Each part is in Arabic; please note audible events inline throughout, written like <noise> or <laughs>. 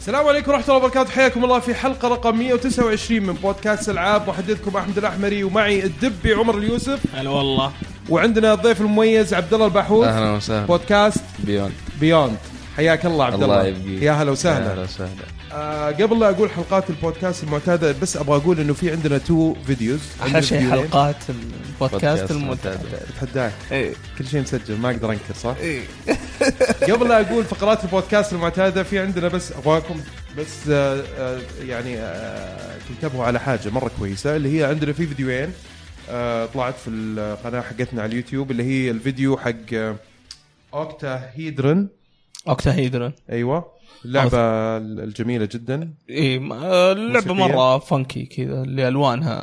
السلام عليكم ورحمة الله وبركاته حياكم الله في حلقة رقم 129 من بودكاست العاب محدثكم احمد الاحمري ومعي الدبي عمر اليوسف هلا والله وعندنا الضيف المميز عبد الله الباحوث اهلا وسحلا بودكاست بيوند بيوند حياك الله عبد الله الله يبقيك. يا هلا اهلا وسهلا وسهلا آه قبل لا اقول حلقات البودكاست المعتاده بس ابغى اقول انه في عندنا تو فيديوز عندنا احلى شيء فيديوين. حلقات البودكاست المعتاد اتحداك إيه. كل شيء مسجل ما اقدر انكر صح؟ اي قبل لا اقول فقرات البودكاست المعتاده في عندنا بس ابغاكم بس آه، آه، يعني آه، تنتبهوا على حاجه مره كويسه اللي هي عندنا في فيديوين آه، طلعت في القناه حقتنا على اليوتيوب اللي هي الفيديو حق آه، اوكتا هيدرن اوكتاهيدرون ايوه اللعبه الجميله جدا اي إيه، ما- آه، اللعبه موسيقية. مره فانكي كذا اللي الوانها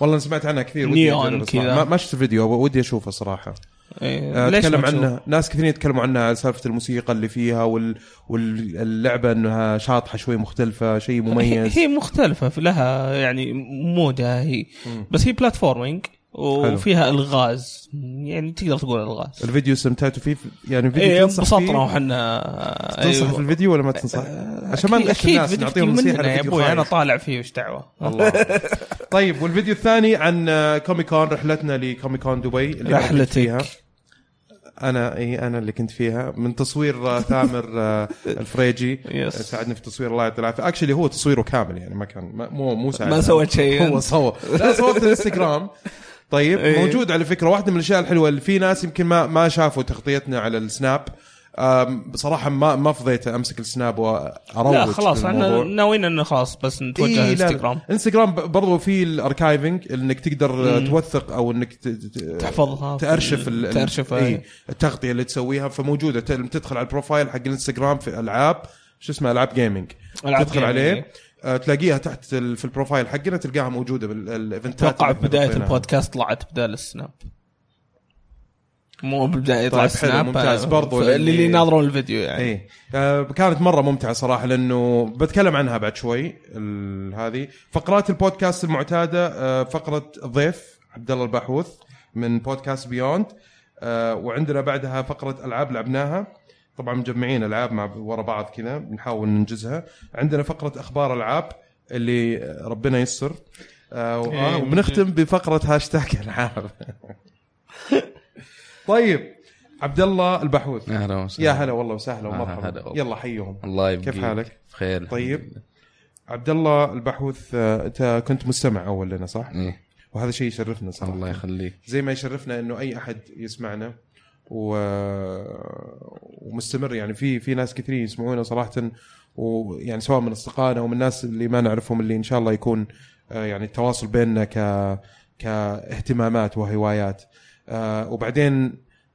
والله انا سمعت عنها كثير ودي نيون أجربها صراحة. كذا. ما- ما شفت الفيديو ودي اشوفه صراحه إيه. ليش اتكلم ما تشوف؟ عنها ناس كثيرين يتكلموا عنها سالفه الموسيقى اللي فيها وال... واللعبه انها شاطحه شوي مختلفه شيء هي <laughs> مميز هي مختلفه في لها يعني مودها هي بس هي بلاتفورمينج وفيها الغاز يعني تقدر تقول الغاز الفيديو استمتعتوا فيه يعني فيديو ايه تنصح فيه؟ انبسطنا وحنا تنصح في الفيديو ولا ما تنصح؟ آه، عشان ما نغش الناس نعطيهم نصيحه يا الفيديو ابوي انا خايس. طالع فيه وش دعوه الله طيب والفيديو الثاني عن آه، كوميكون رحلتنا لكوميكون دبي اللي أنا كنت رحلتك. فيها انا اي انا اللي كنت فيها من تصوير آه، ثامر <laughs> آه، الفريجي Yes. ساعدني في التصوير الله يعطيه العافيه اكشلي هو تصويره كامل يعني ما كان ما- مو مو ساعدني. <laughs> ما سويت شيء هو صور لا صورت <laughs> الانستغرام طيب إيه. موجود على فكره واحده من الاشياء الحلوه اللي في ناس يمكن ما ما شافوا تغطيتنا على السناب أم، بصراحه ما ما فضيت امسك السناب واروج لا خلاص احنا للموضوع. ناويين انه خلاص بس نتوجه إيه، لا، لا. انستغرام انستغرام ب- برضو في الاركايفنج انك تقدر مم. توثق او انك ت- ت- تحفظها تارشف ال- ال- تارشفها، إيه، إيه. التغطيه اللي تسويها فموجوده ت- لما تدخل على البروفايل حق الانستغرام في العاب شو اسمه العاب جيمنج ألعاب تدخل gaming، عليه إيه. آه، تلاقيها تحت ال- في البروفايل حقنا تلقاها موجوده بالايفنتات اتوقع بدايه البودكاست طلعت بدال السناب مو بالبدايه طلع طيب، حلو، السناب ممتاز. آه، برضو اللي اللي للي- إيه. يناظرون الفيديو يعني اي آه، كانت مره ممتعه صراحه لانه بتكلم عنها بعد شوي ال- هذه فقرات البودكاست المعتاده آه، فقره ضيف عبد الله الباحوث من بودكاست بيوند آه، وعندنا بعدها فقره العاب لعبناها طبعا مجمعين العاب مع ورا بعض كذا بنحاول ننجزها عندنا فقره اخبار العاب اللي ربنا يسر آه، و- آه، إيه. وبنختم بفقره هاشتاج العاب <laughs> طيب عبد الله البحوث اهلا وسهلا يا هلا والله وسهلا آه، هلا ومرحبا والله. يلا حيهم الله يبقيك كيف حالك؟ بخير الحمد طيب. لله. عبد الله البحوث آه، انت كنت مستمع اول لنا صح؟ إيه. وهذا شيء يشرفنا صراحه الله يخليك زي ما يشرفنا انه اي احد يسمعنا و... آه، ومستمر يعني في في ناس كثيرين يسمعونا صراحه ويعني سواء من اصدقائنا او من الناس اللي ما نعرفهم اللي ان شاء الله يكون آه، يعني التواصل بيننا ك كاهتمامات وهوايات آه، وبعدين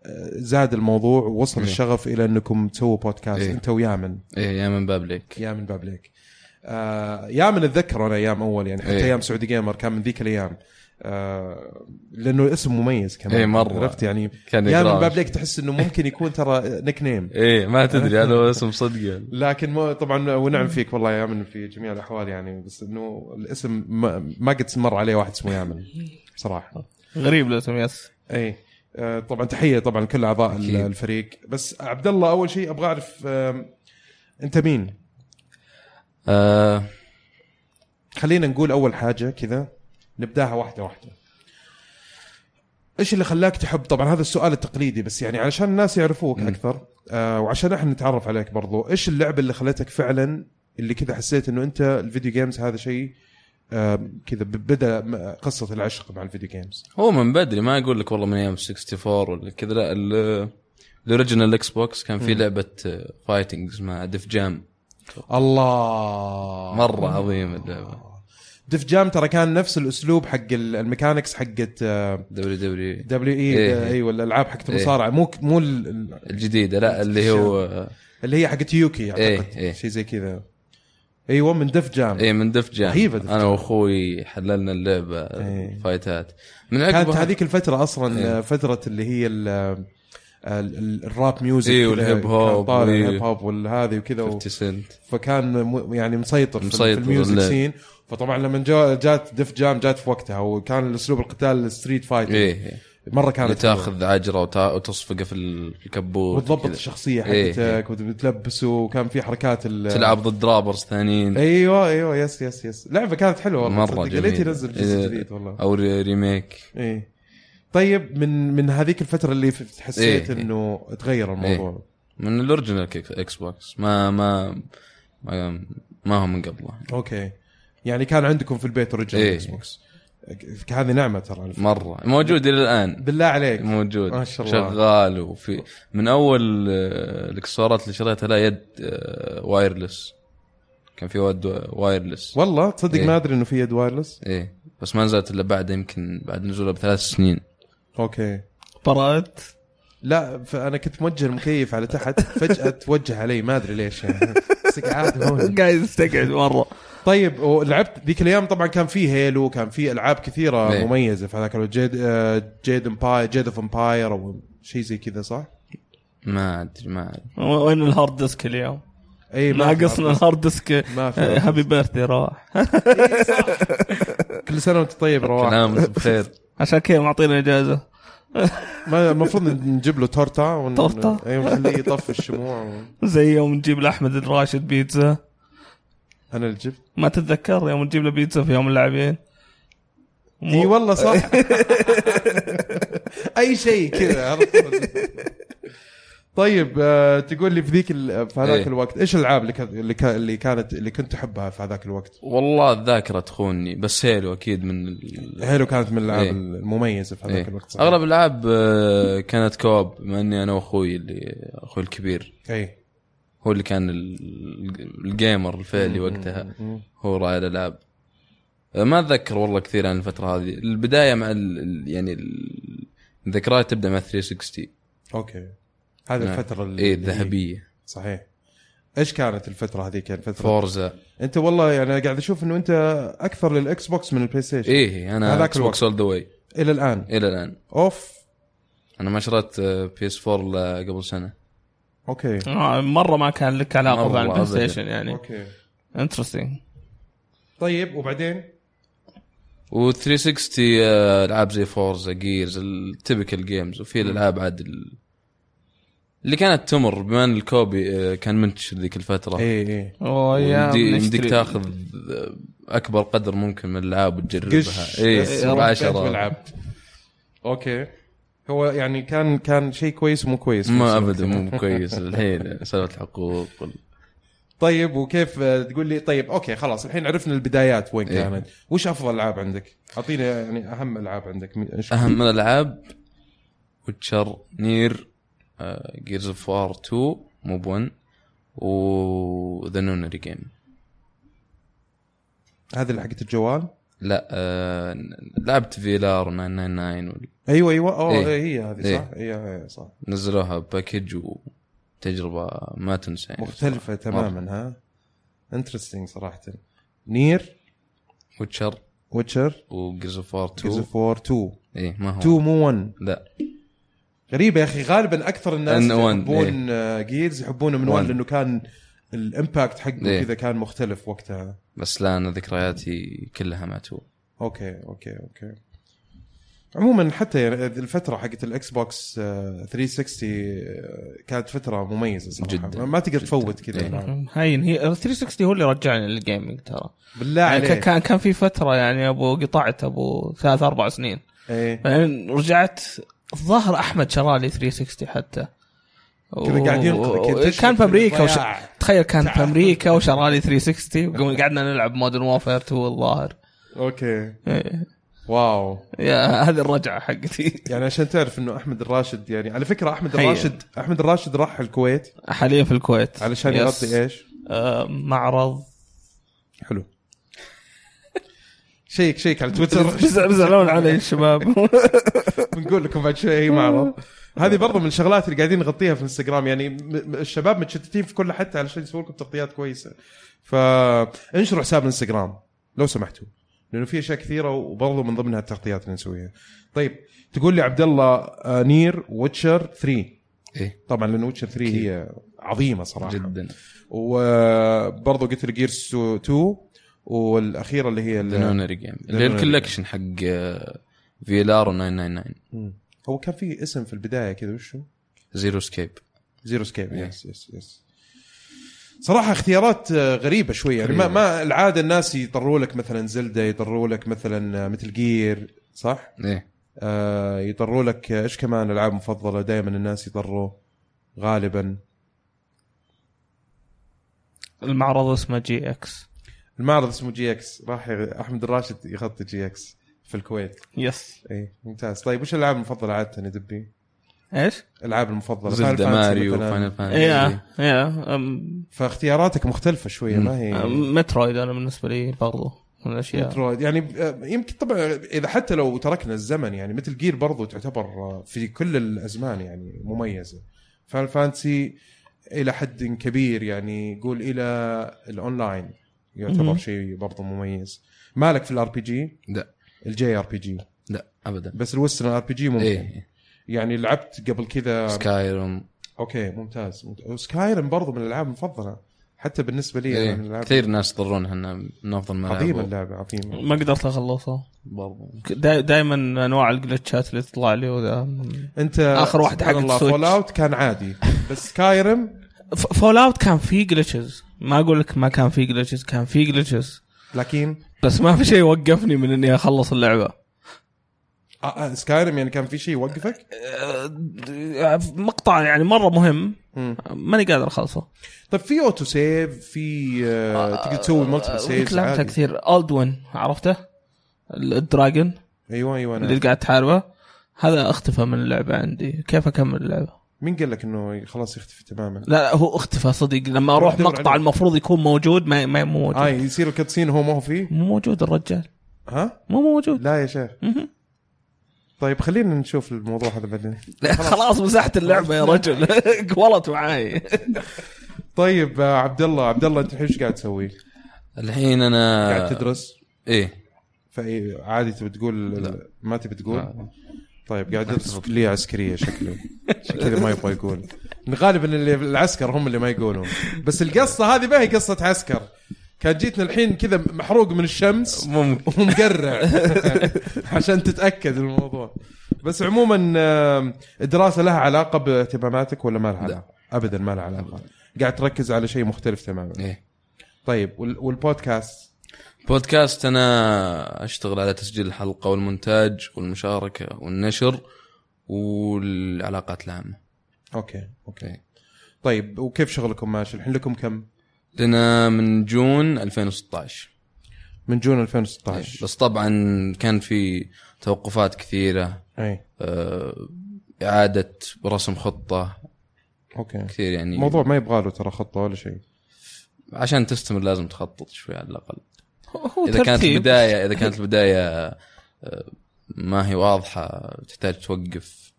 آه، زاد الموضوع ووصل إيه. الشغف الى انكم تسووا بودكاست إيه. انت ويامن ايه يا من باب لك ايام البابليك آه يا من اتذكر انا ايام اول يعني حتى إيه. ايام سعودي جيمر كان من ذيك الايام آه لانه الاسم مميز كمان إيه، مرة. عرفت يعني كان يا من يقرأ. بابليك تحس انه ممكن يكون <laughs> ترى نيك نيم ايه ما تدري هذا هو اسم صدق لكن مو طبعا ونعم فيك والله يا من في جميع الاحوال يعني بس انه الاسم ما, ما قد مر عليه واحد اسمه يامن بصراحه غريب لو يس اي آه، طبعا تحيه طبعا لكل اعضاء أكيد. الفريق بس عبد الله اول شيء ابغى اعرف آم، انت مين؟ آه خلينا نقول اول حاجه كذا نبداها واحده واحده ايش اللي خلاك تحب طبعا هذا السؤال التقليدي بس يعني علشان الناس يعرفوك مم. اكثر آه وعشان احنا نتعرف عليك برضو ايش اللعبه اللي خلتك فعلا اللي كذا حسيت انه انت الفيديو جيمز هذا شيء آه كذا ب- بدا م- قصه العشق مع الفيديو جيمز هو من بدري ما اقول لك والله من ايام 64 ولا كذا لا ال- الاوريجنال اكس بوكس كان في مم. لعبه فايتنج اسمها دف جام الله مره عظيمه اللعبه دف جام ترى كان نفس الاسلوب حق ال- الميكانكس حقت آه، دبليو دبليو دبليو اي إيه. ايوه الالعاب حقت إيه. المصارعه مو مو ال- الجديده لا اللي هو اللي هي حقت يوكي اعتقد إيه، إيه. شيء زي كذا ايوه من دف جام ايه من دف جام رهيبة دف انا جام. واخوي حللنا اللعبه إيه. فايتات من كانت عقبها- هذيك الفتره اصلا إيه. إيه. فتره اللي هي ال ال- ال- الراب ميوزك إيه، كذا، والهيب كان هوب، طالع إيه. الهيب هوب والهذه وكذا و- 50 سنت فكان م- يعني مسيطر, مسيطر في مسيطر الميوزك ولا- سين فطبعا لما جا- جات دف جام جات في وقتها وكان الاسلوب القتال الستريت فايتر ايه مره إيه. كانت اللي تاخذ عجره وتا- وتصفقه في الكبوت وتضبط كذا. الشخصيه إيه، حقتك وتلبسه وكان في حركات ال- تلعب ضد رابرز ثانيين ايوه ايوه يس يس يس لعبه كانت حلوه والله مرة صدق. يا جميلة. ليت ينزل جزء إيه. جديد والله او ري- ريميك ايه طيب من من هذيك الفتره اللي ف- حسيت إيه، إيه. انه تغير الموضوع من الاوريجنال كيك- اكس بوكس ما ما ما, ما هو من قبله اوكي يعني كان عندكم في البيت اوريجنال إيه. اكس بوكس ك- هذه نعمه ترى على فكرة. مره موجود الى الان بالله عليك موجود ما شاء الله. شغال وفي من اول آه، الاكسسوارات اللي شريتها لها يد آه، وايرلس كان في ود وايرلس والله تصدق إيه. ما ادري انه في يد وايرلس ايه بس ما نزلت الا بعد يمكن بعد نزولها بثلاث سنين اوكي برات لا فانا كنت موجه المكيف على تحت فجاه توجه علي ما ادري ليش يعني بس عادي هون. قاعد استقعد مره طيب ولعبت ذيك الايام طبعا كان في هيلو كان في العاب كثيره إيه. مميزه في هذاك الوقت جيد آه، جيد امباير جيد اوف امباير او شيء زي كذا صح؟ ما ادري ما ادري وين الهارد ديسك اليوم؟ اي إيه، ما في ناقصنا الهارد ديسك ما في هارد هابي بيرثدي راح كل سنه وانت طيب رواح كلام بخير عشان كذا معطينا اجازه ما- المفروض نجيب له تورتا ون... تورتة؟ اي ونخليه يطفي الشموع و... زي يوم نجيب لاحمد الراشد بيتزا انا اللي جبت ما تتذكر يوم نجيب له بيتزا في يوم اللاعبين اي والله صح اي شيء كذا على طول. طيب آه، تقول لي في ذيك ال- في هذاك إيه. الوقت ايش الالعاب اللي كان- اللي كان- اللي كانت اللي كنت تحبها في هذاك الوقت؟ والله الذاكره تخوني بس هيلو اكيد من ال... هيلو كانت من الالعاب إيه. المميزه في هذاك إيه. الوقت صح؟ اغلب الالعاب آه، كانت كوب بما اني انا واخوي اللي اخوي الكبير اي هو اللي كان ال- الجيمر الفعلي وقتها هو راعي الالعاب آه، ما اتذكر والله كثير عن الفتره هذه البدايه مع ال... ال- يعني ال- الذكريات تبدا مع إيه، 360 اوكي هذه نعم. الفتره ال- اي الذهبيه صحيح ايش كانت الفتره هذيك يعني الفتره فورزا انت والله يعني قاعد اشوف انه انت اكثر للاكس بوكس من البلاي ستيشن ايه انا هذاك اكس بوكس اول ذا واي الى الان الى الان اوف انا ما شريت آه، بي اس 4 قبل سنه إيه. اوكي آه، مره ما كان لك علاقه مرة مع البلاي أبداً. ستيشن يعني اوكي انترستنج طيب وبعدين و 360 آه، العاب زي فورزا جيرز التبكال جيمز وفي الالعاب عاد ال- اللي كانت تمر بما ان الكوبي آه، كان منتشر ذيك الفتره اي اي اوه يا يمدي- نشتري. يمديك تاخذ آه، اكبر قدر ممكن من الالعاب وتجربها إيه، قش إيه، بس اي روح مباشره والعب. اوكي هو يعني كان كان شيء كويس ومو كويس ما ابدا مو كويس الحين سالفه الحقوق وال- طيب وكيف آه، تقول لي طيب اوكي خلاص الحين عرفنا البدايات وين إيه. كانت وش افضل العاب عندك اعطينا يعني اهم العاب عندك م- إيش- اهم الالعاب ويتشر نير جيرز اوف وار 2 مو ب 1 و ذا نونري جيم هذه اللي حقت الجوال لا آه لعبت فيلار 999 ايوه ايوه اوه إيه. إيه. هي هذه صح إيه. ايوه صح ونزلوها باكج وتجربه ما تنسى يعني مختلفة تماما ها انترستنج صراحة نير ويتشر ويتشر وجيرز اوف وار جيز 2 اوف 2 اي إيه، ما هو 2 مو 1 لا غريبة يا اخي غالبا اكثر الناس إن إيه. اللي 1 يحبون آه، جيرز يحبونه من 1 1 لانه كان الامباكت حقه إيه. كذا كان مختلف وقتها بس لا انا ذكرياتي كلها مع 2 اوكي اوكي اوكي عموما حتى يعني الفترة حقت الاكس بوكس آه، 360 آه، كانت فترة مميزة صراحة جداً، ما تقدر جداً. تفوت كذا إيه. الألعاب. هين هي 360 هو اللي رجعني للجيمنج ترى بالله يعني ك- عليك كان كان في فتره يعني ابو قطعت ابو ثلاث اربع سنين إيه. بعدين رجعت الظاهر احمد شرى لي 360 حتى كذا قاعد ينقذك، و- تشرب كان في امريكا وش... الضياع. تخيل كان في امريكا وشرى لي 360 وقعدنا نلعب مودرن وورفير 2 الظاهر اوكي إيه. واو يا هذه الرجعه حقتي يعني عشان تعرف انه احمد الراشد يعني على فكره احمد هيا. الراشد احمد الراشد راح الكويت حاليا في الكويت علشان يس. يغطي إيه؟ ايش؟ آه، معرض حلو شيك شيك على تويتر <laughs> بيزعلون علي الشباب بنقول لكم بعد شوي اي معرض هذه برضه من الشغلات اللي قاعدين نغطيها في انستغرام يعني م- م- الشباب متشتتين في كل حته علشان يسوون لكم تغطيات كويسه فانشروا حساب الانستغرام لو سمحتوا لانه في اشياء كثيره وبرضه من ضمنها التغطيات اللي نسويها طيب تقول لي عبد الله آه، نير ويتشر 3 ايه طبعا لان ويتشر 3 هي عظيمه صراحه جدا وبرضه قلت لي جيرس 2 والاخيره اللي هي ذا ال- نونري جيم اللي هي Nonary Game. الكولكشن حق فيلار 999 هو كان في اسم في البدايه كذا وشو؟ زيرو سكيب زيرو سكيب إيه. يس يس يس صراحه اختيارات آه، غريبه شوي يعني ما, غريبة. ما العاده الناس يطروا لك مثلا زلدة يطروا لك مثلا مثل جير صح؟ ايه آه يطروا لك آه، ايش كمان العاب مفضله دائما الناس يطروا غالبا المعرض اسمه جي اكس المعرض اسمه جي اكس راح يغ- احمد الراشد يغطي جي اكس في الكويت يس اي ممتاز طيب وش الالعاب المفضله عاده يا دبي؟ ايش؟ الالعاب المفضله Final زلدا Fantasy ماريو مثلاً. فاينل فانتسي يا يا أم- فاختياراتك مختلفه شويه ما هي أم- مترويد انا بالنسبه لي برضو من الاشياء مترويد يعني آه، يمكن طبعا اذا حتى لو تركنا الزمن يعني مثل جير برضو تعتبر آه، في كل الازمان يعني مميزه فان فانتسي الى حد كبير يعني يقول الى الاونلاين يعتبر مهم. شيء برضو مميز مالك في الار بي جي لا. الجي ار بي جي لا ابدا بس الوسترن ار بي جي ممكن ايه يعني لعبت قبل كذا سكايروم اوكي ممتاز وسكايرم برضو من الالعاب المفضله حتى بالنسبه لي أنا من إيه. الالعاب كثير ناس يضرونها انها من افضل ما عظيمه لعبوا. اللعبه عظيمه ما قدرت اخلصها برضو دائما انواع الجلتشات اللي تطلع لي وذا انت آخر واحدة حق السويتش. فول اوت كان عادي بس سكايرم فول اوت كان فيه جلتشز ما اقول لك ما كان فيه جلتشز كان فيه جلتشز لكن بس ما في شيء وقفني من اني اخلص اللعبه سكايرم يعني كان في شيء يوقفك أه، آه، مقطع يعني مره مهم مم. ماني قادر اخلصه طيب في اوتو سيف في آه، تقدر تسوي مالتيبل سيفز لعبتها عادي كثير الدوين عرفته ال- الدراجون ايوه ايوه اللي أنا. قاعد تحاربه هذا اختفى من اللعبه عندي كيف اكمل اللعبه مين قال لك انه خلاص يختفي تماما لا, لا هو اختفى صدق لما اروح دور مقطع عليه. المفروض يكون موجود ما ما مو موجود اه يصير الكاتسين هو ما هو فيه مو موجود الرجال ها مو موجود لا يا شيخ مهم. طيب خلينا نشوف الموضوع هذا بعدين خلاص مسحت اللعبه يا رجل <laughs> قولت معاي طيب آه، عبد الله عبد الله انت الحين ايش قاعد تسوي؟ الحين انا قاعد تدرس ايه فاي عادي تبي تقول ما تبي تقول لا. طيب <laughs> قاعد يدرس كليه عسكريه شكله كذا ما يبغى يقول غالبا اللي في العسكر هم اللي ما يقولون بس القصه هذه ما هي قصه عسكر كان جيتنا الحين كذا محروق من الشمس ممكن ومقرع <laughs> عشان تتاكد الموضوع بس عموما آم، الدراسه لها علاقه باهتماماتك ولا ما لها لا. علاقه؟ ابدا ما لها علاقه قاعد تركز على شيء مختلف تماما ايه طيب وال- والبودكاست بودكاست انا اشتغل على تسجيل الحلقه والمونتاج والمشاركه والنشر والعلاقات العامه اوكي اوكي إيه. طيب وكيف شغلكم ماشي الحين لكم كم لنا من جون 2016 من جون إيه. 2016 بس طبعا كان في توقفات كثيره اي آه، اعاده رسم خطه اوكي كثير يعني موضوع ما يبغى له ترى خطه ولا شيء عشان تستمر لازم تخطط شوي على الاقل هو اذا كانت ترتيب. البدايه اذا كانت البدايه آه، ما هي واضحه تحتاج توقف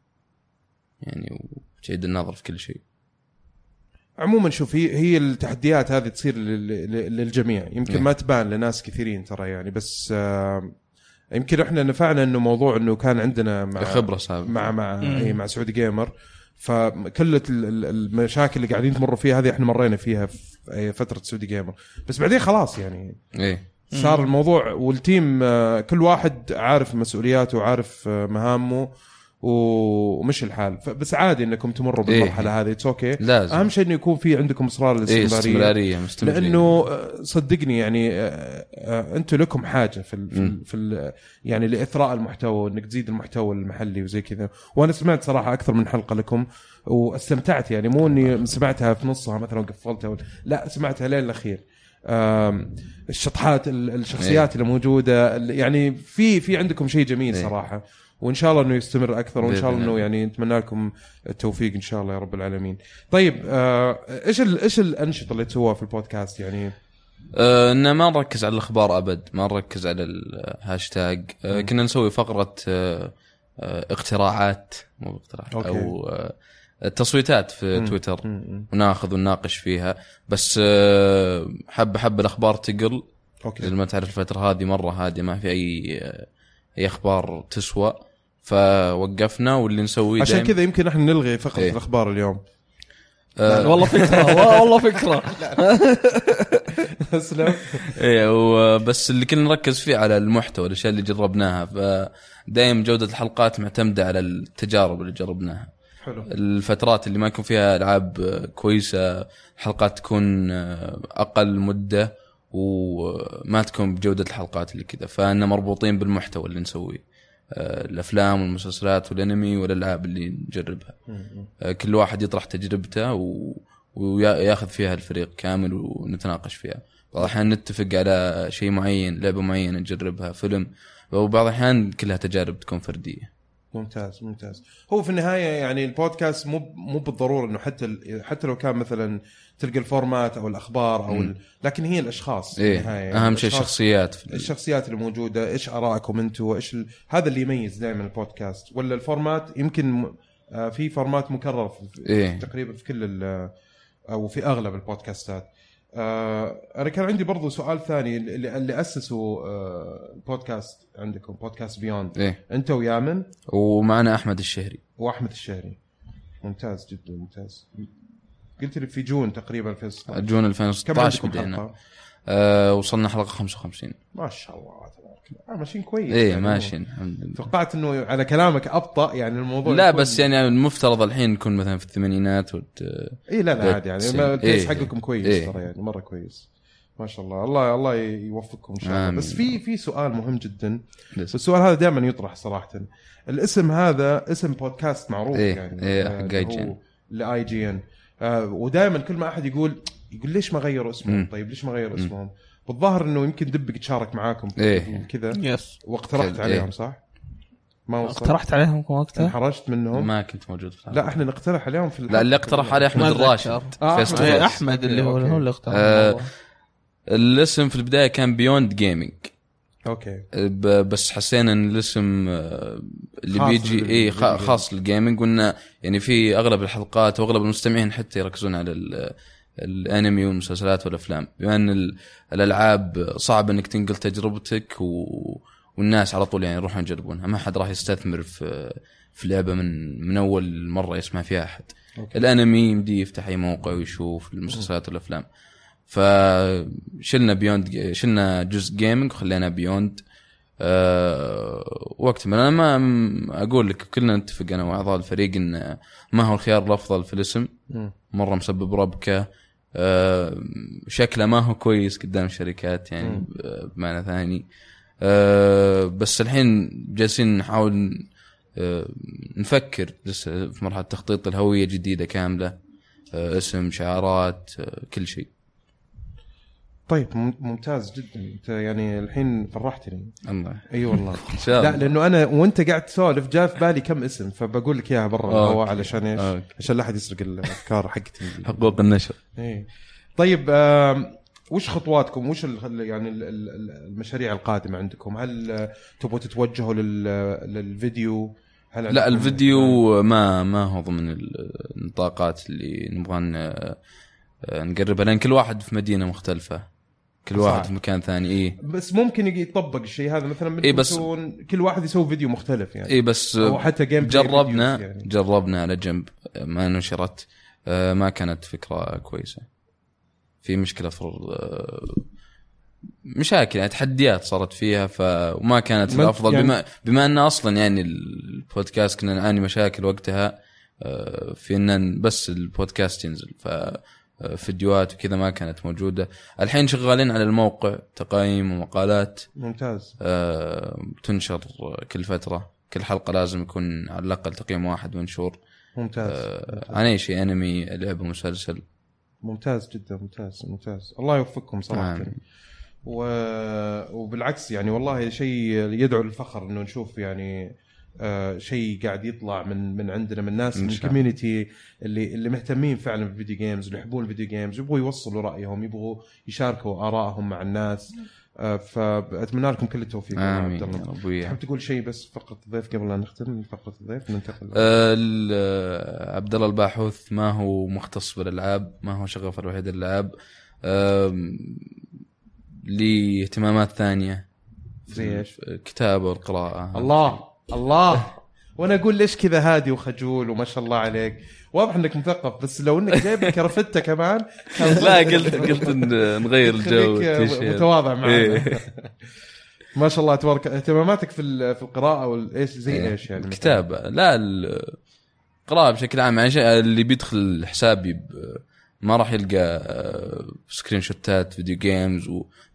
يعني وتعيد النظر في كل شيء عموما شوف هي هي التحديات هذه تصير لل- لل- للجميع يمكن إيه. ما تبان لناس كثيرين ترى يعني بس آه، يمكن احنا نفعنا انه موضوع انه كان عندنا مع خبره سابقه مع مع مم. اي مع سعودي جيمر فكل ال- ال- المشاكل اللي قاعدين تمروا فيها هذه احنا مرينا فيها في أي فتره سعودي جيمر بس بعدين خلاص يعني ايه صار مم. الموضوع والتيم آه، كل واحد عارف مسؤولياته وعارف آه، مهامه و- ومش الحال ف- بس عادي انكم تمروا إيه. بالمرحله هذه اتس اوكي لازم اهم شيء انه يكون في عندكم اصرار إيه الاستمراريه استمراريه مستمرين لانه آه، صدقني يعني آه، آه، انتم لكم حاجه في ال- في ال- مم. في ال- يعني لاثراء المحتوى وانك تزيد المحتوى المحلي وزي كذا وانا سمعت صراحه اكثر من حلقه لكم واستمتعت يعني مو اني سمعتها في نصها مثلا قفلتها ولا- لا سمعتها لين الاخير آم، الشطحات ال- الشخصيات اللي موجوده ال- يعني في في عندكم شيء جميل إيه. صراحه وان شاء الله انه يستمر اكثر وان شاء الله بإذن انه الله. يعني نتمنى لكم التوفيق ان شاء الله يا رب العالمين. طيب آه، ايش ال- ايش الانشطه اللي تسووها في البودكاست يعني؟ آه انه ما نركز على الاخبار ابد ما نركز على الهاشتاج آه مم. كنا نسوي فقره آه آه اقتراعات مو اقتراعات أوكي. او آه تصويتات في مم. تويتر مم. وناخذ ونناقش فيها بس آه، حبه حبه الاخبار تقل اوكي مثل ما تعرف الفتره هذه مره هاديه ما في اي آه، اي اخبار تسوى فوقفنا واللي نسويه عشان دايم- كذا يمكن احنا نلغي فقره إيه. <laughs> <laughs> الاخبار اليوم. آه، والله فكره والله فكره تسلم ايه وبس اللي كنا نركز فيه على المحتوى الاشياء اللي جربناها فدايم جوده الحلقات معتمده على التجارب اللي جربناها <laughs> حلو الفترات اللي ما يكون فيها العاب كويسه الحلقات تكون اقل مده وما تكون بجوده الحلقات اللي كذا فانا مربوطين بالمحتوى اللي نسويه آه، الافلام والمسلسلات والانمي والالعاب اللي نجربها آه، كل واحد يطرح تجربته و... وياخذ فيها الفريق كامل ونتناقش فيها بعض الاحيان نتفق على شيء معين لعبه معينه نجربها فيلم وبعض الاحيان كلها تجارب تكون فرديه ممتاز ممتاز هو في النهايه يعني البودكاست مو مو بالضروره انه حتى ال- حتى لو كان مثلا تلقى الفورمات او الاخبار او ال... لكن هي الاشخاص في ايه النهاية. اهم شيء إيه. الأشخاص- الشخصيات في ال- الشخصيات اللي موجوده ايش ارائكم انتم ايش ال... هذا اللي يميز دائما البودكاست ولا الفورمات يمكن م... آه، في فورمات مكرر في... إيه. تقريبا في كل ال... او في اغلب البودكاستات آه، انا كان عندي برضو سؤال ثاني اللي, اللي اسسوا آه، البودكاست عندكم بودكاست بيوند ايه انت ويامن ومعنا احمد الشهري واحمد الشهري ممتاز جدا ممتاز قلت لي في جون تقريبا في جون 2016 بدينا آه وصلنا حلقه 55 ما شاء الله تبارك الله آه، ماشيين كويس ايه يعني. ماشيين الحمد لله توقعت انه على كلامك ابطا يعني الموضوع لا يكون- بس يعني المفترض الحين نكون مثلا في الثمانينات وت... اي لا لا عادي يعني تسعين. ما- البيس إيه. حقكم كويس إيه. ترى يعني مره كويس ما شاء الله الله الله يوفقكم ان شاء الله آمين. بس في في سؤال مهم جدا السؤال هذا دائما يطرح صراحه الاسم هذا اسم بودكاست معروف إيه، يعني إيه، حق IGN. لاي جي ان ودائما آه، كل ما احد يقول يقول ليش ما غيروا اسمهم مم. طيب ليش ما غيروا اسمهم بالظاهر انه يمكن دبك تشارك معاكم إيه. كذا يس واقترحت إيه. عليهم صح؟ ما وصلت اقترحت عليهم وقتها انحرجت منهم ما كنت موجود في الحلقة. لا احنا نقترح عليهم في لا اللي اقترح عليه احمد ما أتذكر. الراشد آه، فيس تو أحمد. إيه، فيس. احمد اللي هو أوكي. هو اللي اقترح آه، الموضوع. الاسم في البدايه كان بيوند جيمنج اوكي بس حسينا ان الاسم آه، اللي خاص بيجي لل- اي للجيمنج. خاص للجيمنج وانه يعني في اغلب الحلقات واغلب المستمعين حتى يركزون على ال- الانمي والمسلسلات والافلام بما ان ال- الالعاب صعب انك تنقل تجربتك و... والناس على طول يعني يروحون يجربونها ما حد راح يستثمر في آه، في لعبه من من اول مره يسمع فيها احد أوكي. الانمي يمدي يفتح اي موقع ويشوف المسلسلات والافلام فشلنا بيوند شلنا جزء جيمنج وخلينا بيوند أه وقت ما انا ما م- اقول لك كلنا نتفق انا واعضاء الفريق ان ما هو الخيار الافضل في الاسم مم. مره مسبب ربكه أه شكله ما هو كويس قدام الشركات يعني مم. ب- بمعنى ثاني أه بس الحين جالسين نحاول ن- أه نفكر لسه في مرحله تخطيط الهويه جديده كامله أه اسم شعارات أه كل شيء طيب مم- ممتاز جدا انت يعني الحين فرحتني الله اي <laughs> والله ان شاء لا الله لانه انا وانت قاعد تسولف جاء في بالي كم اسم فبقول لك اياها برا الهواء أوكي. علشان ايش؟ أوكي. عشان لا احد يسرق الافكار <laughs> حقتي حقوق النشر إيه. طيب آم، وش خطواتكم؟ وش ال يعني ال- ال- ال- المشاريع القادمه عندكم؟ هل آه، تبغوا تتوجهوا لل للفيديو؟ هل لا عندكم- الفيديو ما ما هو ضمن ال- النطاقات اللي نبغى ن- آه، نقربها لان كل واحد في مدينه مختلفه كل صح. واحد في مكان ثاني إيه. اي بس ممكن يجي يطبق الشيء هذا مثلا من إيه، بس- كل واحد يسوي فيديو مختلف يعني اي إيه، بس او حتى جيم بلاي جربنا فيديوز يعني. جربنا على جنب ما نشرت آه، ما كانت فكره كويسه في مشكله في ال- آه، مشاكل يعني تحديات صارت فيها ف وما كانت ما- الافضل يعني- بما بما ان اصلا يعني البودكاست كنا نعاني مشاكل وقتها آه، في ان بس البودكاست ينزل ف آه، فيديوهات وكذا ما كانت موجوده الحين شغالين على الموقع تقايم ومقالات ممتاز آه، تنشر كل فتره كل حلقه لازم يكون على الاقل تقييم واحد منشور ممتاز آه، عن اي شيء انمي لعبه مسلسل ممتاز جدا ممتاز ممتاز الله يوفقكم صراحه آمين. و... وبالعكس يعني والله شيء يدعو للفخر انه نشوف يعني آه شيء قاعد يطلع من من عندنا من الناس إن من شاء الكوميونتي اللي اللي مهتمين فعلا بالفيديو جيمز اللي يحبون الفيديو جيمز يبغوا يوصلوا رايهم يبغوا يشاركوا ارائهم مع الناس آه فاتمنى لكم كل التوفيق يا عبد امين يا الله رب وياك. تحب تقول شيء بس فقره الضيف قبل لا نختم من فقره الضيف ننتقل آه، ال- آه، عبد الله الباحوث ما هو مختص بالالعاب ما هو شغفه الوحيد الالعاب آم، لي اهتمامات ثانيه زي ايش؟ الكتابه والقراءه الله الله وانا اقول ليش كذا هادي وخجول وما شاء الله عليك واضح انك مثقف بس لو انك جايب كرفته <laughs> كمان كان لا قلت قلت إن نغير إيه، الجو يخليك التيشيرت. متواضع معنا إيه. <laughs> ما شاء الله تبارك اهتماماتك في ال- في القراءه والايش زي إيه. ايش يعني مثلاً؟ الكتابة لا ال- القراءة بشكل عام يعني شيء- اللي بيدخل حسابي ب- ما راح يلقى آه، سكرين شوتات فيديو جيمز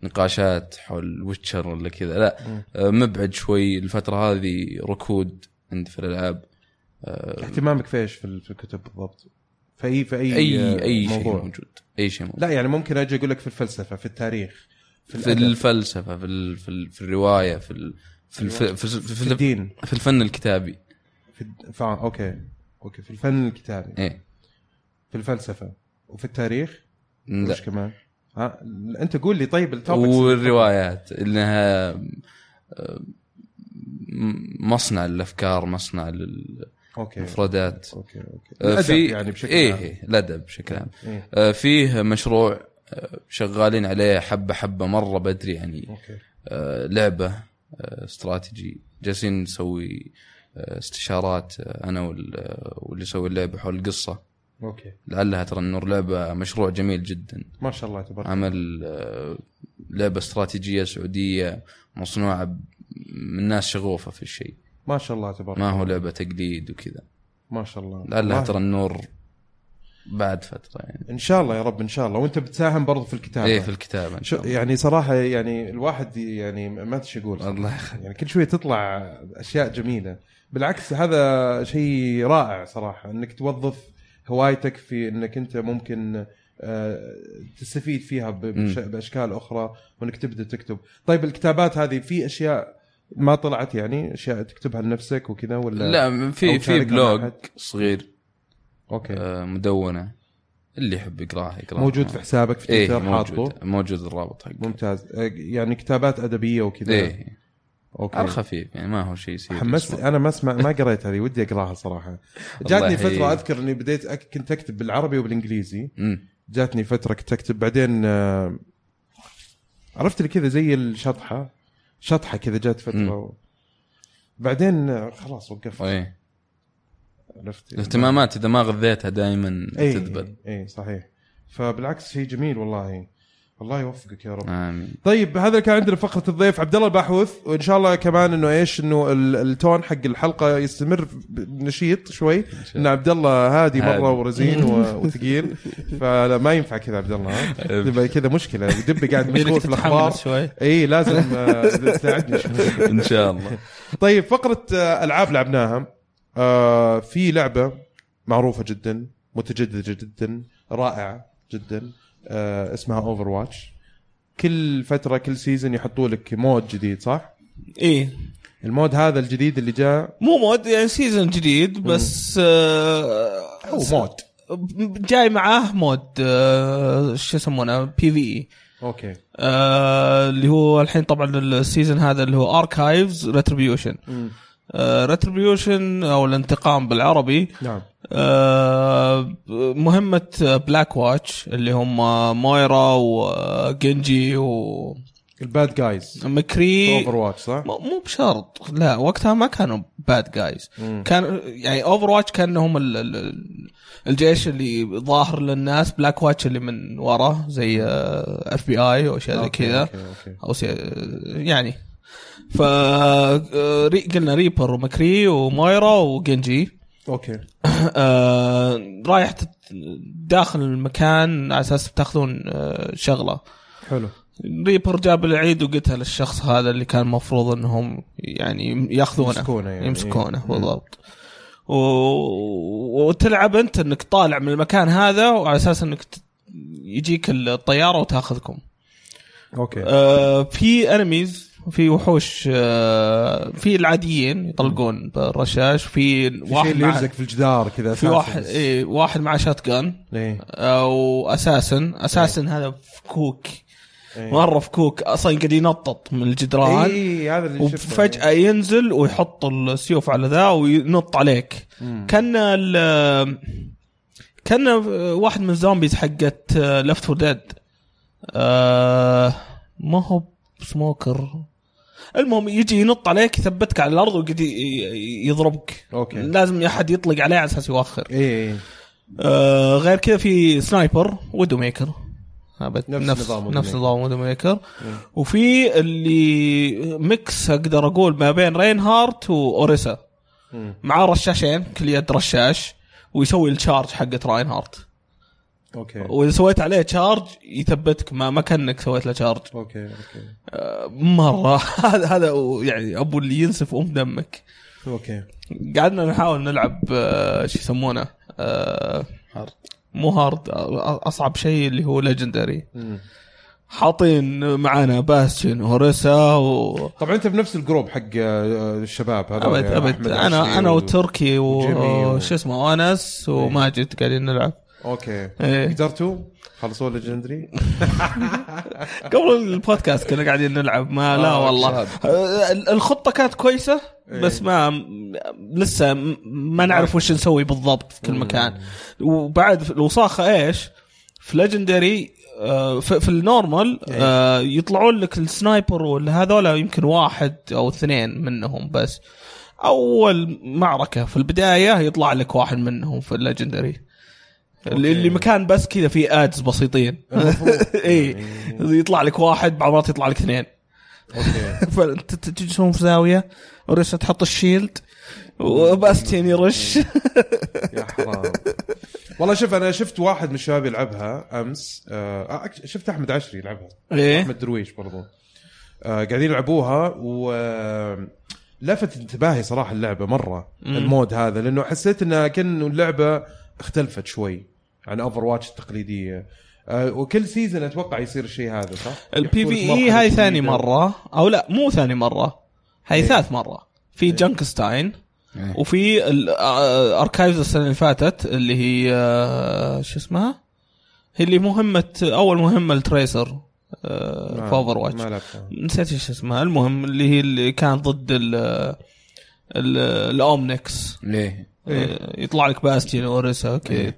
ونقاشات حول ويتشر ولا كذا لا مم. آه، مبعد شوي الفترة هذه ركود عندي في الالعاب اهتمامك في ايش في ال- في الكتب بالضبط في اي في اي اي اي شيء موضوع. موجود اي شيء موجود لا يعني ممكن اجي اقول لك في الفلسفه في التاريخ في, في الأدب، الفلسفة في ال- في, ال- في الرواية في ال- في الف- في الف- في في الف- الدين في الفن الكتابي في الد- فا- اوكي اوكي في الفن الكتابي ايه في الفلسفه وفي التاريخ لا وش كمان ها انت قول لي طيب التوبكس والروايات انها آه، م- مصنع للافكار مصنع اوكي للمفردات اوكي اوكي آه، الأدب يعني بشكل ايه عام إيه، الادب بشكل عام إيه. آه، فيه مشروع آه، شغالين عليه حبه حبه مره بدري يعني اوكي آه، لعبه آه، استراتيجي جالسين نسوي آه، استشارات آه، انا وال- آه، واللي يسوي اللعبه حول القصه اوكي لعلها ترى النور لعبه مشروع جميل جدا ما شاء الله تبارك عمل آه، لعبه استراتيجيه سعوديه مصنوعه ب- من ناس شغوفه في الشيء ما شاء الله تبارك ما هو لعبه تقليد وكذا ما شاء الله لعلها والله. ترى النور بعد فتره يعني ان شاء الله يا رب ان شاء الله وانت بتساهم برضه في الكتابه ايه في الكتابه ان شو شاء الله يعني صراحه يعني الواحد يعني ما ادري شو يقول صراحة. الله يخليك يعني كل شويه تطلع اشياء جميله بالعكس هذا شيء رائع صراحه انك توظف هوايتك في انك انت ممكن آه، تستفيد فيها ب- بش- باشكال اخرى وانك تبدا تكتب طيب الكتابات هذه في اشياء ما طلعت يعني اشياء تكتبها لنفسك وكذا ولا لا أو في في شاركها مع بلوج أحد. صغير اوكي آه، مدونه اللي يحب يقراها يقراها موجود في حسابك في ايه تويتر حاطه موجود موجود الرابط حقه ممتاز آه، يعني كتابات ادبيه وكذا ايه اوكي على الخفيف يعني ما هو شيء يصير حمست انا ما اسمع ما قريتها هذه ودي اقراها صراحه جاتني الله فتره يحييك. اذكر اني بديت أك... كنت اكتب بالعربي وبالانجليزي جاتني فتره كنت اكتب بعدين آه، عرفت لي كذا زي الشطحه شطحه كذا جات مم. فتره و... بعدين آه، خلاص وقفت <laughs> ايه عرفت الاهتمامات اذا ما غذيتها دائما اي تذبل اي صحيح فبالعكس شيء جميل والله الله يوفقك يا رب امين طيب هذا كان عندنا فقره الضيف عبد الله الباحوث وان شاء الله كمان انه ايش انه ال- التون حق الحلقه يستمر ب- نشيط شوي ان عبد الله هادي هادي. مره ورزين و- وثقيل فما ينفع كذا عبد الله ها؟ تبقى كذا مشكله دبي قاعد يعني مشغول في الاخبار تتحمس شوي اي لازم آه، تساعدني شوي. ان <laughs> شاء الله طيب فقره آه، العاب لعبناها آه، في لعبه معروفه جدا متجدده جدا رائعه جدا آه، اسمها اوفر واتش كل فتره كل سيزون يحطوا لك مود جديد صح ايه المود هذا الجديد اللي جاء مو مود يعني سيزون جديد بس آه هو مود جاي معاه مود آه شو يسمونه بي في اي اوكي آه، اللي هو الحين طبعا السيزون هذا اللي هو اركايفز ريتربيوشن مم. ريتربيوشن او الانتقام بالعربي نعم آه، مهمة بلاك واتش اللي هم آه، مويرا وجنجي ومكري الباد جايز اوفر واتش صح مو- مو بشرط لا وقتها ما كانوا باد جايز كان يعني اوفر واتش كان هم ال- ال- ال- الجيش اللي ظاهر للناس بلاك واتش اللي من وراه زي آه، اف بي اي او اشياء زي أوكي، كذا أوكي، أوكي. او سي... يعني ف آه، ري... قلنا ريبر ومكري ومايرا وجنجي اوكي <coughs> آه، رايح تت... داخل المكان على اساس بتاخذون آه، شغله حلو ريبر جاب العيد وقتها للشخص هذا اللي كان المفروض انهم يعني ياخذونه يمسكونه يعني. يمسكونه إيه. بالضبط و... وتلعب انت انك طالع من المكان هذا وعلى اساس انك ت... يجيك الطياره وتاخذكم اوكي آه، في انميز في وحوش آه، في العاديين يطلقون بالرشاش في في شيء واحد اللي مع- يلزق في الجدار كذا في واحد إيه. assassins. اي واحد مع شات جان إيه. او اساسن اساسن هذا فكوك إيه. مره فكوك اصلا قاعد ينطط من الجدران اي إيه، هذا اللي شفته. وفجاه ينزل ويحط السيوف على ذا وينط عليك مم. كان ال- كان واحد من الزومبيز حقت لفت فور ديد ما هو آه، سموكر المهم يجي ينط عليك يثبتك على الارض وقد ي- ي- يضربك أوكي. إيه، لازم احد يطلق عليه على اساس يوخر اي إي. آه غير كذا في سنايبر ودو ميكر آه، بت- نفس نفس نظام نفس Widowmaker. نظام ودو ميكر وفي اللي ميكس اقدر اقول ما بين رين هارت واوريسا مم. معاه رشاشين كل يد رشاش ويسوي الشارج حقت راين هارت اوكي واذا سويت عليه تشارج يثبتك ما ما كانك سويت له تشارج اوكي اوكي آه، مره <laughs> هذا هذا يعني ابو اللي ينسف ام دمك اوكي قعدنا نحاول نلعب آه، شو يسمونه آه، هارد. مو هارد آه، اصعب شيء اللي هو ليجندري مم. حاطين معانا باستيون هوريسا و طبعا انت بنفس الجروب حق آه، الشباب هذا ابد ابد انا انا وتركي وجيمي و- وش اسمه وانس وماجد قاعدين نلعب اوكي إيه. قدرتوا خلصوا <laughs> ليجندري قبل البودكاست كنا قاعدين نلعب ما لا آه، والله شباب. آه، الخطه كانت كويسه إيه. بس ما م- لسه م- ما نعرف وش نسوي بالضبط في كل مكان وبعد في الوساخه ايش في ليجندري في, في النورمال آه، يطلعون لك السنايبر ولا هذولا يمكن واحد او اثنين منهم بس اول معركه في البدايه يطلع لك واحد منهم في الليجندري اللي اللي مكان بس كذا فيه ادز بسيطين اي يعني، يطلع لك واحد بعض المرات يطلع لك اثنين اوكي فانت تجلسون في زاويه وريسا تحط الشيلد وباستين يرش يا حرام والله شوف انا شفت واحد من الشباب يلعبها امس آه أك- شفت احمد عشري يلعبها <laughs> ايه احمد درويش برضو آه قاعدين يلعبوها و آه، لفت انتباهي صراحه اللعبه مره مم. المود هذا لانه حسيت انها كأنه اللعبه اختلفت شوي عن اوفر واتش التقليديه آه وكل سيزون اتوقع يصير الشيء هذا صح؟ البي يحطوا لك في اي مرحلة E هاي ثاني جديدة. مره او لا مو ثاني مره هاي إيه. ثالث مره في جانكستاين إيه. وفي ال- آه، اركايفز السنه اللي فاتت اللي هي آه، شو اسمها؟ هي اللي مهمه اول مهمه التريسر ما- آه، في اوفر واتش ما لعبتها نسيت ايش اسمها المهم اللي هي اللي كان ضد ال ال الاومنكس ليه؟ آه، يطلع لك باستيون اوريسا اوكي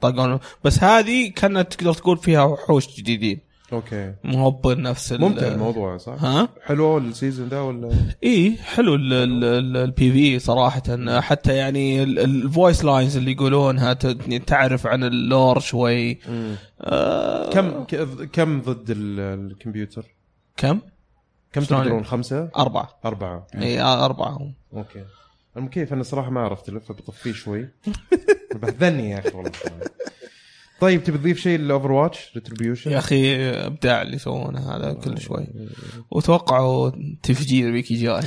طقون بس هذه كانت تقدر تقول فيها وحوش جديدين اوكي مو هو بنفس ال- ممتع الموضوع صح؟ ها؟ حلو السيزون ده ولا اي حلو البي في صراحه E حتى يعني الفويس لاينز اللي يقولونها ت- يعني تعرف عن اللور شوي آه كم ك- كم ضد ال- الكمبيوتر؟ كم؟ كم شلون؟ تقدرون خمسه؟ اربعه اربعه اي آه، اربعه هم اوكي المكيف انا صراحه ما عرفت له فبطفيه شوي بهذلني يا اخي والله طيب تبي تضيف شيء للاوفر واتش يا ريتربيوشن اخي ابداع اللي يسوونه هذا كل شوي وتوقعوا تفجير بيكي جاي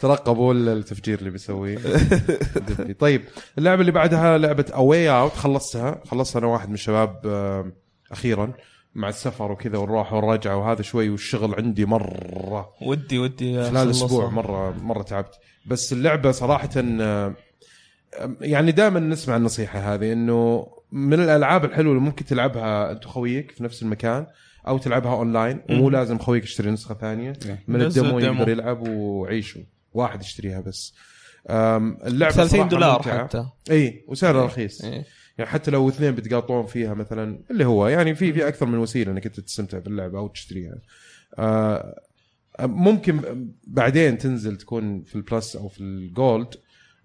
ترقبوا التفجير اللي بيسويه <laughs> دبي. طيب اللعبه اللي بعدها لعبه اواي اوت خلصتها خلصتها انا واحد من الشباب آم، اخيرا مع السفر وكذا والروح والرجعه وهذا شوي والشغل عندي مره <laughs> ودي ودي خلال أخلصها. اسبوع مره مره تعبت بس اللعبه صراحه آه، يعني دائما نسمع النصيحه هذه انه من الالعاب الحلوه اللي ممكن تلعبها انت وخويك في نفس المكان او تلعبها اونلاين ومو مم. لازم خويك يشتري نسخه ثانيه إيه. من نزل الدمو ديمو. يقدر يلعب ويعيشه واحد يشتريها بس آم، اللعبه 30 صراحة دولار ممتعة. حتى اي وسعرها إيه. رخيص إيه. يعني حتى لو اثنين بتقاطعون فيها مثلا اللي هو يعني في في اكثر من وسيله انك انت تستمتع باللعبه او تشتريها آه، ممكن بعدين تنزل تكون في البلس او في الجولد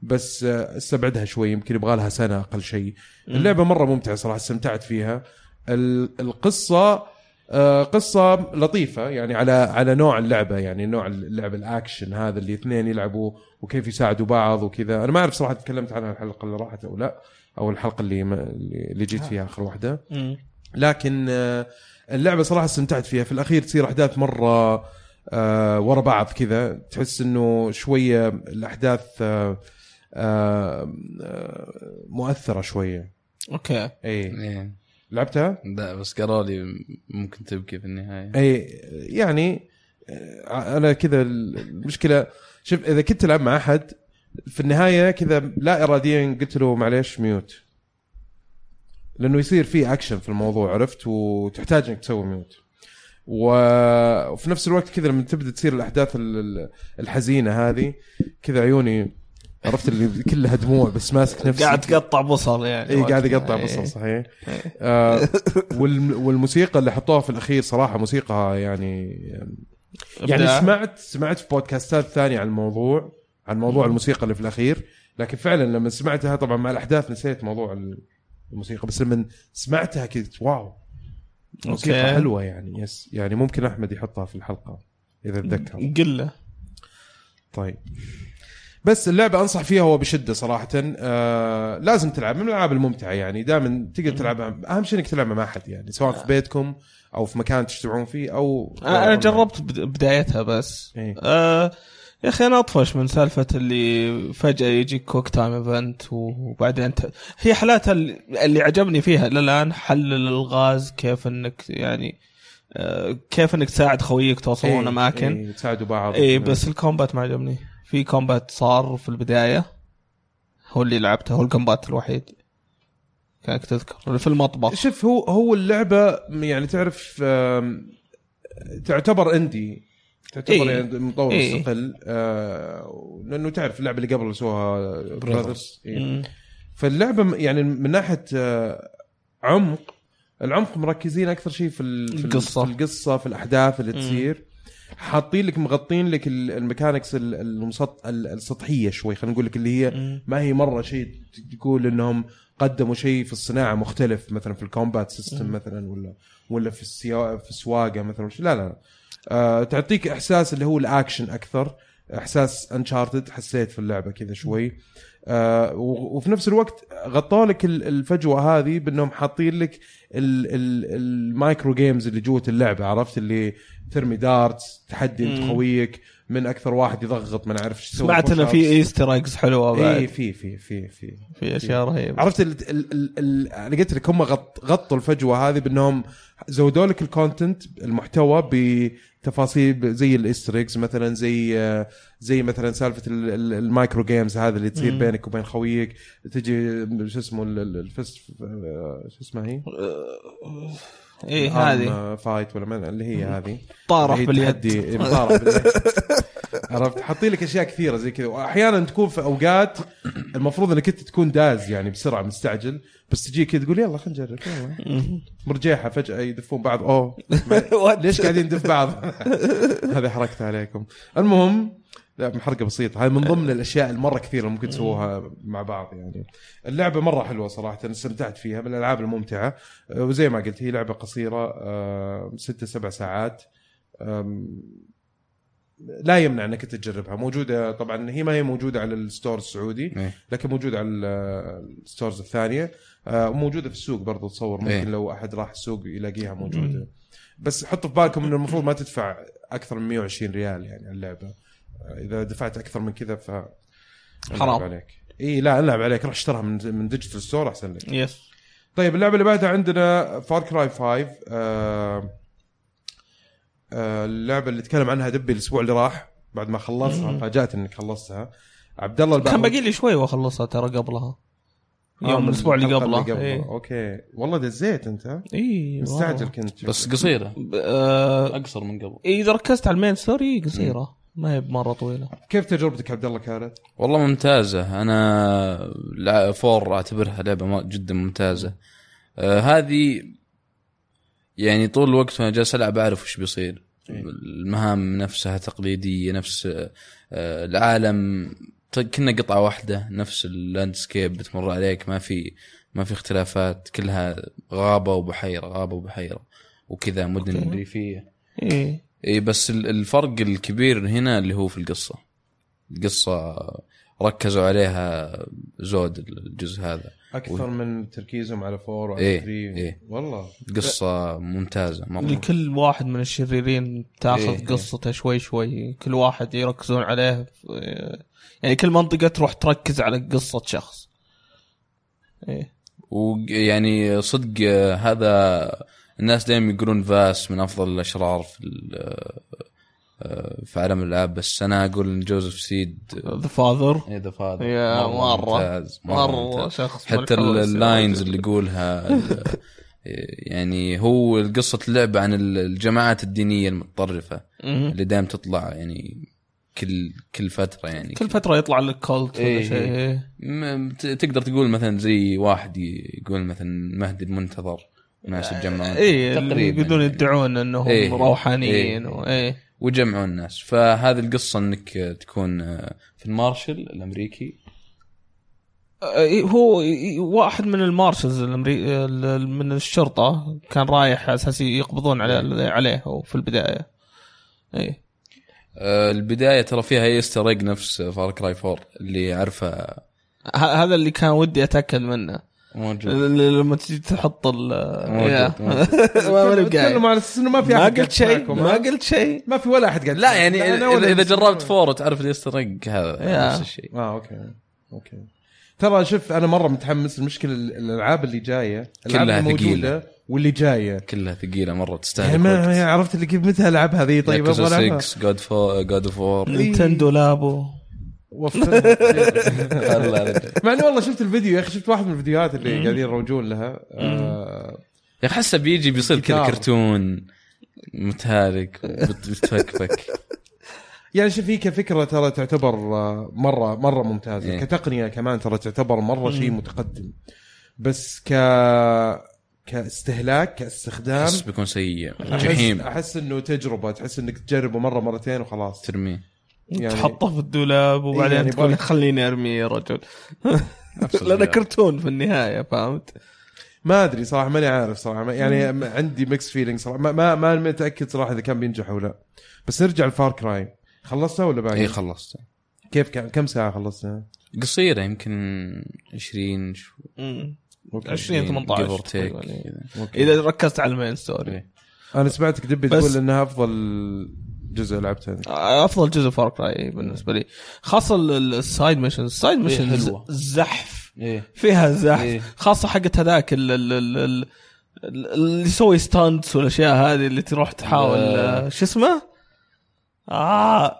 بس آه، استبعدها شوي يمكن يبغى لها سنه اقل شيء اللعبه مره ممتعه صراحه استمتعت فيها ال- القصه آه، قصه لطيفه يعني على على نوع اللعبه يعني نوع اللعبه الاكشن هذا اللي اثنين يلعبوا وكيف يساعدوا بعض وكذا انا ما اعرف صراحه تكلمت عنها الحلقه اللي راحت او لا او الحلقه اللي ما- اللي اللي جيت فيها اخر واحده مم. لكن آه، اللعبه صراحه استمتعت فيها في الاخير تصير احداث مره آه، ورا بعض كذا تحس انه شويه الاحداث آه، آه، آه، مؤثره شويه اوكي اي ليه؟ إيه. لعبتها لا بس قالوا لي ممكن تبكي في النهايه اي يعني آه، انا كذا المشكله شوف اذا كنت العب مع احد في النهايه كذا لا اراديا قلت له معليش ميوت لانه يصير في اكشن في الموضوع عرفت وتحتاج انك تسوي ميوت و- وفي نفس الوقت كذا لما تبدا تصير الاحداث ال- ال- الحزينه هذه كذا عيوني عرفت اللي كلها دموع بس ماسك نفسه قاعد تقطع بصل يعني اي قاعد يقطع إيه. بصل صحيح آه والم- والموسيقى اللي حطوها في الاخير صراحه موسيقى يعني يعني إبداع. سمعت سمعت في بودكاستات ثانيه عن الموضوع عن موضوع الموسيقى اللي في الاخير لكن فعلا لما سمعتها طبعا مع الاحداث نسيت موضوع الموسيقى بس لما سمعتها كنت واو موسيقى أوكي. حلوه يعني يس يعني ممكن احمد يحطها في الحلقه اذا تذكر قل له طيب بس اللعبه انصح فيها هو بشده صراحه آه لازم تلعب من الالعاب الممتعه يعني دائما تقدر تلعبها اهم شيء انك تلعبها مع احد يعني سواء في بيتكم او في مكان تجتمعون فيه او انا آه. أنا جربت بد- بدايتها بس إيه. آه يا اخي انا اطفش من سالفه اللي فجاه يجيك كويك تايم ايفنت وبعدين انت هي حالاتها اللي اللي عجبني فيها للان حل الغاز كيف انك يعني آه كيف انك تساعد خويك توصلون اماكن إيه تساعدوا بعض اي بس الكومبات ما عجبني في كومبات صار في البدايه هو اللي لعبته هو الكومبات الوحيد كانك تذكر اللي في المطبخ شوف هو هو اللعبه يعني تعرف آم، تعتبر اندي تعتبر إيه. يعني مطور إيه. مستقل آه لانه تعرف اللعبه اللي قبل اللي سووها Brothers. Brothers. إيه. فاللعبه م- يعني من ناحيه آه، عمق العمق مركزين اكثر شيء في ال- في ال- القصة. في القصه في الاحداث اللي مم. تصير حاطين لك مغطين لك ال- الميكانكس ال- المسط... ال- السطحيه شوي خلينا نقول لك اللي هي مم. ما هي مره شيء ت- تقول انهم قدموا شيء في الصناعه مختلف مثلا في الكومبات سيستم مثلا ولا ولا في السيا... في السواقه مثلا وش- لا لا, لا. أه تعطيك احساس اللي هو الاكشن اكثر احساس انشارتد حسيت في اللعبه كذا شوي أه آه، و- وفي نفس الوقت غطوا لك ال- الفجوه هذه بانهم حاطين لك ال- ال- المايكرو جيمز اللي جوه اللعبه عرفت اللي ترمي دارتس تحدي مم. انت خويك من اكثر واحد يضغط ما نعرف شو يسوي سمعت انه في ايستر ايجز حلوه بعد اي إيه، في في في في في اشياء رهيبه عرفت ال- ال- ال- ال- انا قلت لك هم غط- غطوا الفجوه هذه بانهم زودوا لك الكونتنت المحتوى بتفاصيل زي الاستريكس مثلا زي آه، زي مثلا سالفه ال- ال- المايكرو جيمز هذا اللي تصير مم. بينك وبين خويك تجي شو اسمه ال- ال- الفست آه، شو اسمها هي؟ اي إيه، هذه الأرم فايت ولا ما- اللي هي هذه طارح إيه، هي <laughs> باليد يعني تحدي- طارح باليد عرفت حاطين لك اشياء كثيره زي كذا واحيانا تكون في اوقات المفروض انك انت تكون داز يعني بسرعه مستعجل بس تجيك كذا تقول يلا خلينا نجرب يلا مرجيحه فجاه يدفون بعض اوه ما- ليش قاعدين ندف بعض <laughs> هذه حركت عليكم المهم لا محرقه بسيطه هاي من ضمن الاشياء المره كثيره اللي ممكن تسووها مع بعض يعني اللعبه مره حلوه صراحه أنا استمتعت فيها من الالعاب الممتعه أه، وزي ما قلت هي لعبه قصيره أه، ست سبع ساعات أم، لا يمنع انك أنت تجربها موجوده طبعا هي ما هي موجوده على الستور السعودي إيه. لكن موجوده على ال- الستورز الثانيه آه، وموجوده في السوق برضو تصور ممكن إيه. لو احد راح السوق يلاقيها مم. موجوده بس حطوا في بالكم انه المفروض ما تدفع اكثر من 120 ريال يعني على اللعبه آه، اذا دفعت اكثر من كذا ف حرام. ألعب عليك اي لا العب عليك روح اشترها من من ديجيتال ستور احسن لك يس طيب اللعبه اللي بعدها عندنا فار كراي 5 آه آه اللعبه اللي تكلم عنها دبي الاسبوع اللي راح بعد ما خلصها فاجات انك خلصتها عبد الله الباقر كان باقي لي شوي واخلصها ترى قبلها آه، يوم من الاسبوع اللي الحلقة قبله إيه. إيه. اوكي والله دزيت انت ها؟ اي مستعجل كنت بس قصيره والله. ب- آه، اقصر من قبل اذا ركزت على المين ستوري قصيره ما هي بمره طويله كيف تجربتك عبد الله كانت؟ والله ممتازه انا لع- فور اعتبرها لعبه ما- جدا ممتازه آه هذه يعني طول الوقت وانا جالس العب اعرف وش بيصير إيه. المهام نفسها تقليديه نفس آه، آه، العالم ت- كنا قطعه واحده نفس اللاندسكيب بتمر عليك ما في ما في اختلافات كلها غابه وبحيره غابه وبحيره وكذا مدن أوكي. ريفيه اي اي إيه، بس ال- الفرق الكبير هنا اللي هو في القصه القصه ركزوا عليها زود الجزء هذا اكثر من تركيزهم على فور وعلى إيه، 3 إيه. والله قصه ممتازه مره إيه. لكل واحد من الشريرين تاخذ إيه، إيه. إيه قصته شوي شوي كل واحد يركزون عليه في- يعني كل منطقه تروح تركز على قصه شخص ايه ويعني صدق آه، هذا الناس دائما يقولون فاس من افضل الاشرار في ال- آه، آه، في عالم الالعاب بس انا اقول إن جوزيف سيد ذا فاذر اذا فاضي يا مرة. ممتاز، مره ممتاز. شخص حتى ملحوظ. ال- اللاينز اللي يقولها <laughs> ال- يعني هو قصة اللعبة عن ال- الجماعات الدينية المتطرفة مم. اللي دائم تطلع يعني كل كل فتره يعني كل فتره يطلع لك كولت ولا إيه. شيء إيه. م- ت- تقدر تقول مثلا زي واحد ي- يقول مثلا مهدي المنتظر ناس يتجمعون اي اللي تقريبا آه، إيه، يقدرون يعني. يدعون انهم إيه. روحانيين إيه. و- ايه ويجمعون الناس فهذه القصه انك تكون آه، في المارشل الامريكي إيه، هو إيه، واحد من المارشلز الأمري... ال- من الشرطه كان رايح على اساس يقبضون على عليه هو في البدايه ايه آه، البدايه ترى فيها ايستر ايج نفس آه، فار كراي 4 اللي عارفه ه- هذا اللي كان ودي اتاكد منه موجود ل- ل- لما تجي تحط ال موجود، يا. موجود. <laughs> ما أنا بقايل. تكلموا على اساس انه ما في ما احد قلت قاعد شيء معكم. ما قلت شيء ما في ولا احد قاعد لا يعني أنا ولا اذا, إذا أنت. جربت فور تعرف الايستر ايج هذا يا. نفس الشيء اه اوكي اوكي ترى شوف انا مره متحمس المشكله ال- الالعاب اللي جايه الألعاب كلها الموجودة ثقيلة. واللي جايه كلها ثقيله مره تستاهل يعني ما يعني عرفت اللي كيف متى العب هذه طيب ابغى العبها 6 جود فور جود فور نينتندو لابو <laughs> وفرها. <laughs> مع انه والله شفت الفيديو يا اخي شفت واحد من الفيديوهات اللي قاعدين يروجون لها آه يا أخي حسه بيجي بيصير كذا جيتار. كرتون متهالك بت- بتفكفك يعني شوف هي كفكره ترى تعتبر آه، مره مره ممتازه إيه. كتقنيه كمان ترى تعتبر مره شيء متقدم بس ك كاستهلاك كاستخدام احس بيكون سيء أحس- جحيم احس انه تجربه تحس انك تجربه مره مرتين وخلاص ترميه يعني- تحطه في الدولاب وبعدين يعني تقول برك. خليني ارميه يا رجل نفس لانه الشيء. كرتون في النهايه فهمت؟ ما ادري صراحه ماني عارف صراحه ما- يعني م- عندي ميكس فيلينج صراحه ما ما ما متاكد صراحه اذا كان بينجح او لا بس نرجع لفار كراي خلصتها ولا باقي؟ اي خلصت كيف كم كم ساعه خلصتها؟ قصيره يمكن 20 شو- 20 give 18 or take. تقريباً، إيه. أوكي. اذا ركزت على المين ستوري إيه. انا سمعتك دبي بس- تقول انها افضل جزء لعبته افضل جزء فار كراي بالنسبه لي خاصه ال- ال- السايد ميشن السايد ميشن ز- إيه، حلوة. زحف ايه فيها زحف إيه. خاصه حقت هذاك ال- ال- ال- ال- اللي يسوي ستانتس والاشياء هذه اللي تروح تحاول لا. آه، شو اسمه؟ اه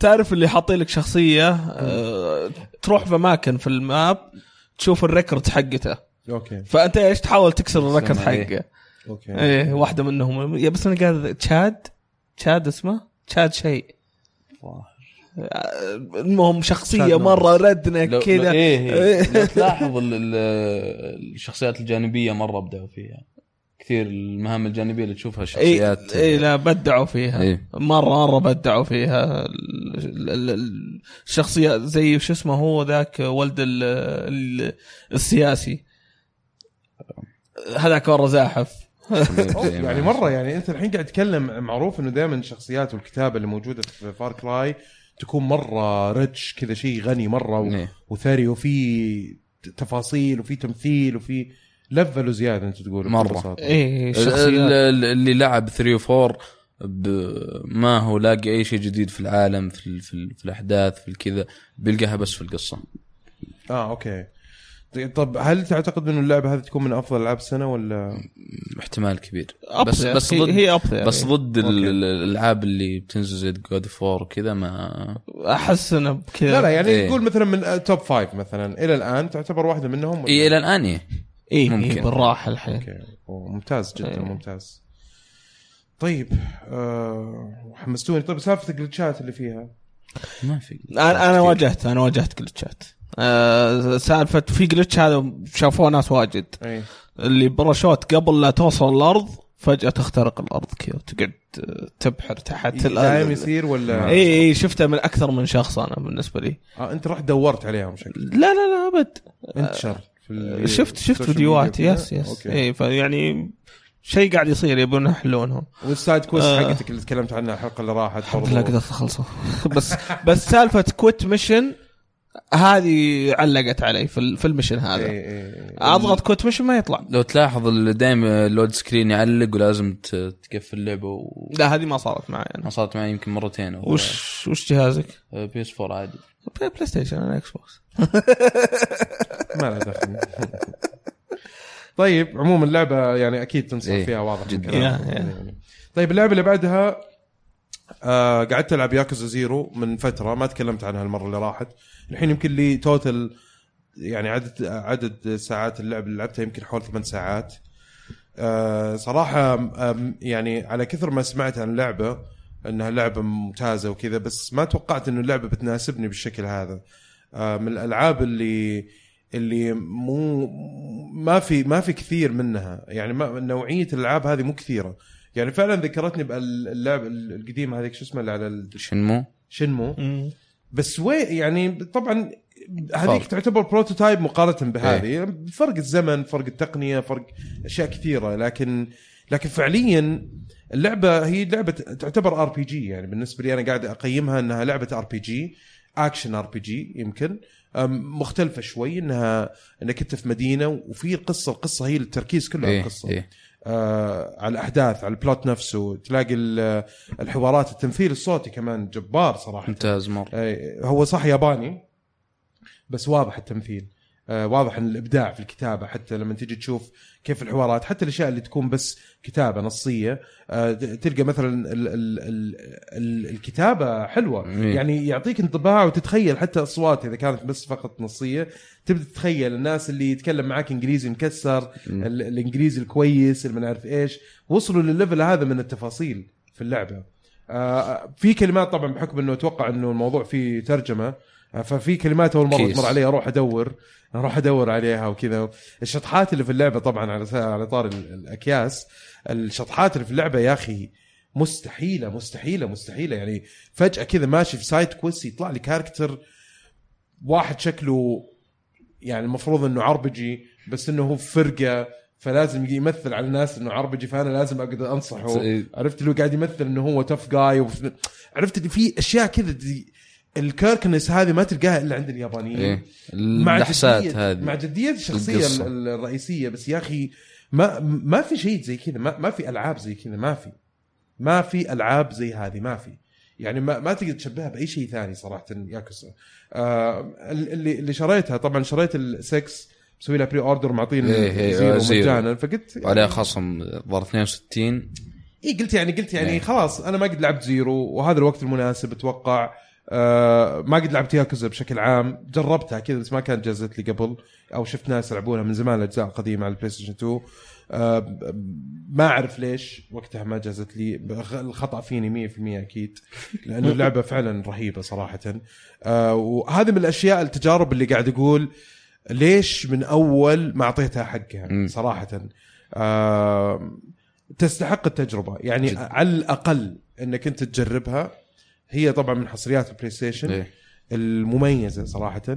تعرف اللي حاطين لك شخصيه آه، تروح في اماكن في الماب تشوف الريكورد حقته اوكي فانت ايش تحاول تكسر الريكورد سمع، إيه. حقه اوكي ايه واحده منهم يا بس انا قاعد تشاد تشاد اسمه تشاد شيء المهم شخصيه شاد مره ردنا لو- لو- كذا إيه، إيه. <laughs> لو تلاحظ ال- ال- الشخصيات الجانبيه مره ابدعوا فيها يعني كثير المهام الجانبيه اللي تشوفها اي الشخصيات اي إيه، لا بدعوا فيها إيه. <laughs> مره مره بدعوا فيها ال- ال- ال- الشخصيه زي شو اسمه هو ذاك ولد ال- ال- السياسي هذاك مره زاحف أوف، يعني مره يعني انت الحين قاعد تتكلم معروف انه دائما الشخصيات والكتابه اللي موجوده في فار كراي تكون مره ريتش كذا شيء غني مره و... إيه. وثري وفي ت- تفاصيل وفي تمثيل وفي لفلوا زياده انت تقول مرة. إيه. اي ال- الشخصيات ال- اللي لعب 3 و 4 ب- ما هو لاقي اي شيء جديد في العالم في, ال- في, ال- في الاحداث في الكذا بيلقاها بس في القصه اه اوكي طيب- طب هل تعتقد انه اللعبه هذه تكون من افضل العاب السنه ولا احتمال كبير Up بس there. بس هي- ضد هي up there. بس ضد ال- أوكي. ال- الالعاب اللي بتنزل زي جود اوف وور وكذا ما احس انه بكذا لا لا يعني إيه. تقول مثلا من توب فايف مثلا الى الان تعتبر واحده منهم ولا؟ اي الى الان إيه. اي ممكن. بالراحه الحين اوكي أوه، ممتاز جدا إيه. ممتاز طيب آه حمستوني طيب سالفه الجلتشات اللي فيها ما في انا انا كثير. واجهت انا واجهت جلتشات آه، سالفه في جلتش هذا شافوه ناس واجد اي اللي باراشوت قبل لا توصل الارض فجاه تخترق الارض كذا وتقعد آه، تبحر تحت دائم الارض يصير ولا اي اي شفتها من اكثر من شخص انا بالنسبه لي آه انت رحت دورت عليها بشكل لا لا لا ابد انتشر في ال- آه، شفت شفت السوشيال فيديوهات ميديا يس وكذا؟ يس اوكي اي فيعني شيء قاعد يصير يبون يحلونهم والسايد كويست آه. حقتك اللي تكلمت عنها الحلقه اللي راحت الحمد برضو. لله قدرت اخلصه <laughs> بس بس سالفه كويت ميشن هذه علقت علي في ال- في المشن إي- هذا إي- إي. اضغط كويت ميشن ما يطلع لو تلاحظ ال- دايما اللود سكرين يعلق ولازم ت- تقفل اللعبه و... لا هذه ما صارت معي انا ما صارت معي يمكن مرتين او وش وش جهازك؟ بي اس 4 عادي بلاي, بلاي ستيشن انا اكس بوكس ما له دخل طيب عموما اللعبه يعني اكيد تنصح إيه، فيها واضح جداً. الكلام. يا- يا. طيب اللعبه اللي بعدها آه قعدت العب ياكوزا زيرو من فتره ما تكلمت عنها المره اللي راحت الحين يمكن لي توتل يعني عدد عدد ساعات اللعب اللي لعبتها يمكن حول ثمان ساعات آه صراحه آم، يعني على كثر ما سمعت عن اللعبه انها لعبه ممتازه وكذا بس ما توقعت انه اللعبه بتناسبني بالشكل هذا آه، من الالعاب اللي اللي مو ما في ما في كثير منها يعني ما نوعيه الالعاب هذه مو كثيره يعني فعلا ذكرتني باللعب القديم هذيك شو اسمه اللي على ال- شنمو شنمو مم. بس وي يعني طبعا هذيك فرق. تعتبر بروتوتايب مقارنه بهذه فرق الزمن فرق التقنيه فرق اشياء كثيره لكن لكن فعليا اللعبه هي لعبه تعتبر ار بي جي يعني بالنسبه لي انا قاعد اقيمها انها لعبه ار بي جي اكشن ار بي جي يمكن أم، مختلفه شوي انها انك انت في مدينه وفي القصه القصه هي التركيز كله على ايه القصه ايه آه على الاحداث على البلوت نفسه تلاقي ال- الحوارات التمثيل الصوتي كمان جبار صراحه ممتاز مره آه، هو صح ياباني بس واضح التمثيل آه، واضح إن الابداع في الكتابه حتى لما تجي تشوف كيف الحوارات حتى الاشياء اللي تكون بس كتابه نصيه آه، ت- تلقى مثلا ال ال ال ال الكتابه حلوه إيه. يعني يعطيك انطباع وتتخيل حتى اصوات اذا كانت بس فقط نصيه تبدا تتخيل الناس اللي يتكلم معاك انجليزي مكسر مم. ال- الانجليزي الكويس اللي ما نعرف ايش وصلوا للليفل هذا من التفاصيل في اللعبه آه، في كلمات طبعا بحكم انه اتوقع انه الموضوع فيه ترجمه آه، ففي كلمات اول مره كيس. تمر علي اروح ادور اروح ادور عليها وكذا الشطحات اللي في اللعبه طبعا على على طار ال- الاكياس الشطحات اللي في اللعبه يا اخي مستحيله مستحيله مستحيله يعني فجاه كذا ماشي في سايد كويس يطلع لي كاركتر واحد شكله يعني المفروض انه عربجي بس انه هو في فرقه فلازم يمثل على الناس انه عربجي فانا لازم اقدر انصحه إيه، عرفت اللي هو قاعد يمثل انه هو تف جاي عرفت اللي في اشياء كذا دي- الكيركنس هذه ما تلقاها الا عند اليابانيين ايه مع الدحسات جدية- هذه مع جديه الشخصيه القصة. ال- الرئيسيه بس يا اخي ما ما في شيء زي كذا ما, ما في العاب زي كذا ما في ما في العاب زي هذه ما في يعني ما ما تقدر تشبهها باي شيء ثاني صراحه ياكوزا آه ال- اللي اللي شريتها طبعا شريت ال6 مسوي لها بري اوردر معطيني إيه، إيه، زيرو زيرو. مجانا فقلت وعليها خصم ضار 62 اي قلت يعني قلت يعني إيه. خلاص انا ما قد لعبت زيرو وهذا الوقت المناسب اتوقع آه ما قد لعبت ياكوزا بشكل عام جربتها كذا بس ما كانت جازت لي قبل او شفت ناس يلعبونها من زمان الاجزاء القديمه على البلاي ستيشن 2 آه ب- ما اعرف ليش وقتها ما جازت لي بغ- الخطا فيني 100% اكيد لانه اللعبه فعلا رهيبه صراحه آه وهذه من الاشياء التجارب اللي قاعد اقول ليش من اول ما اعطيتها حقها مم. صراحه آه تستحق التجربه يعني جد. على الاقل انك انت تجربها هي طبعا من حصريات البلاي ستيشن ايه المميزه صراحه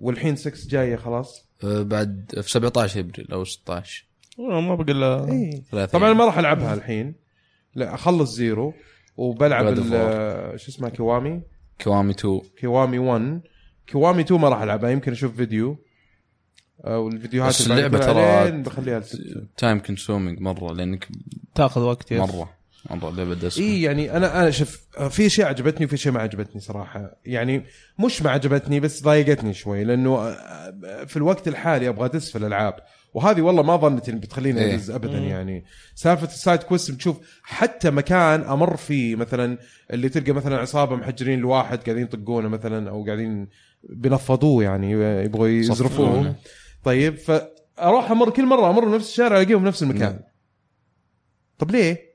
والحين 6 جايه خلاص آه، بعد في 17 ابريل او 16 والله ما بقى الا إيه. ثلاثة طبعا أيام. ما راح العبها الحين لا اخلص زيرو وبلعب God of ال- شو اسمه كيوامي كوامي 2 كيوامي 1 كيوامي 2 ما راح العبها يمكن اشوف فيديو او الفيديوهات بس اللي بعد اللعبة كذا ترى بعدين بخليها لستة. تايم كونسومينج مره لانك تاخذ وقت يس. مره مره لعبه دسمه اي يعني انا انا شوف في شيء عجبتني وفي شيء ما عجبتني صراحه يعني مش ما عجبتني بس ضايقتني شوي لانه في الوقت الحالي ابغى ادس في الالعاب وهذه والله ما ظنت ان بتخليني إيه. ادز ابدا يعني سالفه السايد كويست بتشوف حتى مكان امر فيه مثلا اللي تلقى مثلا عصابه محجرين لواحد قاعدين يطقونه مثلا او قاعدين بينفضوه يعني يبغوا يزرفوه صفونه. طيب فاروح امر كل مره امر نفس الشارع الاقيهم في نفس المكان نعم. طب ليه؟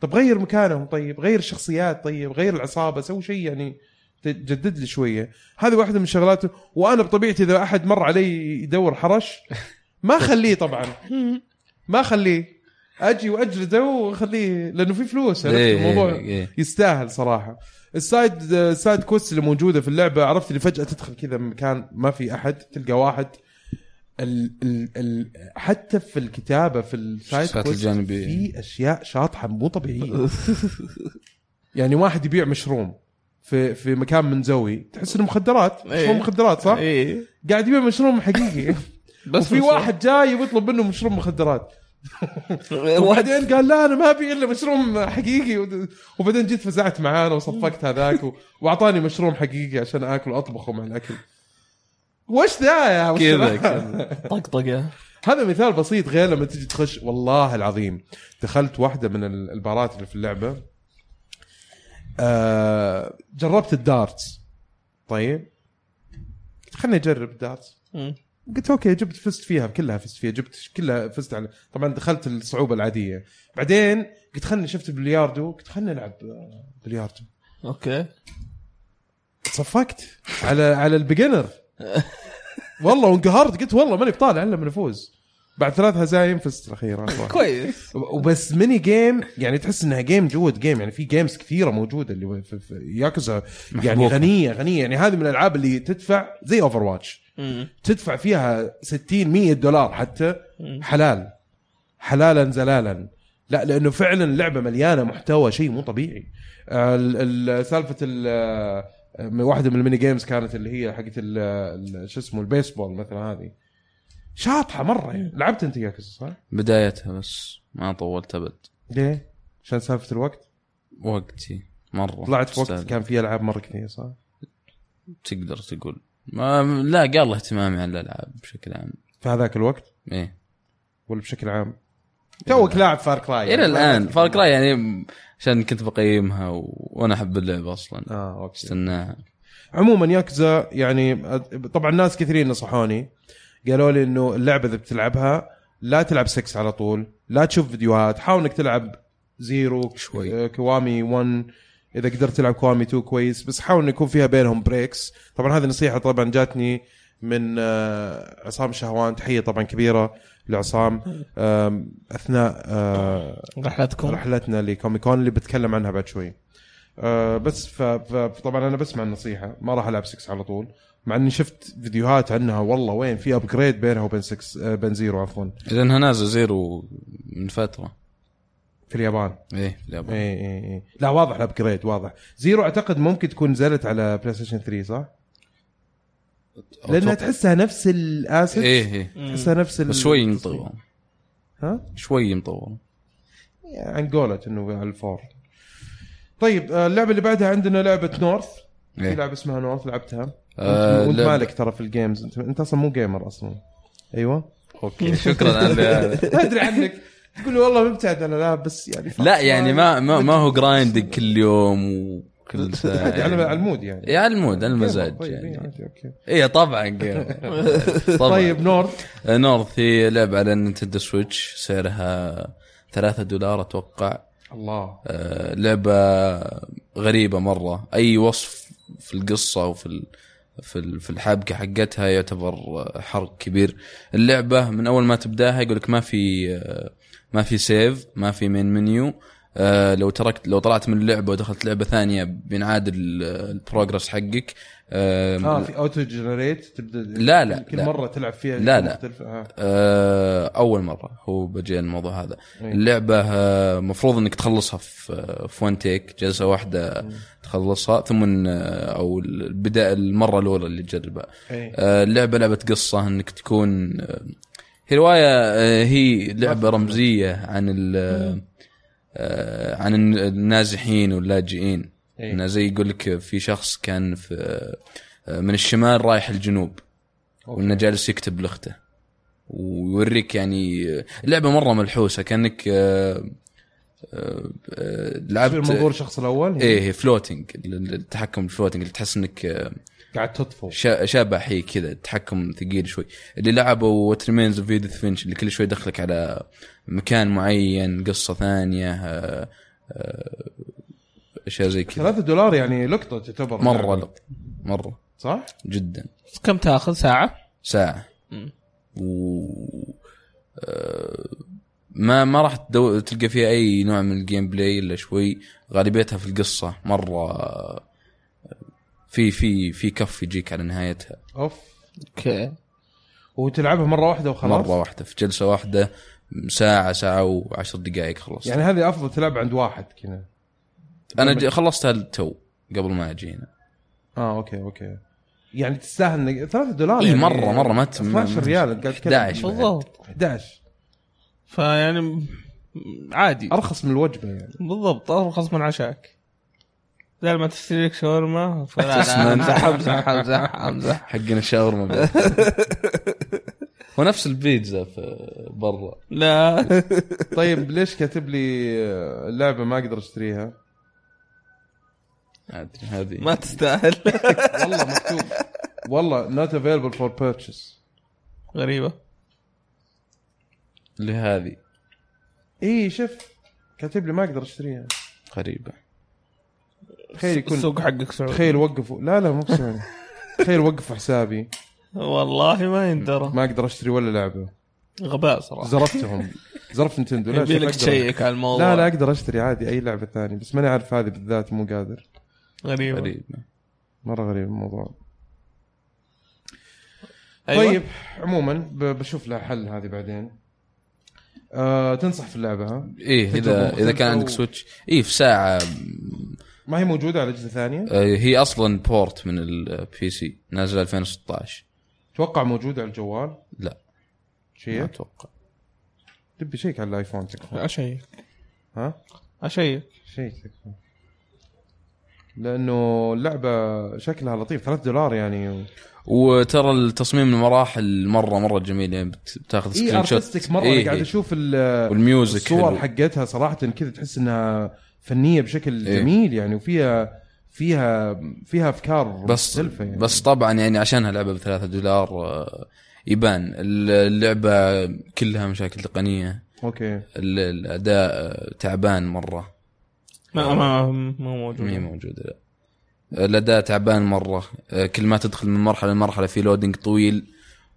طب غير مكانهم طيب غير الشخصيات طيب غير العصابه سوي شيء يعني تجدد لي شويه هذه واحده من شغلاته وانا بطبيعتي اذا احد مر علي يدور حرش ما اخليه طبعا ما اخليه اجي واجلده واخليه لانه في فلوس عرفت إيه، الموضوع إيه، إيه. يستاهل صراحه السايد السايد كوست اللي موجوده في اللعبه عرفت اللي فجاه تدخل كذا مكان ما في احد تلقى واحد ال ال ال حتى في الكتابه في السايد الشخصيات كويست الجانبية. في اشياء شاطحه مو <laughs> طبيعيه يعني واحد يبيع مشروم في في مكان منزوي تحس انه مخدرات إيه. مشروم مخدرات صح؟ ايه قاعد يبيع مشروم <laughs> حقيقي بس وفي مشروع. واحد جاي ويطلب منه مشروم مخدرات <laughs> واحد وبعدين قال لا انا ما ابي الا مشروم حقيقي ود- وبعدين جيت فزعت معاه أنا وصفقت هذاك و- واعطاني مشروم حقيقي عشان اكل واطبخه مع الاكل وش ذا يا وش كذا ذا؟ كذا. طقطقه <laughs> هذا مثال بسيط غير لما تجي تخش والله العظيم دخلت واحده من ال- البارات اللي في اللعبه آه جربت الدارتس طيب خليني اجرب الدارتس قلت اوكي جبت فزت فيها كلها فزت فيها جبت كلها فزت على طبعا دخلت الصعوبه العاديه بعدين قلت خلني شفت البلياردو قلت خلني العب آه، بلياردو اوكي صفقت على على البيجنر والله وانقهرت قلت والله ماني بطالع الا من افوز بعد ثلاث هزايم فزت الاخير أنا واحد. كويس وبس ميني جيم يعني تحس انها جيم جوه جيم يعني في جيمز كثيره موجوده اللي في في ياكوزا يعني محبوكة. غنيه غنيه يعني هذه من الالعاب اللي تدفع زي اوفر واتش تدفع فيها 60 100 دولار حتى حلال حلالا زلالا لا لانه فعلا لعبه مليانه محتوى شيء مو طبيعي آه، ال- ال- سالفه ال آه، واحده من الميني جيمز كانت اللي هي حقت ال- ال- شو اسمه البيسبول مثلا هذه شاطحه مره يعني. لعبت انت ياكوزا صح؟ بدايتها بس ما طولت ابد ليه؟ عشان سالفه الوقت وقتي مره طلعت في وقت تستاهل. كان فيه العاب مره كثير صح؟ تقدر تقول ما لا قال اهتمامي على الالعاب بشكل عام في هذاك الوقت ايه ولا بشكل عام؟ توك لاعب فار كراي الى الان فار كراي يعني عشان كنت بقيمها و... وانا احب اللعبه اصلا اه اوكي استناها عموما ياكزا يعني طبعا ناس كثيرين نصحوني قالوا لي انه اللعبه اذا بتلعبها لا تلعب 6 على طول لا تشوف فيديوهات حاول انك تلعب زيرو شوي. آه، كوامي 1 اذا قدرت تلعب كوامي 2 كويس بس حاول انه يكون فيها بينهم بريكس طبعا هذه نصيحه طبعا جاتني من آه، عصام شهوان تحيه طبعا كبيره لعصام آم، اثناء آه، رحلتكم رحلتنا لكومي كون اللي بتكلم عنها بعد شوي أه بس ف- ف- فطبعا انا بسمع النصيحه ما راح العب 6 على طول مع اني شفت فيديوهات عنها والله وين في ابجريد بينها وبين 6 آه، بين زيرو عفوا اذا انها نازله زيرو من فتره في اليابان ايه اليابان اي اي اي لا واضح الابجريد واضح زيرو اعتقد ممكن تكون نزلت على بلاي ستيشن 3 صح؟ أو لانها أتوقع- تحسها نفس الاسيت ايه ايه تحسها نفس ال... بس شوي مطور ها؟ شوي مطور انجولا انه على الفور طيب آه، اللعبه اللي بعدها عندنا لعبه نورث في إيه. لعبه اسمها نورث لعبتها آه، وانت لعبة- مالك ترى في الجيمز انت انت اصلا مو جيمر اصلا ايوه <laughs> اوكي شكرا على ما ادري عنك تقول لي والله مبتعد عن الالعاب بس يعني فقط. لا يعني ما ما, ما هو جرايندك كل يوم <laughs> وكل ساعه عادي، على على المود يعني إيه، على المود على المزاج طيب، إيه، يعني عادي، اوكي <laughs> ايه طبعا طبعا طيب نورث آه، نورث هي لعبة على نينتندو سويتش سعرها ثلاثة دولار أتوقع الله آه، لعبة غريبة مرة أي وصف في القصة وفي ال... في ال- في الحبكة حقتها يعتبر آه، حرق كبير اللعبة من أول ما تبداها يقولك ما في آه، ما في سيف ما في مين منيو آه، لو تركت لو طلعت من اللعبة ودخلت لعبة ثانية بينعاد ال- البروجرس حقك آه، اه في اوتو جنريت تبدا لا، لا، كل لا. مره تلعب فيها لا، لا. مختلف. آه. آه، اول مره هو بجي الموضوع هذا أي. اللعبه آه، مفروض انك تخلصها في في وان تيك جلسه واحده تخلصها ثم إن، آه، او البدايه المره الاولى اللي تجربها إيه. آه، اللعبه لعبه قصه انك تكون آه، هي روايه آه، هي لعبه رمزيه عن ال آه، عن الن- النازحين واللاجئين إيه. انه زي يقول لك في شخص كان في آه، من الشمال رايح الجنوب أوكي. وانه جالس يكتب لاخته ويوريك يعني لعبه مره ملحوسه كانك آه، آه، آه، شوف المنظور لعبت الشخص الاول ايه فلوتنج التحكم الفلوتنج اللي تحس انك آه، قاعد تطفو شا- شبحي كذا تحكم ثقيل شوي اللي لعبوا وات ريمينز اوف ايديث فينش اللي كل شوي يدخلك على مكان معين قصه ثانيه آه، آه، اشياء زي كذا 3 دولار يعني لقطه تعتبر مره لط مره صح؟ جدا كم تاخذ ساعه؟ ساعه مم. و آه، ما ما راح تدو... تلقى فيها اي نوع من الجيم بلاي الا شوي غالبيتها في القصه مره آه، في في في كف يجيك على نهايتها اوف اوكي وتلعبها مره واحده وخلاص مره واحده في جلسه واحده ساعه ساعه وعشر دقائق خلصت يعني يعني هذه افضل تلعب عند واحد كذا انا ج... خلصتها التو قبل ما اجي هنا اه اوكي اوكي يعني تستاهل إنك- 3 دولار اي يعني مره مره ما ت- 12 ريال أنت قاعد تتكلم 11 بالضبط 11 فيعني م- عادي ارخص من الوجبه يعني بالضبط ارخص من عشاك بدل ما تشتري لك شاورما فلا لا تسمن. <laughs> امزح امزح امزح امزح حقنا <laughs> شاورما بعد. هو نفس البيتزا في برا لا <laughs> طيب ليش كاتب لي آه، اللعبه ما اقدر اشتريها؟ ما ادري هذه ما تستاهل والله مكتوب والله not available for purchase غريبه اللي هذه اي شوف كاتب لي ما اقدر اشتريها غريبه تخيل يكون السوق حقك سعودي تخيل وقفوا لا لا مو بسعودي تخيل وقفوا حسابي والله ما يندرى ما اقدر اشتري ولا لعبه غباء صراحه زرفتهم زرفت نتندو لا شوف يبي لك أقدر. تشيك على الموضوع لا لا اقدر اشتري عادي اي لعبه ثانيه بس ماني عارف هذه بالذات مو قادر غريبه غريبه مره غريب الموضوع أيوة. طيب عموما ب- بشوف لها حل هذه بعدين آه تنصح في اللعبه ها ايه تجربة اذا اذا مختلفة كان و- عندك سويتش ايه في ساعه ما هي موجوده على اجهزه ثانيه آه، هي اصلا بورت من آه، البي سي نازله 2016 اتوقع موجوده على الجوال لا ما شيء اتوقع تبي شيك على الايفون تكفى اشيك ها اشيك شيك تكفى لانه اللعبه شكلها لطيف 3 دولار يعني و... وترى التصميم المراحل مره مره جميل يعني بت- بتاخذ اي سكرين ارتستك شوت مره إيه إيه، قاعد إيه. اشوف ال- والميوزك الصور حلو. حقتها صراحه كذا تحس انها فنيه بشكل إيه. جميل يعني وفيها فيها فيها افكار بس مختلفه يعني بس طبعا يعني عشانها لعبه بثلاثة دولار آه، يبان اللعبه كلها مشاكل تقنيه اوكي ال- الاداء آه، تعبان مره ما ما مو ما موجود هي موجوده لا الاداء آه، تعبان مره آه، كل ما تدخل من مرحله لمرحله في لودنج طويل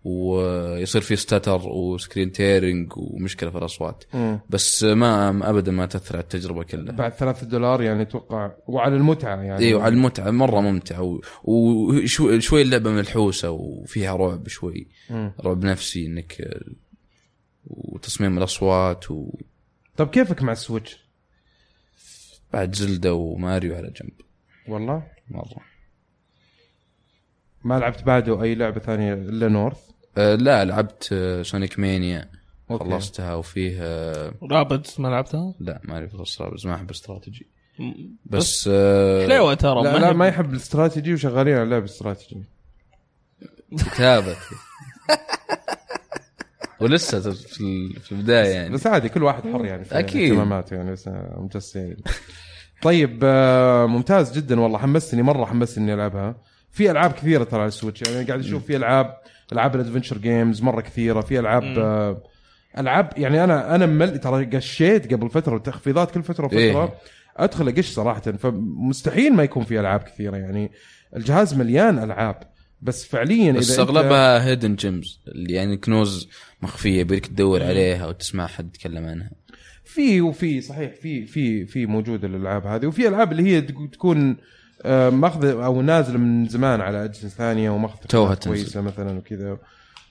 ويصير في ستاتر وسكرين تيرنج ومشكله في الاصوات مم. بس آه، ما ما- ابدا ما تاثر على التجربه كلها بعد 3 دولار يعني اتوقع وعلى المتعه يعني ايوه على المتعه مره ممتعه وشوي اللعبه ملحوسه وفيها رعب شوي مم. رعب نفسي انك آه، وتصميم الاصوات وبعد طب طيب كيفك مع السويتش؟ زلده وماريو على جنب والله مره ما لعبت بعده اي لعبه ثانيه الا نورث أه لا لعبت آه، سونيك مانيا أوكي. خلصتها وفيه آه، رابدز ما لعبتها لا ما اعرف استراتيجي ما احب استراتيجي م- بس آه، حلوه ترى لا, لا هي- ما يحب الاستراتيجي وشغالين على لعب استراتيجي كتابه <laughs> ولسه في ال- في البدايه يعني بس عادي كل واحد حر يعني في أكيد. اهتماماته يعني بس مجسين طيب آه، ممتاز جدا والله حمستني مره حمستني اني العبها في العاب كثيره ترى على السويتش يعني قاعد اشوف في العاب العاب الادفنشر جيمز مره كثيره في العاب مم. آه، العاب يعني انا انا مل ترى قشيت قبل فتره تخفيضات كل فتره وفتره إيه. ادخل اقش صراحه فمستحيل ما يكون في العاب كثيره يعني الجهاز مليان العاب بس فعليا بس إذا أنت- اغلبها هيدن جيمز يعني كنوز مخفيه يبيلك إيه. تدور عليها وتسمع حد يتكلم عنها في وفي صحيح في في في موجوده الالعاب هذه وفي العاب اللي هي تك- تكون آه، ماخذه او نازله من زمان على اجهزه ثانيه وماخذه توها قطع كويسه مثلا وكذا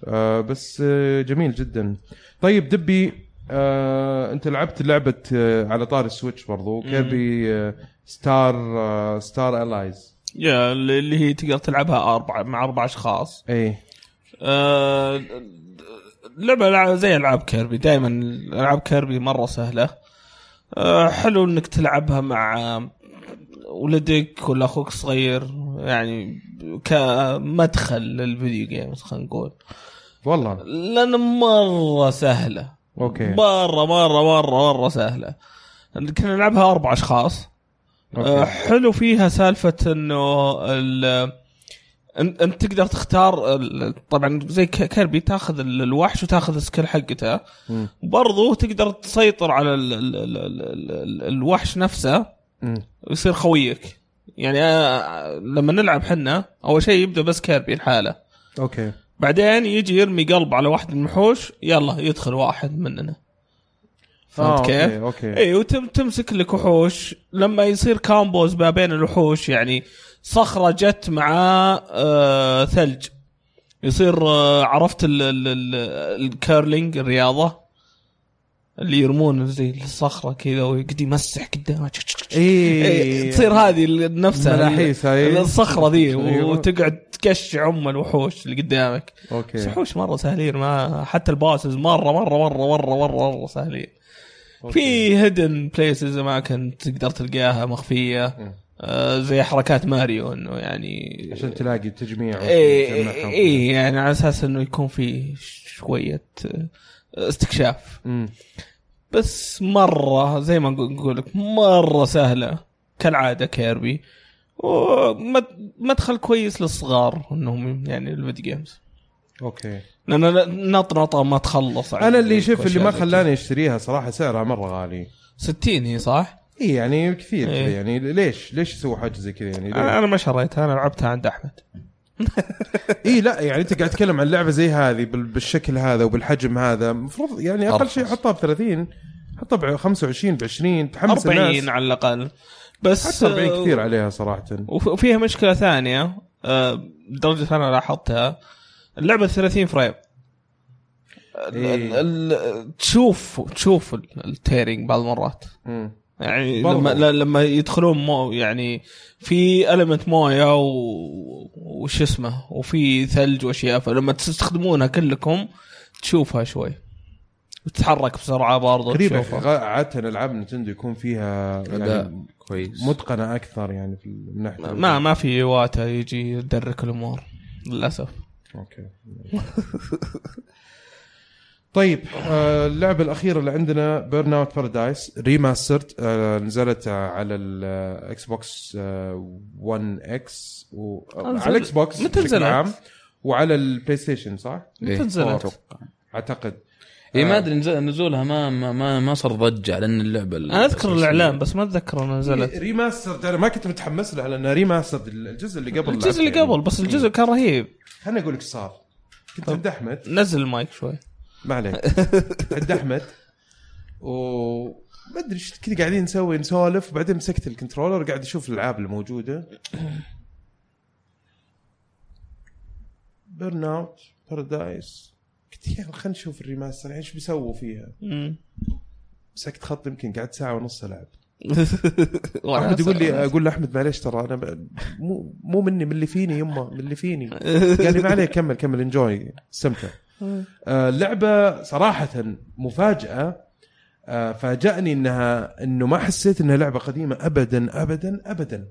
آه، بس آه، جميل جدا طيب دبي آه، انت لعبت لعبه آه، على طار السويتش برضو كيربي آه، ستار آه، ستار الايز يا اللي اللي هي تقدر تلعبها اربعه مع اربع اشخاص اي آه، لعبة لع- زي العاب كيربي دائما العاب كيربي مره سهله آه، حلو انك تلعبها مع آه، ولدك ولا اخوك الصغير يعني كمدخل للفيديو جيمز خلينا نقول والله لان مره سهله اوكي مره مره مره مره سهله كنا نلعبها اربع اشخاص آه، اوكي حلو فيها سالفه انه ال- أن- انت تقدر تختار ال- طبعا زي ك- كيربي تاخذ ال- الوحش وتاخذ السكيل حقته مم. برضو تقدر تسيطر على ال ال ال ال ال ال الوحش نفسه مم. ويصير خويك يعني آه، لما نلعب حنا اول شيء يبدا بس كيربي لحاله اوكي بعدين يجي يرمي قلب على واحد من الوحوش يلا يدخل واحد مننا فهمت آه، كيف؟ اوكي اوكي اي إيه، وتم تمسك لك وحوش لما يصير كامبوز ما بين الوحوش يعني صخره جت مع آه ثلج يصير آه عرفت ال- ال- ال- الكيرلينج الرياضه اللي يرمون زي الصخره كذا ويقعد يمسح قدامها اي إيه، تصير هذه نفسها ملاحيس هاي. الصخره ذي أيوة. وتقعد تقشع ام الوحوش اللي قدامك إيه. بس اوكي وحوش مره سهلين ما حتى الباسز مره مره مره مره مره, مرة سهلين في هيدن بليسز اماكن تقدر تلقاها مخفيه مم. آه زي حركات ماريو انه يعني عشان تلاقي التجميع اي وتجمعهم. اي يعني على اساس انه يكون في شويه آه، استكشاف مم. بس مره زي ما نقول- نقول لك مره سهله كالعاده كيربي ومدخل كويس للصغار انهم يعني الفيديو جيمز اوكي لان نطنطه ما تخلص عن انا اللي شوف الأشياء اللي ما دي. خلاني اشتريها صراحه سعرها مره غالي 60 هي إيه، صح؟ اي يعني كثير إيه. كذا يعني ليش ليش يسووا حاجه زي كذا يعني ليه؟ انا انا ما شريتها انا لعبتها عند احمد اي لا يعني انت قاعد تتكلم عن لعبه زي هذه بال- بالشكل هذا وبالحجم هذا المفروض يعني اقل أرخص. شيء حطها ب 30 حطها ب 25 ب 20 تحمس 40 الناس على الاقل بس حتى 40 كثير آه، عليها صراحه وف- وفيها مشكله ثانيه آه، لدرجه انا لاحظتها اللعبه 30 فريم ال- إيه. ال- ال- تشوف تشوف ال- التيرنج بعض المرات مم. يعني برضو. لما ل- لما يدخلون مو يعني في المنت مويه و... وش اسمه وفي ثلج واشياء فلما تستخدمونها كلكم تشوفها شوي وتتحرك بسرعه برضه غريبة تشوفها. غ- عاده العاب نتندو يكون فيها اداء يعني كويس متقنه اكثر يعني في ال- من ناحيه ما ما في واتا يجي يدرك الامور للاسف اوكي طيب آه، اللعبه الاخيره اللي عندنا بيرن اوت بارادايس ريماسترد آه، نزلت آه، على آه، الاكس بوكس آه، 1 اكس نزلت- وعلى الاكس بوكس آه، متى آه، بشكل نزلت؟ عام وعلى البلاي ستيشن صح؟ متى إيه. نزلت؟ أتوقع. اعتقد اي إيه، آه. ما ادري نزل- نزولها ما ما ما, ما صار ضجه لان اللعبه انا اذكر الاعلان بس ما اتذكر انها نزلت ريماسترد انا ما كنت متحمس لها لانها ريماسترد الجزء اللي قبل الجزء اللي لعبته يعني. قبل بس الجزء كان رهيب خليني اقول لك صار كنت عند احمد نزل المايك شوي ما عليك عند احمد و ما ادري ايش كذا قاعدين نسوي نسولف بعدين مسكت الكنترولر قاعد اشوف الالعاب الموجوده بيرن اوت بارادايس قلت يا أخي خلينا نشوف الريماستر يعني ايش بيسووا فيها <laughs> مم. مسكت خط يمكن قعدت ساعه ونص العب وأنا احمد يقول أسأل. لي اقول لاحمد معليش ترى انا ب- مو مو مني من اللي فيني يمه من اللي فيني قال لي يعني ما عليك كمل كمل انجوي استمتع آه، اللعبه صراحه مفاجاه آه، فاجأني انها انه ما حسيت انها لعبه قديمه ابدا ابدا ابدا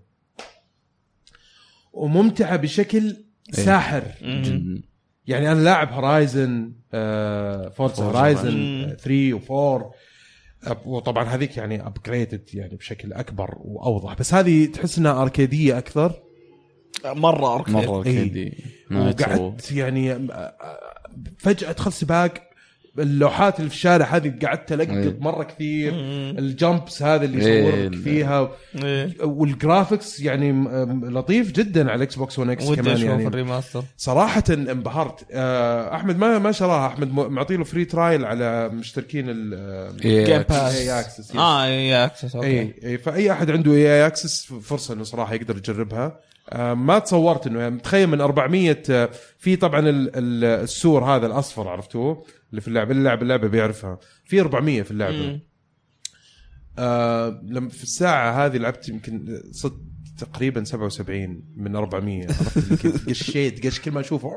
وممتعه بشكل ساحر مم. يعني انا لاعب هورايزن آه فورتس Forza هورايزن Horizon. 3 و4 وطبعا هذيك يعني ابجريدد يعني بشكل اكبر واوضح بس هذه تحس انها اركيديه اكثر مره اركيد مره إيه. اركيدي وقعدت يعني آه، آه، فجاه ادخل سباق اللوحات اللي في الشارع هذه قعدت إيه. القط مره كثير مم. الجمبس هذا اللي إيه، يصورك ال- فيها إيه. والجرافكس يعني م- آم، لطيف جدا على الاكس بوكس 1 اكس ودي كمان اشوف يعني الريماستر صراحة انبهرت آه، احمد ما ما شراها احمد م- معطي له فري ترايل على مشتركين ال جيم إيه. باس اي اكسس اه اي اكسس اوكي اي اي فاي احد إيه، عنده اي اكسس فرصه انه صراحه يقدر يجربها آه، ما تصورت انه يعني متخيل من 400 آه، في طبعا ال- ال- السور هذا الاصفر عرفتوه اللي في اللعبه اللي لعب اللعبه بيعرفها في 400 في اللعبه مم. آه لما في الساعه هذه لعبت يمكن صد تقريبا 77 من 400 عرفت اللي كيف قشيت قش كل ما اشوفه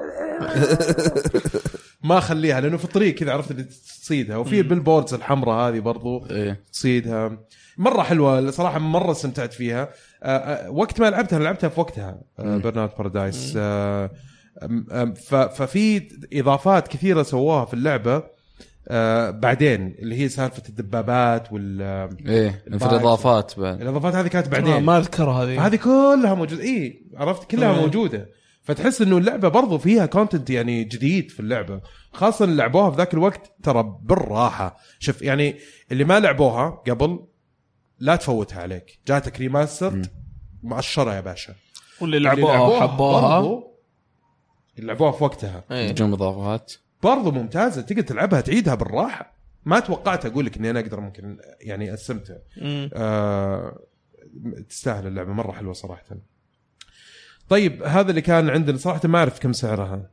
ما اخليها لانه في الطريق كذا عرفت اللي تصيدها وفي البيلبوردز الحمراء هذه برضو إيه. تصيدها مره حلوه صراحه مره استمتعت فيها آه، آه، وقت ما لعبتها أنا لعبتها في وقتها آه، بيرن اوت بارادايس ففي اضافات كثيره سووها في اللعبه آه، بعدين اللي هي سالفه الدبابات وال ايه في الاضافات بعد الاضافات هذه كانت آه، بعدين ما اذكرها هذه هذه كلها موجوده اي عرفت كلها مم. موجوده فتحس انه اللعبه برضو فيها كونتنت يعني جديد في اللعبه خاصه اللي لعبوها في ذاك الوقت ترى بالراحه شوف يعني اللي ما لعبوها قبل لا تفوتها عليك جاتك ريماستر مقشره يا باشا واللي اللي لعبوها وحبوها برضو- اللي لعبوها في وقتها إيه. تجون اضافات برضو ممتازه تقدر تلعبها تعيدها بالراحه ما توقعت اقول لك اني انا اقدر ممكن يعني استمتع مم. آه، تستاهل اللعبه مره حلوه صراحه طيب هذا اللي كان عندنا صراحه ما اعرف كم سعرها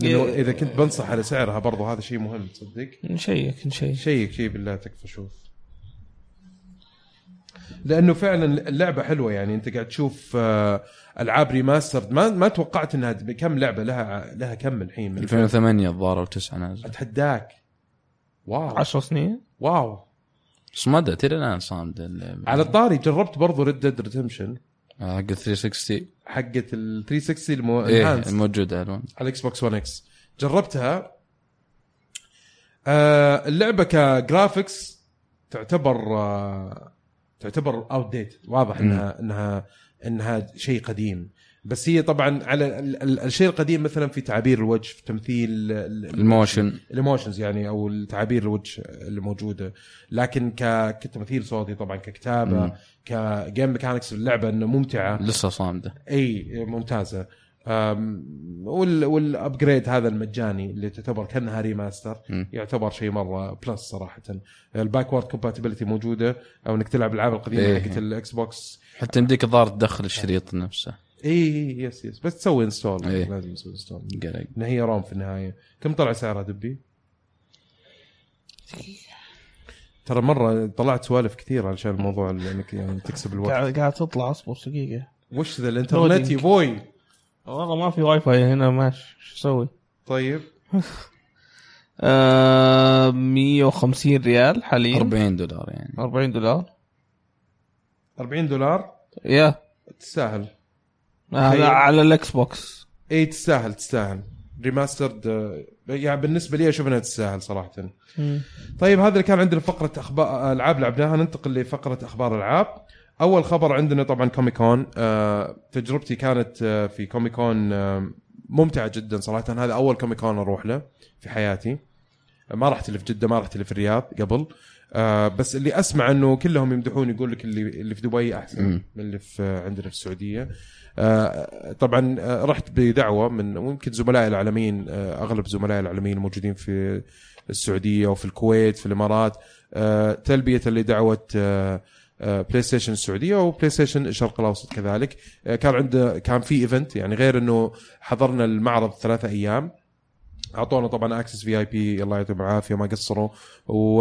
لأنه إيه. اذا كنت بنصح على سعرها برضو هذا شيء مهم تصدق نشيك نشيك شيك شيء بالله تكفى شوف لانه فعلا اللعبه حلوه يعني انت قاعد تشوف آه، العاب ريماسترد ما ما توقعت انها تبي- كم لعبه لها لها كم الحين من 2008 الظاهر او 9 نازل اتحداك واو 10 سنين واو صمدت الى الان صامده اللعبه على الطاري جربت برضو ريد ديد ريدمشن حق 360 حقت ال 360 المو... ايه enhanced موجوده الوان على الاكس بوكس 1 اكس جربتها آه اللعبه كجرافكس تعتبر آه تعتبر اوت ديت واضح انها انها انها شيء قديم بس هي طبعا على ال- ال- الشيء القديم مثلا في تعابير الوجه في تمثيل ال- ال- الموشن الايموشنز يعني او التعابير الوجه اللي موجوده لكن ك... كتمثيل صوتي طبعا مم. ككتابه كجيم ميكانكس اللعبه انه ممتعه لسه صامده اي ممتازه أم، وال والابجريد هذا المجاني اللي تعتبر كانها ريماستر مم. يعتبر شيء مره بلس صراحه الباكورد كومباتيبلتي موجوده او انك تلعب العاب القديمه إيه. حقت الاكس بوكس حتى يمديك الظاهر تدخل الشريط نفسه اي إي، يس يس إيه، بس تسوي انستول إيه. لازم تسوي انستول قلق ان هي روم في النهايه كم طلع سعرها دبي؟ ترى مره طلعت سوالف كثير علشان الموضوع اللي انك يعني تكسب <laughs> الوقت قاعد قاعد تطلع اصبر دقيقه وش ذا الانترنت يا بوي والله ما في واي فاي هنا ماشي شو اسوي؟ طيب آه 150 ريال حاليا 40 دولار يعني 40 دولار 40 دولار يا تستاهل تخيل. هذا على الاكس بوكس اي إيه، تستاهل تستاهل ريماسترد يعني بالنسبه لي اشوف انها تستاهل صراحه طيب هذا اللي كان عندنا فقره اخبار العاب آه، لعبناها ننتقل لفقره اخبار العاب اول خبر عندنا طبعا كوميكون آه تجربتي كانت آه في كوميكون آه ممتعه جدا صراحه هذا اول كوميكون اروح له في حياتي ما رحت اللي في جده ما رحت اللي في الرياض قبل آه بس اللي اسمع انه كلهم يمدحون يقول لك اللي اللي في دبي احسن مم. من اللي في عندنا في السعوديه آه، طبعا آه، رحت بدعوه من ويمكن زملائي العالميين آه، اغلب زملائي العالميين الموجودين في السعوديه وفي الكويت في الامارات آه، تلبيه لدعوه آه، آه، بلاي ستيشن السعوديه وبلاي ستيشن الشرق الاوسط كذلك آه، كان عنده كان في ايفنت يعني غير انه حضرنا المعرض ثلاثة ايام اعطونا طبعا اكسس في اي بي الله يعطيهم العافيه ما قصروا و...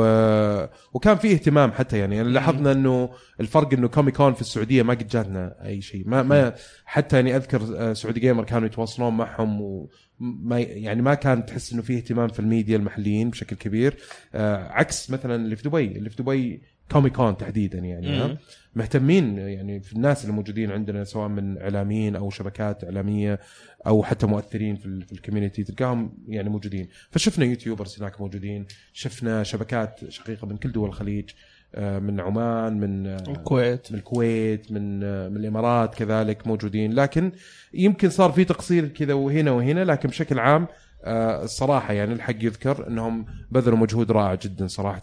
وكان في اهتمام حتى يعني يعني لاحظنا انه الفرق انه كومي كون في السعوديه ما قد جاتنا اي شيء ما ما حتى يعني اذكر آه، سعودي جيمر كانوا يتواصلون معهم وما يعني ما كان تحس انه في اهتمام في الميديا المحليين بشكل كبير آه، عكس مثلا اللي في دبي اللي في دبي كومي كون تحديدا يعني ها؟ مم. مهتمين يعني في الناس اللي موجودين عندنا سواء من اعلاميين او شبكات اعلاميه او حتى مؤثرين في ال- في الكوميونتي تلقاهم يعني موجودين فشفنا يوتيوبرز هناك موجودين شفنا شبكات شقيقه من كل دول الخليج آه، من عمان من آه، الكويت من الكويت من آه، من الامارات كذلك موجودين لكن يمكن صار في تقصير كذا وهنا وهنا لكن بشكل عام آه، الصراحه يعني الحق يذكر انهم بذلوا مجهود رائع جدا صراحه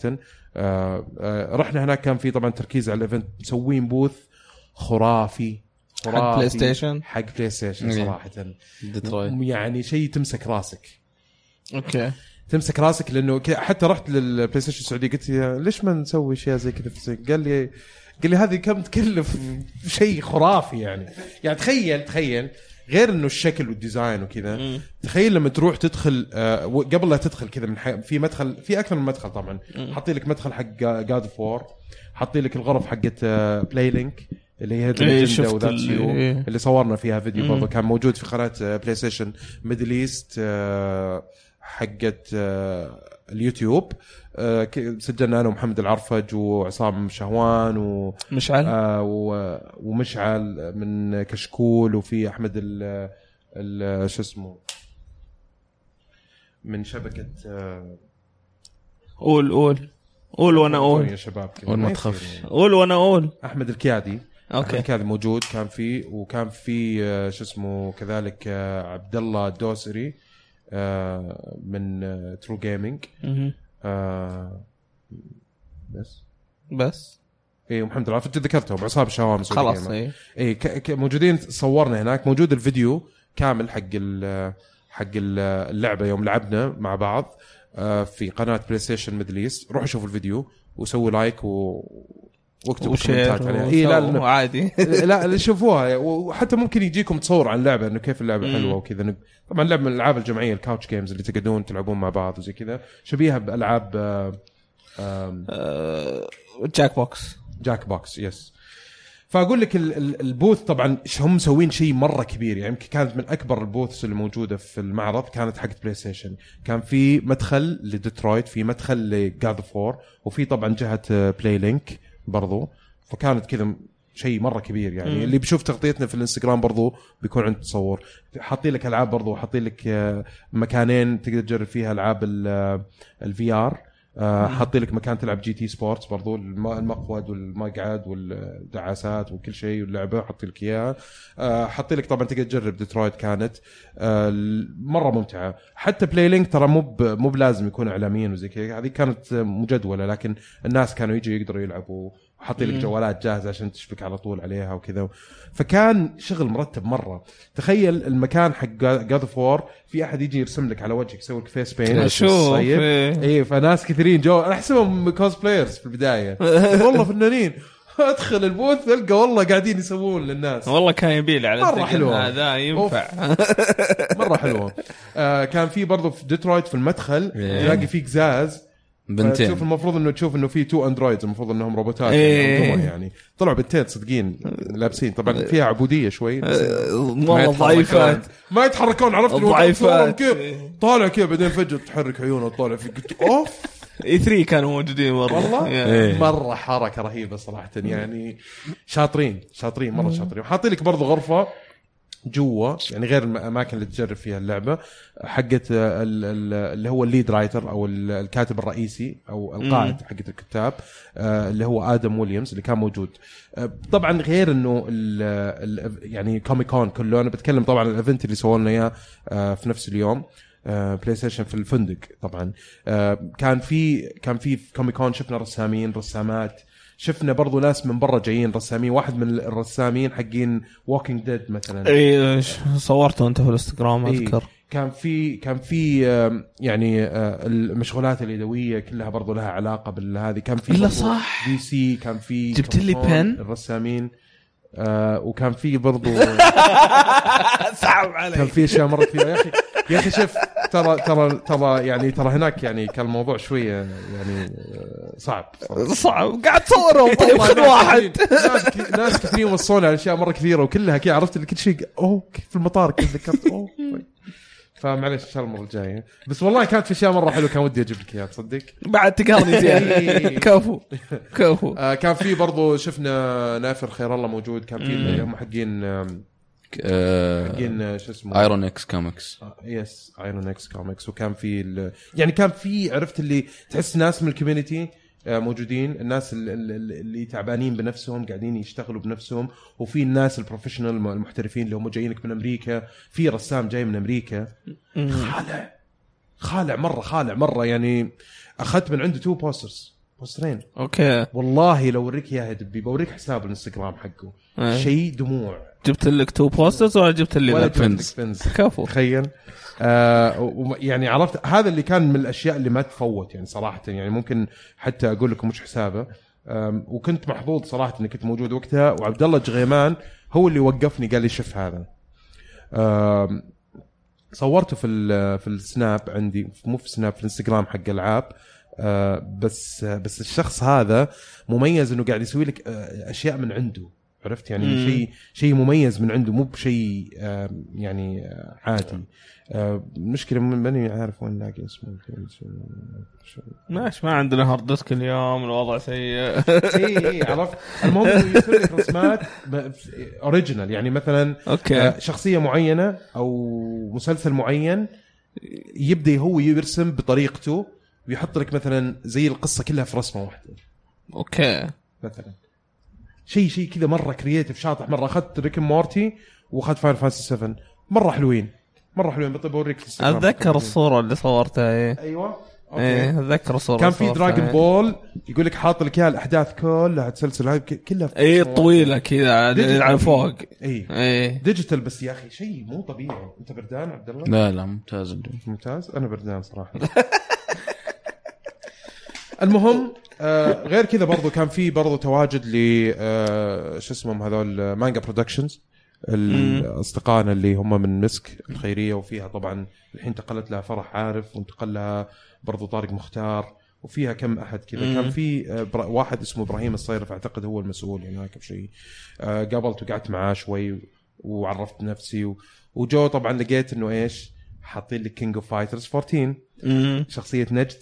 آه، آه، رحنا هناك كان في طبعا تركيز على الايفنت مسوين بوث خرافي حق خرافي بلاي ستيشن؟ حق بلاي ستيشن إيه. صراحه ديترويت يعني شيء تمسك راسك اوكي تمسك راسك لانه ك- حتى رحت للبلاي ستيشن السعودي قلت يا ليش ما نسوي اشياء زي كذا في الصين؟ قال لي قال لي هذه كم تكلف <laughs> شيء خرافي يعني يعني تخيل تخيل غير انه الشكل والديزاين وكذا تخيل لما تروح تدخل آه و- قبل لا تدخل كذا من حي... في مدخل في اكثر من مدخل طبعا حاطين لك مدخل حق جاد اوف وور حاطين لك الغرف حقت آه بلاي لينك اللي هي إيه، Legend شفت وذات ال- يو. إيه. اللي صورنا فيها فيديو مم. برضه كان موجود في قناه آه، بلاي ستيشن ميدل ايست آه، حقت آه، اليوتيوب آه، ك- سجلنا انا ومحمد العرفج وعصام شهوان و مشعل آه، و- ومشعل من كشكول وفي احمد ال ال- شو اسمه من شبكه آه، قول قول قول وانا سوري اقول يا شباب كذا. قول ما يصير تخافش. يعني. قول وانا اقول احمد الكيادي اوكي اوكي يعني كان موجود كان في وكان في آه، شو اسمه كذلك آه، عبد الله الدوسري آه، من آه، ترو جيمنج مهم. آه، بس إيه، بس اي ومحمد العافية ذكرتهم عصام الشوامس خلاص إيه. اي اي إيه، ك- ك- موجودين صورنا هناك موجود الفيديو كامل حق ال حق ال- اللعبه يوم لعبنا مع بعض آه، في قناه بلاي ستيشن ميدل ايست روحوا شوفوا الفيديو وسووا لايك و واكتبوا كومنتات عليها اي لا لأنه- إيه، <laughs> عادي لا لا، شوفوها وحتى ممكن يجيكم تصور عن اللعبه انه كيف اللعبه مم. حلوه وكذا نب- طبعا لعبه من الالعاب الجمعيه الكاوتش جيمز اللي تقعدون تلعبون مع بعض وزي كذا شبيهه بالعاب آه، آم، آه، جاك بوكس جاك بوكس يس فاقول لك ال- ال- البوث طبعا ش- هم مسوين شيء مره كبير يعني يمكن كانت من اكبر البوثs اللي موجوده في المعرض كانت حقت بلاي ستيشن كان في مدخل لديترويت في مدخل لجاد فور وفي طبعا جهه بلاي لينك برضو فكانت كذا م- شيء مره كبير يعني مم. اللي بيشوف تغطيتنا في الانستغرام برضو بيكون عنده تصور حاطين لك العاب برضو حاطين لك آه، مكانين تقدر تجرب فيها العاب الفي ار آه، حاطين لك مكان تلعب جي تي سبورتس برضو الم- المقود والمقعد والدعاسات وكل شيء واللعبه حاطين لك اياها آه، حاطين لك طبعا تقدر تجرب ديترويت كانت آه، ال- مره ممتعه حتى بلاي لينك ترى مو ب- مو بلازم يكون اعلاميا وزي كذا هذه كانت آه، مجدوله لكن الناس كانوا يجوا يقدروا يلعبوا وحاطين لك مم. جوالات جاهزه عشان تشبك على طول عليها وكذا فكان شغل مرتب مره تخيل المكان حق جاد اوف وور في احد يجي يرسم لك على وجهك يسوي لك فيس بين شوف إيه. اي فناس كثيرين جو انا احسبهم كوز بلايرز في <laughs> البدايه والله فنانين ادخل البوث القى والله قاعدين يسوون للناس والله كان يبيل على مرة الدقن حلوة. هذا ينفع مره حلوه آه كان في برضه في ديترويت في المدخل إيه. تلاقي في قزاز بنتين تشوف المفروض انه تشوف انه في تو اندرويدز المفروض انهم روبوتات إيه. يعني, هم يعني طلعوا بنتين صدقين لابسين طبعا فيها عبوديه شوي بس آه، والله ضعيفات ما يتحركون عرفت اللي هو ضعيفات. كيف طالع كيف بعدين فجاه تحرك عيونه طالع في قلت اوف اي 3 إيه، كانوا موجودين مره <laughs> والله يا. إيه. مره حركه رهيبه صراحه يعني شاطرين شاطرين مره شاطرين وحاطين لك برضو غرفه جوا يعني غير الاماكن اللي تجرب فيها اللعبه حقت ال- ال- اللي هو الليد رايتر او ال- الكاتب الرئيسي او القائد حقت الكتاب آه، اللي هو ادم ويليامز اللي كان موجود آه، طبعا غير انه ال- ال- يعني كومي كون كله انا بتكلم طبعا عن الايفنت اللي سووا لنا اياه آه، في نفس اليوم آه، بلاي ستيشن في الفندق طبعا آه، كان في كان في في كومي كون شفنا رسامين رسامات شفنا برضو ناس من برا جايين رسامين واحد من الرسامين حقين ووكينج ديد مثلا اي ش- صورته انت في الانستغرام إيه. <laughs> اذكر كان في كان في آم، يعني آه، المشغولات اليدويه كلها برضو لها علاقه بالهذه كان في إلا برضو صح. دي سي كان في جبت لي كرتون pen. الرسامين آه وكان في برضو صعب كان علي في اشياء مرت فيها يا اخي يا اخي شوف ترى ترى ترى يعني ترى هناك يعني كان الموضوع شويه يعني آه، صعب صراحة. صعب قاعد صورهم طيب خذ واحد ناس كثير- ناس كثيرين وصونا على اشياء مره كثيره وكلها كذا عرفت اللي كل شيء اوه كيف في المطار كيف ذكرت اوه طيب. فمعليش ان شاء الله المره الجايه بس والله كانت في اشياء مره حلوه كان ودي اجيب لك اياها تصدق بعد تقهرني زين إيه. كفو كفو آه كان في برضو شفنا نافر خير الله موجود كان في اللي هم حقين آم، حقين آه، شو اسمه ايرون اكس كوميكس آه، يس ايرون اكس كوميكس وكان في ال- يعني كان في عرفت اللي تحس ناس من الكوميونتي آه، موجودين الناس ال- ال- ال- اللي تعبانين بنفسهم قاعدين يشتغلوا بنفسهم وفي الناس البروفيشنال الم- المحترفين اللي هم جايينك من امريكا في رسام جاي من امريكا خالع خالع مره خالع مره يعني اخذت من عنده تو بوسترز بوسترين اوكي والله لو اوريك اياها دبي بوريك حساب الانستغرام حقه إيه. شيء دموع جبت لك تو بوسترز ولا جبت لي ولا ذا؟ جبت لك friends. friends. كفو تخيل آه وم- يعني عرفت هذا اللي كان من الاشياء اللي ما تفوت يعني صراحه يعني ممكن حتى اقول لكم مش حسابه آم، وكنت محظوظ صراحه اني كنت موجود وقتها وعبد الله جغيمان هو اللي وقفني قال لي شوف هذا آم، صورته في ال- في السناب عندي مو في سناب في الانستغرام حق العاب آه، بس آه، بس الشخص هذا مميز انه قاعد يسوي لك آه، اشياء من عنده عرفت يعني مم. شيء شيء مميز من عنده مو بشيء آه، يعني آه، عادي آه، مشكله م- ماني عارف وين الاقي اسمه الحين، شو- شو- ماشي ما عندنا هارد ديسك اليوم الوضع سيء اي اي إيه، عرفت الموضوع إنه يسوي لك رسمات اوريجينال يعني مثلا اوكي <laughs> آه، شخصيه معينه او مسلسل معين يبدا هو يرسم بطريقته ويحط لك مثلا زي القصه كلها في رسمه واحده اوكي مثلا شيء شيء كذا مره كرييتيف شاطح مره اخذت ريك مورتي واخذت فاير فانسي 7 مره حلوين مره حلوين بطيب اوريك الانستغرام. اتذكر الصوره اللي صورتها ايه ايوه أوكي. ايه اتذكر الصوره كان اللي في صورتها، دراجون إيه. بول يقول لك حاط لك اياها الاحداث كلها تسلسل هاي ك- كلها في ايه رسمة طويله كذا واحدة. يعني على على فوق اي ايه ديجيتال إيه. بس يا اخي شيء مو طبيعي انت بردان عبد الله؟ لا لا ممتاز ممتاز انا بردان صراحه المهم آه غير كذا برضو كان في برضو تواجد ل آه شو اسمهم هذول مانجا برودكشنز اصدقائنا اللي هم من مسك الخيريه وفيها طبعا الحين انتقلت لها فرح عارف وانتقل لها برضو طارق مختار وفيها كم احد كذا مم. كان في آه، برا- واحد اسمه ابراهيم الصيرف اعتقد هو المسؤول هناك بشيء آه، قابلت وقعدت معاه شوي وعرفت نفسي و... وجو طبعا لقيت انه ايش حاطين لك كينج اوف فايترز 14 مم. شخصيه نجد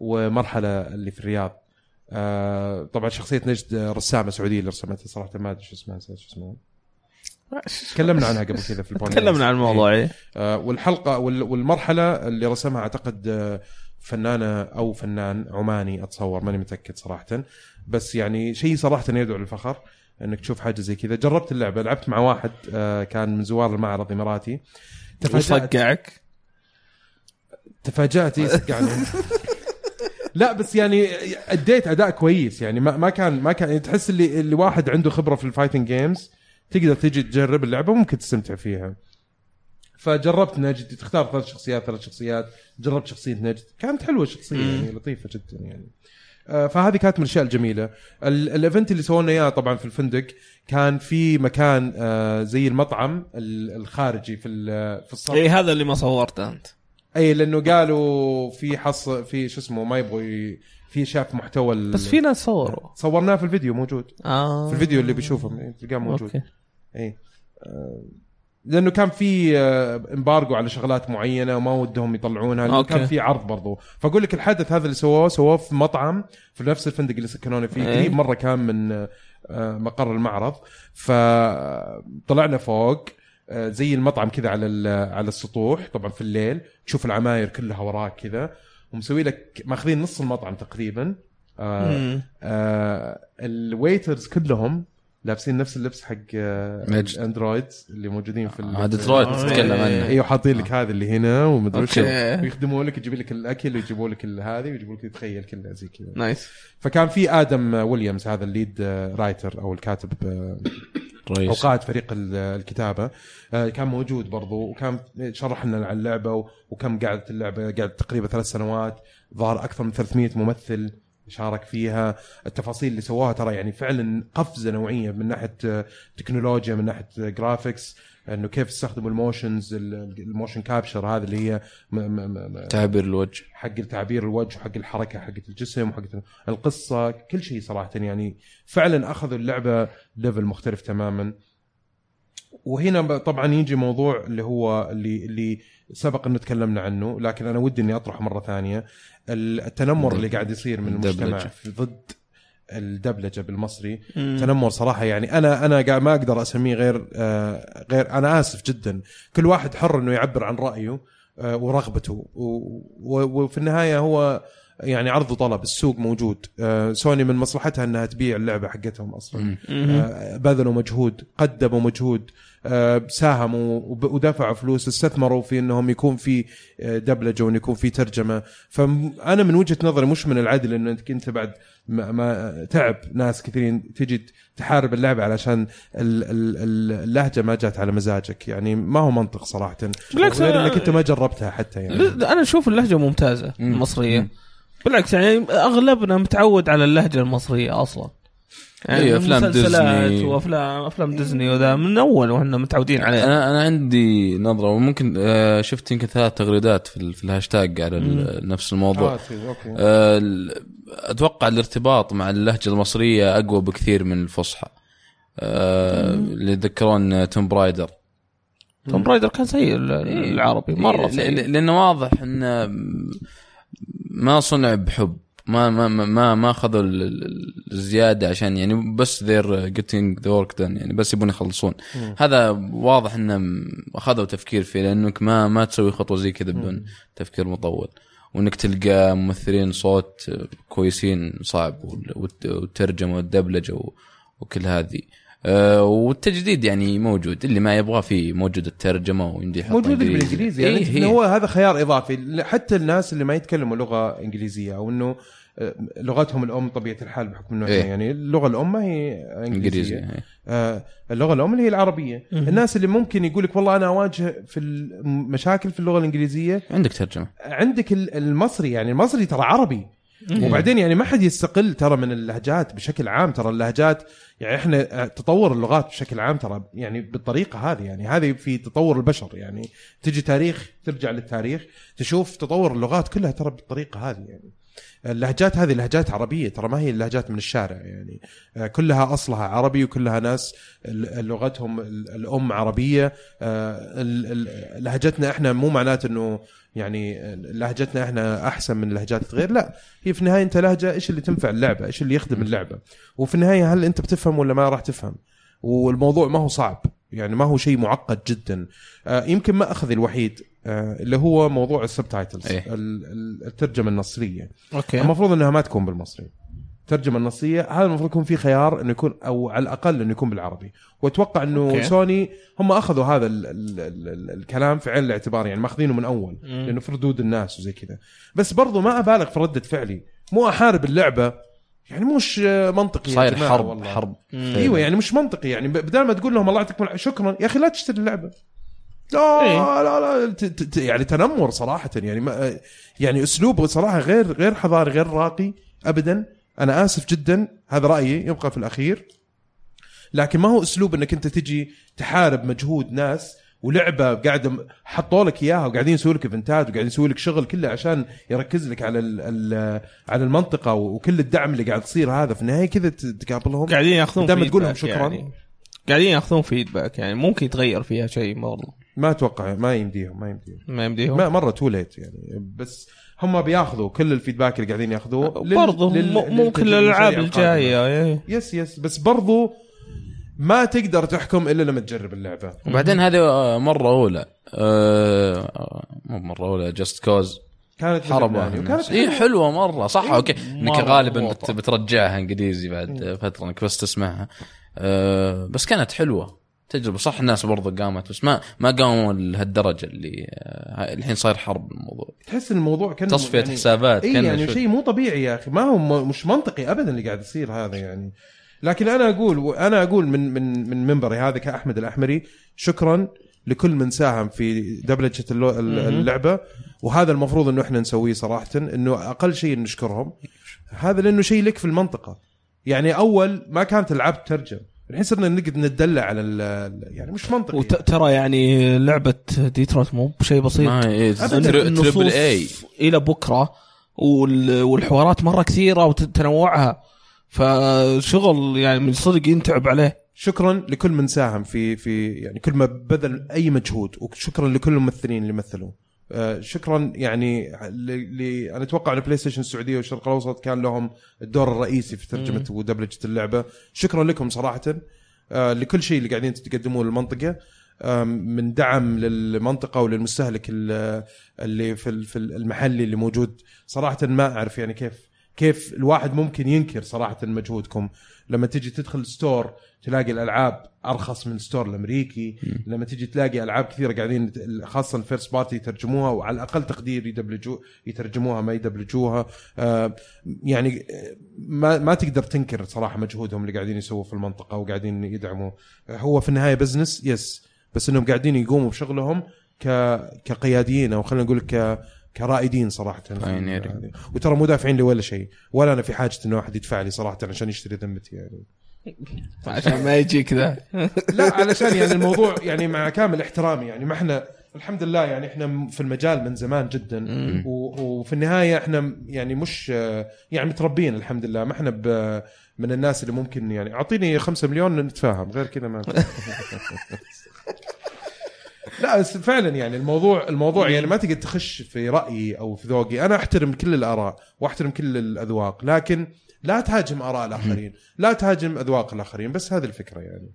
ومرحله اللي في الرياض آه طبعا شخصيه نجد آه، رسامه سعوديه اللي رسمتها صراحه ما ادري شو اسمها نسيت شو اسمها تكلمنا عنها قبل كذا في البودكاست تكلمنا عن الموضوع ايه آه، والحلقه وال- والمرحله اللي رسمها اعتقد آه، فنانه او فنان عماني اتصور ماني متاكد صراحه بس يعني شيء صراحه يدعو للفخر انك تشوف حاجه زي كذا جربت اللعبه لعبت مع واحد آه، كان من زوار المعرض اماراتي تفاجات وصقعك تفاجات إيه، صقعني لا بس يعني اديت اداء كويس يعني ما ما كان ما كان يعني تحس اللي اللي واحد عنده خبره في الفايتنج جيمز تقدر تجي تجرب اللعبه وممكن تستمتع فيها فجربت نجد تختار ثلاث شخصيات ثلاث شخصيات جربت شخصيه نجد كانت حلوه الشخصيه يعني لطيفه جدا يعني آه، فهذه كانت من الاشياء الجميله ال- الايفنت اللي سوونا اياه طبعا في الفندق كان في مكان آه، زي المطعم ال- الخارجي في ال- في الصف اي إيه، هذا اللي ما صورته انت اي لانه قالوا في حص في شو اسمه ما يبغوا ي- في شاف محتوى ال- بس في ناس صوروا صورناه في الفيديو موجود اه في الفيديو اللي بيشوفه تلقاه موجود اوكي اي آه، لانه كان في آه، امبارجو على شغلات معينه وما ودهم يطلعونها لأنه أوكي. كان في عرض برضو فاقول لك الحدث هذا اللي سووه سووه في مطعم في نفس الفندق اللي سكنونا فيه إيه. قريب مره كان من آه، آه، مقر المعرض فطلعنا فوق آه، زي المطعم كذا على ال- آه، على السطوح طبعا في الليل تشوف العماير كلها وراك كذا ومسوي لك ماخذين نص المطعم تقريبا آه مم. آه الويترز كلهم لابسين نفس اللبس حق آه ميج. الاندرويد اللي موجودين في ال- آه، ديترويت آه. آه، تتكلم إيه، عنها. ايوه حاطين لك هذا اللي هنا ومدري وش أوكي. ويخدموا لك يجيب لك الاكل ويجيبوا لك ال- هذه ويجيبوا لك تخيل كله زي كذا نايس فكان في ادم آه، ويليامز هذا الليد آه، رايتر او الكاتب آه، او رئيس قائد فريق ال- الكتابه آه، كان موجود برضو وكان شرح لنا عن اللعبه و- وكم قعدت اللعبه قعدت تقريبا ثلاث سنوات ظهر اكثر من 300 ممثل شارك فيها التفاصيل اللي سواها ترى يعني فعلا قفزه نوعيه من ناحيه آه، تكنولوجيا من ناحيه آه، جرافيكس انه كيف استخدموا الموشنز ال- الموشن كابشر هذه اللي هي م- م- م- م- تعبير الوجه حق تعبير الوجه وحق الحركه حق الجسم وحق القصه كل شيء صراحه يعني فعلا اخذوا اللعبه ليفل مختلف تماما وهنا ب- طبعا يجي موضوع اللي هو اللي اللي سبق انه تكلمنا عنه لكن انا ودي اني اطرحه مره ثانيه ال- التنمر اللي قاعد يصير من المجتمع الدبلجة. في- ضد الدبلجه بالمصري مم. تنمر صراحه يعني انا انا قاعد ما اقدر اسميه غير آه غير انا اسف جدا كل واحد حر انه يعبر عن رايه آه ورغبته و- و- وفي النهايه هو يعني عرض وطلب السوق موجود آه سوني من مصلحتها انها تبيع اللعبه حقتهم اصلا مم. مم. آه، بذلوا مجهود قدموا مجهود آه، ساهموا وب- ودفعوا فلوس استثمروا في انهم يكون في آه، دبلجه وان يكون في ترجمه فانا من وجهه نظري مش من العدل انك انت بعد ما, ما تعب ناس كثيرين تجي تحارب اللعبه علشان ال ال ال اللهجه ما جات على مزاجك يعني ما هو منطق صراحه بالعكس غير أنا- انك انت ما جربتها حتى يعني لا، انا اشوف اللهجه ممتازه مم. المصريه بالعكس يعني اغلبنا متعود على اللهجه المصريه اصلا أي إيه، أفلام يعني مسلسلات ديزني. وافلام افلام ديزني وذا من اول واحنا متعودين عليها انا انا عندي نظره وممكن آه، شفت يمكن ثلاث تغريدات في, ال- في الهاشتاج على ال- نفس الموضوع آه، طيب، أوكي. آه، ال- اتوقع الارتباط مع اللهجه المصريه اقوى بكثير من الفصحى آه، اللي يتذكرون توم برايدر توم برايدر كان سيء ال- إيه. العربي مره ل- سيء ل- لانه واضح انه ما صنع بحب ما ما ما- ما ما اخذوا ال- ال- الزياده عشان يعني بس ذير getting ذا ورك done يعني بس يبون يخلصون هذا واضح انه م- اخذوا تفكير فيه لانك ما ما تسوي خطوه زي كذا بدون تفكير مطول وانك تلقى ممثلين صوت كويسين صعب وال- والت- والترجمه والدبلجه و- وكل هذه آه، والتجديد يعني موجود اللي ما يبغاه فيه موجود الترجمه ويمدي يحط موجود إنجليزي. بالانجليزي يعني إيه، إيه إيه. هو هذا خيار اضافي ل- حتى الناس اللي ما يتكلموا لغه انجليزيه او انه آه، لغتهم الام طبيعه الحال بحكم انه إيه. إيه؟ يعني اللغه الام ما هي انجليزي انجليزيه إيه. آه اللغه الام اللي هي العربيه مهم. الناس اللي ممكن يقول لك والله انا اواجه في المشاكل في اللغه الانجليزيه عندك ترجمه عندك ال- المصري يعني المصري ترى عربي وبعدين يعني ما حد يستقل ترى من اللهجات بشكل عام ترى اللهجات يعني احنا آه، تطور اللغات بشكل عام ترى يعني بالطريقه هذه يعني هذه في تطور البشر يعني تجي تاريخ ترجع للتاريخ تشوف تطور اللغات كلها ترى بالطريقه هذه يعني اللهجات هذه لهجات عربيه ترى ما هي اللهجات من الشارع يعني آه، كلها اصلها عربي وكلها ناس ال- لغتهم ال- الام عربيه آه، ال- ال- لهجتنا احنا مو معناته انه يعني لهجتنا احنا احسن من لهجات غير لا هي في النهايه انت لهجه ايش اللي تنفع اللعبه ايش اللي يخدم اللعبه وفي النهايه هل انت بتفهم ولا ما راح تفهم والموضوع ما هو صعب يعني ما هو شيء معقد جدا آه، يمكن ما اخذ الوحيد آه، اللي هو موضوع السبتايتلز إيه. الترجمه النصريه اوكي المفروض انها ما تكون بالمصري الترجمه النصيه هذا المفروض يكون في خيار انه يكون او على الاقل انه يكون بالعربي واتوقع انه أوكي. أوكي. سوني هم اخذوا هذا ال ال ال ال الكلام في عين الاعتبار يعني ماخذينه من اول مم. لانه في ردود الناس وزي كذا بس برضو ما ابالغ في رده فعلي مو احارب اللعبه يعني مش آه، منطقي يا صاير جماعة حرب والله. حرب مم. إيه. ايوه يعني مش منطقي يعني ب- بدل ما تقول لهم الله يعطيكم الع- شكرا يا اخي لا تشتري اللعبه لا إيه. لا لا ت- ت- ت- يعني تنمر صراحه يعني ما يعني اسلوبه صراحه غير غير حضاري غير راقي ابدا انا اسف جدا هذا رايي يبقى في الاخير لكن ما هو اسلوب انك انت تجي تحارب مجهود ناس ولعبه قاعده م- حطوا لك اياها وقاعدين يسووا لك ايفنتات وقاعدين يسووا لك شغل كله عشان يركز لك على ال ال على المنطقه وكل الدعم اللي قاعد يصير هذا في النهايه كذا ت- تقابلهم قاعدين ياخذون دام تقول لهم feedback شكراً. يعني. قاعدين ياخذون فيدباك يعني ممكن يتغير فيها شيء والله ما اتوقع ما يمديهم ما يمديهم ما يمديهم ما مره تو ليت يعني بس هم بياخذوا كل الفيدباك اللي قاعدين ياخذوه برضه م- ممكن الالعاب الجايه إيه. يس يس بس برضو ما تقدر تحكم الا لما تجرب اللعبه وبعدين هذه آه، مره اولى آه، مو مره اولى جاست كوز كانت إيه، حربوا يعني وكانت اي حلوه مره إيه، صح اوكي انك مرة غالبا مضبوطة. بت- بترجعها انجليزي إيه. بعد فتره انك بس تسمعها آه، بس كانت حلوه تجربه صح الناس برضه قامت بس ما ما قاموا لهالدرجه اللي آه، الحين صاير حرب الموضوع تحس ان الموضوع كان تصفيه حسابات اي كان يعني شو- شيء مو طبيعي يا اخي ما هو م- مش منطقي ابدا اللي قاعد يصير هذا يعني لكن انا اقول انا اقول من من من منبري هذا كاحمد الاحمري شكرا لكل من ساهم في دبلجه اللو- ال- مهم. اللعبه وهذا المفروض انه احنا نسويه صراحه انه اقل شيء نشكرهم هذا لانه شيء لك في المنطقه يعني اول ما كانت العاب ترجم الحين صرنا نقعد نتدلع على ال- ال- يعني مش منطقي يعني. وترى يعني لعبه ديترويت مو بشيء بسيط ما إيه. هي- طيب. إيه، أبداً. تر- تربل اي الى بكره وال- والحوارات مره كثيره وتنوعها فشغل يعني من صدق ينتعب عليه شكرا لكل من ساهم في في يعني كل ما بذل اي مجهود وشكرا لكل الممثلين اللي مثلوا آه، شكرا يعني ل... ل... انا اتوقع ان بلاي ستيشن السعوديه والشرق الاوسط كان لهم الدور الرئيسي في ترجمه ودبلجه اللعبه شكرا لكم صراحه آه، لكل شيء اللي قاعدين تقدموه للمنطقه آم، من دعم للمنطقه وللمستهلك ال- اللي في ال- في المحلي اللي موجود صراحه ما اعرف يعني كيف كيف الواحد ممكن ينكر صراحه مجهودكم لما تجي تدخل ستور تلاقي الالعاب ارخص من ستور الامريكي لما تجي تلاقي العاب كثيره قاعدين خاصه الفيرست بارتي يترجموها وعلى الاقل تقدير يدبلجو يترجموها ما يدبلجوها آه، يعني آه، ما ما تقدر تنكر صراحه مجهودهم اللي قاعدين يسووه في المنطقه وقاعدين يدعموا آه، هو في النهايه بزنس يس بس انهم قاعدين يقوموا بشغلهم ك كقياديين او خلينا نقول ك كرائدين صراحه Pioneering. هذه. وترى مو دافعين لي ولا شيء ولا انا في حاجه انه واحد يدفع لي صراحه عشان يشتري ذمتي يعني عشان ما يجيك <laughs> ذا لا علشان يعني الموضوع يعني مع كامل احترامي يعني ما احنا الحمد لله يعني احنا م- في المجال من زمان جدا مم. و- وفي النهايه احنا م- يعني مش آه، يعني متربيين الحمد لله ما احنا ب- من الناس اللي ممكن يعني اعطيني خمسة مليون نتفاهم غير كذا ما لا بس فعلا يعني الموضوع الموضوع يعني ما تقدر تخش في رايي او في ذوقي انا احترم كل الاراء واحترم كل الاذواق لكن لا تهاجم اراء الاخرين لا تهاجم اذواق الاخرين بس هذه الفكره يعني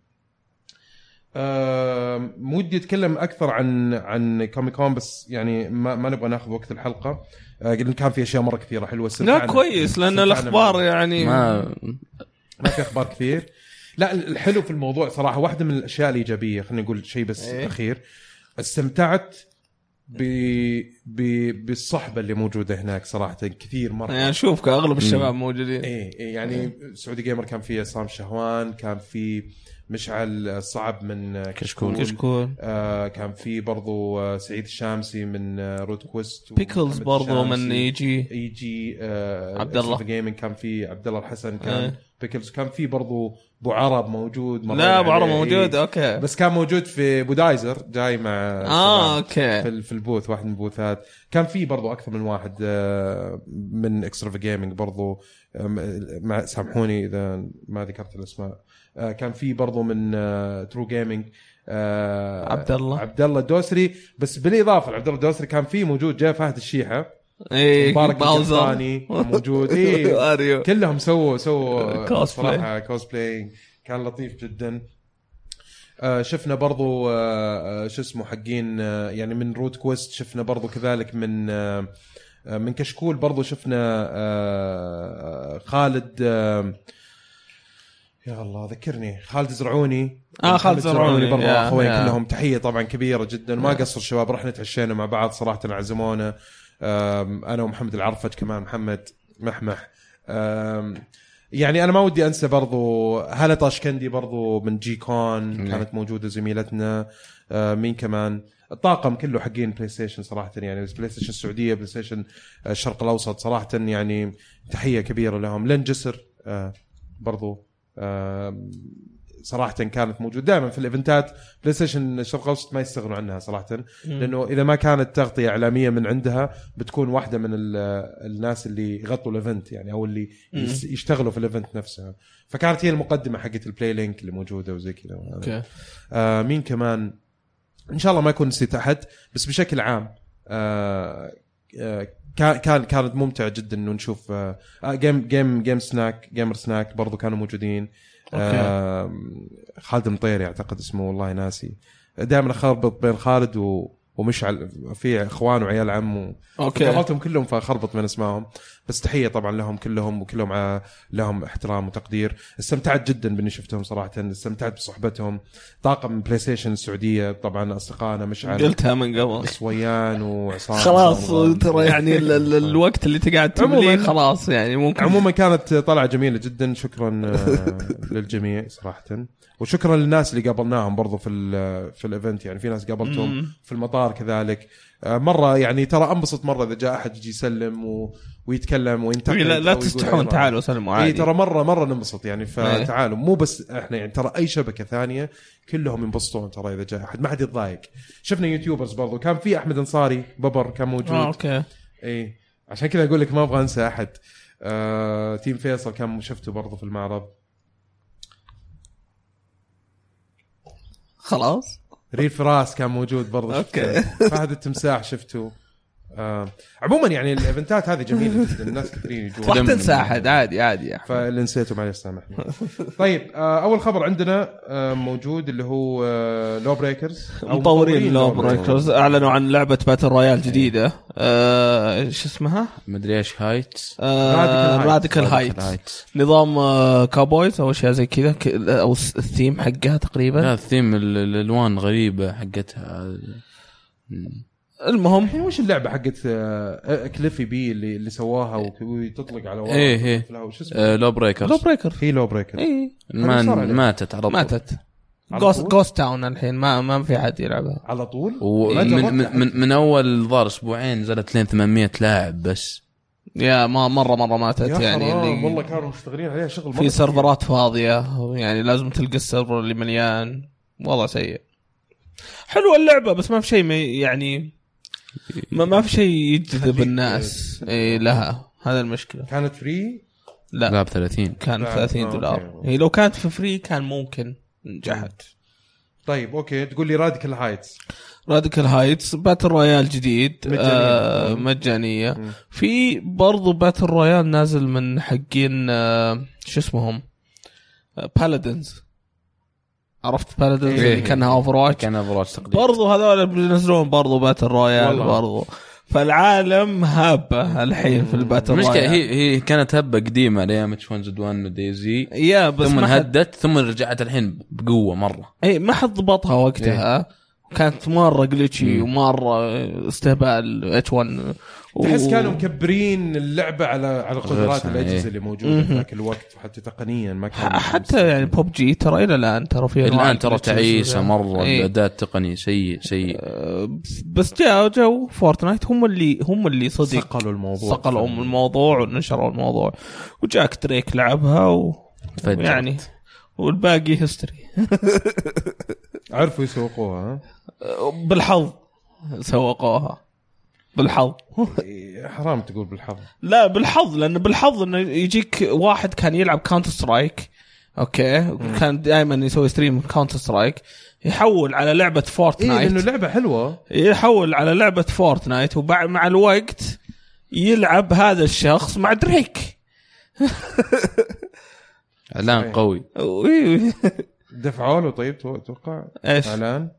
آم، ودي اتكلم اكثر عن عن كوميك كون بس يعني ما, ما نبغى ناخذ وقت الحلقه آه، لان كان في اشياء مره كثيره حلوه لا استمتعنا- كويس لان استمتعنا الاخبار مع- يعني ما إيه. ما في اخبار كثير لا الحلو في الموضوع صراحه واحده من الاشياء الايجابيه خلينا نقول شيء بس إيه. اخير استمتعت ب... ب... بالصحبه اللي موجوده هناك صراحه كثير مره يعني اشوفك اغلب الشباب موجودين ايه إيه، يعني سعودي جيمر كان في عصام شهوان كان في مشعل صعب من كشكول, كشكول آه كان في برضو آه سعيد الشامسي من آه رود كويست بيكلز ومحمد برضو من الشامسي. يجي اي جي آه عبد الله. جيمنج كان في عبد الله الحسن كان إيه. بيكلز كان في برضو ابو عرب موجود مرة لا ابو عرب يعني، موجود إيه. اوكي بس كان موجود في بودايزر جاي مع اه سلام في, اوكي ال- في البوث واحد من البوثات كان في برضو اكثر من واحد آه، من اكسترا جيمنج برضو آم، مع سامحوني اذا ما ذكرت الاسماء آه، كان في برضو من آه، ترو جيمنج عبد الله عبد الله آه، الدوسري بس بالاضافه لعبد الله الدوسري كان في موجود جاء فهد الشيحه اي مبارك باوزر القحطاني موجود إيه. <laughs> اي اريو كلهم سووا سووا أيوه. Cosplay. صراحه كوسبلاي كان لطيف جدا آه، شفنا برضو آه، آه، شو اسمه حقين آه، يعني من روت كويست شفنا برضو كذلك من آه، آه، من كشكول برضو شفنا آه، آه، خالد آه، يا الله ذكرني خالد زرعوني آه، خالد زرعوني، برضو يا- اخوين يا. كلهم تحيه طبعا كبيره جدا وما يا. قصر شباب رحنا تعشينا مع بعض صراحه عزمونا آم، انا ومحمد العرفج كمان محمد محمح آم، يعني انا ما ودي انسى برضو هلا طاشكندي برضو من جي كون نعم. كانت موجوده زميلتنا آه، مين كمان الطاقم كله حقين بلاي ستيشن صراحه يعني بلاي ستيشن السعوديه بلاي ستيشن الشرق الاوسط صراحه يعني تحيه كبيره لهم لين جسر آه، برضو آه، صراحه كانت موجوده دائما في الايفنتات بلاي ستيشن الشرق الاوسط ما يستغنوا عنها صراحه لانه اذا ما كانت تغطيه اعلاميه من عندها بتكون واحده من ال- الناس اللي يغطوا الايفنت يعني او اللي مم. يس- يشتغلوا في الايفنت نفسها فكانت هي المقدمه حقت البلاي لينك اللي موجوده وزي كذا اوكي آه مين كمان ان شاء الله ما يكون نسيت احد بس بشكل عام آه آه، كان كان كانت ممتعه جدا انه نشوف آه، آه، جيم جيم جيم سناك جيمر سناك برضو كانوا موجودين آه خالد مطيري اعتقد اسمه والله ناسي دائما اخربط بين خالد و ومشعل في اخوان وعيال عمه اوكي قابلتهم كلهم فخربط من اسمائهم بس تحيه طبعا لهم كلهم وكلهم ع- لهم احترام وتقدير استمتعت جدا باني شفتهم صراحه استمتعت بصحبتهم طاقم بلاي ستيشن السعوديه طبعا اصدقائنا مشعل قلتها من قبل صويان وعصام خلاص ورمضان. ترى يعني ال- <laughs> ال- الوقت اللي تقعد تمليه عموماً. خلاص يعني ممكن عموما كانت طلعه جميله جدا شكرا <laughs> آه، للجميع صراحه وشكرا للناس اللي قابلناهم برضو في ال- في الايفنت يعني في ناس قابلتهم مم. في المطار كذلك آه، مره يعني ترى انبسط مره اذا جاء احد يجي يسلم و... ويتكلم وينتقد لا, أو لا يقول تستحون أي رأي. تعالوا سلموا عادي إيه. اي ترى مره مره ننبسط يعني فتعالوا مو بس احنا يعني ترى اي شبكه ثانيه كلهم ينبسطون ترى اذا جاء احد ما حد يتضايق شفنا يوتيوبرز برضو كان في احمد انصاري ببر كان موجود آه، اوكي اي إيه. عشان كذا اقول لك ما ابغى انسى احد آه، تيم فيصل كان شفته برضو في المعرض خلاص ريف فراس كان موجود برضه أوكي. شفته. <laughs> فهد التمساح شفته آه. عموما يعني الايفنتات هذه جميله جدا الناس كثيرين يجون راح تنسى احد عادي عادي يعني. يا أحمد. فاللي نسيته معلش سامحني طيب آه اول خبر عندنا آه موجود اللي هو آه لو بريكرز أو إيه. مطورين لو Breakers. بريكرز اعلنوا عن لعبه باتل رويال جديده آه، شو اسمها؟ آه، مدري ايش هايتس Radical Heights. راديكال هايت نظام آه، كابويز او اشياء زي كذا ك- او الس- الثيم حقها تقريبا لا الثيم ال- الالوان غريبه حقتها المهم الحين وش اللعبه حقت آه كليفي بي اللي اللي سواها وك- وتطلق على ورا إيه، إيه. وتطلق لها وش اسمه آه، لو بريكرز لو بريكر هي لو بريكرز اي ما صار عليه. ماتت على طول إيه، ماتت على جوست طول؟ جوست تاون الحين ما ما في حد يلعبها على طول إيه، ما ومن جربت من, أحد. من, من اول ظهر اسبوعين نزلت لين 800 لاعب بس يا ما مره مره ماتت يا يعني حرام اللي- والله كانوا مشتغلين عليها شغل مرة في كثير. سيرفرات فاضيه يعني لازم تلقى السيرفر اللي مليان وضع سيء حلوه اللعبه بس ما في شيء ما- يعني ما, ما في شيء يجذب يخليك- الناس إيه لها هذا المشكله كانت فري لا لاعب 30 كان لا، 30 آه، دولار أوكي. هي لو كانت في فري كان ممكن نجحت طيب اوكي تقول لي راديكال هايتس راديكال هايتس باتل رويال جديد مجانية. آه مجانيه مم. في برضو باتل رويال نازل من حقين آه شو اسمهم بالادنز عرفت بالادنز إيه. اللي كانها اوفر واتش كان افراج تقريبا برضو هذول بينزلون برضو باتل رويال والله. برضو فالعالم هابه الحين في الباتل رويال المشكله هي هي كانت هبه قديمه لايام اتش 1 زد 1 وديزي يا بس ثم ما حد انهدت ثم رجعت الحين بقوه مره اي ما حد ضبطها إيه. وقتها كانت مره جلتشي ومره استهبال اتش 1 تحس كانوا مكبرين اللعبه على على قدرات صحيح. الاجهزه اللي موجوده في مهم. ذاك الوقت حتى تقنيا ما كان ح- حتى يعني بوب جي ترى الى الان ترى فيها أنواع الان ترى glitches تعيسه وزي- مره إيه. الاداء التقني سيء سيء آه، بس جاء جو فورتنايت هم اللي هم اللي صدق صقلوا الموضوع صقلوا الموضوع ونشروا الموضوع وجاك دريك لعبها و... تفجرت. يعني والباقي هيستوري عرفوا يسوقوها ها؟ بالحظ سوقوها بالحظ إيه، حرام تقول بالحظ لا بالحظ لانه بالحظ انه يجيك واحد كان يلعب كاونتر سترايك اوكي كان دائما يسوي ستريم كاونتر سترايك يحول على لعبه اي فورتنايت لانه لعبه حلوه يحول على لعبه فورتنايت وبع مع الوقت يلعب هذا الشخص مع دريك <laughs> اعلان صحيح. قوي وي- دفعوا له طيب تو- توقع ايش؟ اعلان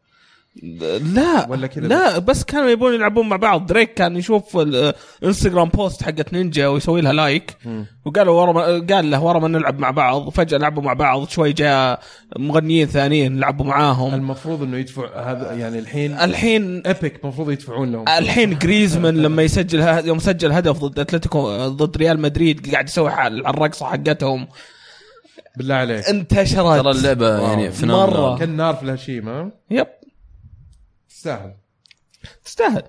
لا ولا كذا لا بس كانوا يبون يلعبون مع بعض دريك كان يشوف الانستغرام بوست حقت نينجا ويسوي لها لايك مم. وقالوا ورا ما قال له ورا ما نلعب مع بعض فجاه لعبوا مع بعض شوي جاء مغنيين ثانيين لعبوا معاهم المفروض انه يدفع هذا يعني الحين الحين ايبك المفروض يدفعون لهم الحين جريزمان لما يسجل ه- يوم سجل هدف ضد اتلتيكو ضد ريال مدريد قاعد يسوي حال- الرقصه حقتهم بالله عليك انتشرت ترى اللعبه واو. يعني فنان آه، مرة. كان نار في الهشيم ها يب تستاهل تستاهل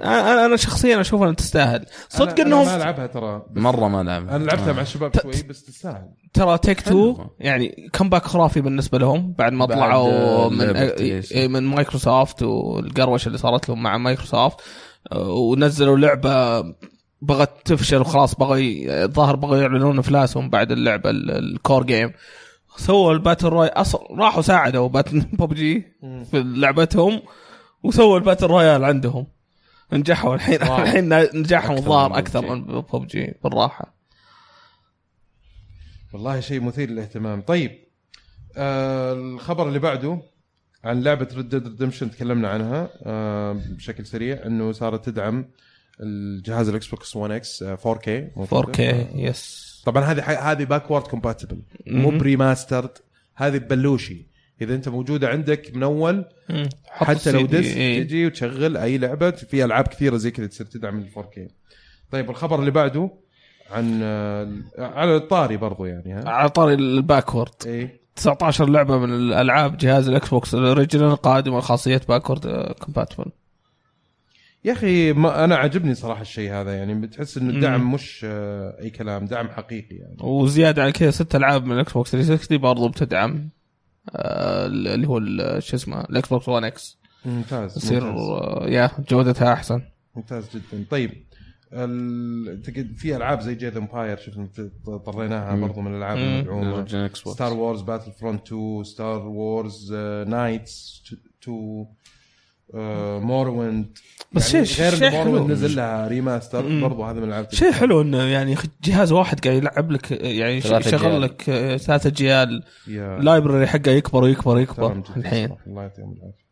انا انا شخصيا اشوف انها تستاهل أنا- صدق أنا ما انهم العبها ترى مره ما آه. العب انا لعبتها مع الشباب شوي بس تستاهل ترى تيك تو حلو. يعني كمباك خرافي بالنسبه لهم بعد ما بعد طلعوا من لعبة PlayStation. إيه، من مايكروسوفت والقروشه اللي صارت لهم مع مايكروسوفت آه، ونزلوا لعبه بغت تفشل وخلاص بغوا ي- الظاهر بغوا يعلنون افلاسهم بعد اللعبه ال- الكور جيم سووا الباتل روي اصلا راحوا ساعدوا باتل <laughs> ببجي في لعبتهم وسووا الباتل رويال عندهم نجحوا الحين واو. الحين نجحهم أكثر الظاهر من اكثر PUBG. من ببجي بالراحه والله شيء مثير للاهتمام طيب آه الخبر اللي بعده عن لعبه ريد ديد ريدمشن تكلمنا عنها آه بشكل سريع انه صارت تدعم الجهاز الاكس بوكس 1 اكس 4K 4K يس طبعا هذه حي- هذه باكورد كومباتبل مو مم. بريماسترد هذه ببلوشي اذا انت موجوده عندك من اول مم. حط حتى لو السي دي، ديسك إيه. تجي وتشغل اي لعبه في العاب كثيره زي كذا تصير تدعم ال 4K طيب الخبر اللي بعده عن آه، على الطاري برضو يعني ها على طاري الباكورد ايه 19 لعبه من الالعاب جهاز الاكس بوكس الاوريجنال قادمه لخاصيه باكورد آه، كومباتبل يا اخي ما انا عجبني صراحه الشيء هذا يعني بتحس انه الدعم مم. مش آه، اي كلام دعم حقيقي يعني وزياده على كذا ست العاب من الاكس بوكس 360 برضو بتدعم آه، اللي هو ال- شو اسمه الاكس بوكس 1 اكس ممتاز تصير ممتاز, آه، يا جودتها احسن ممتاز جدا طيب ال... أعتقد في العاب زي جيذ امباير شفنا ت- طريناها مم. برضو من الالعاب مم. نعم. المدعومه جينكس ستار وورز باتل فرونت 2 ستار وورز نايتس 2 مورويند بس شيء- uh, يعني غير شيء إن Morrowind حلو. نزل لها ريماستر مم. برضو هذا من الالعاب شيء حلو انه يعني جهاز واحد قاعد يلعب لك آه، يعني ش- ثلاثة يشغل أجيال. لك آه، ثلاث اجيال يا- اللايبرري حقه يكبر ويكبر تمام ويكبر جدا الحين صراحة، الله يعطيهم العافيه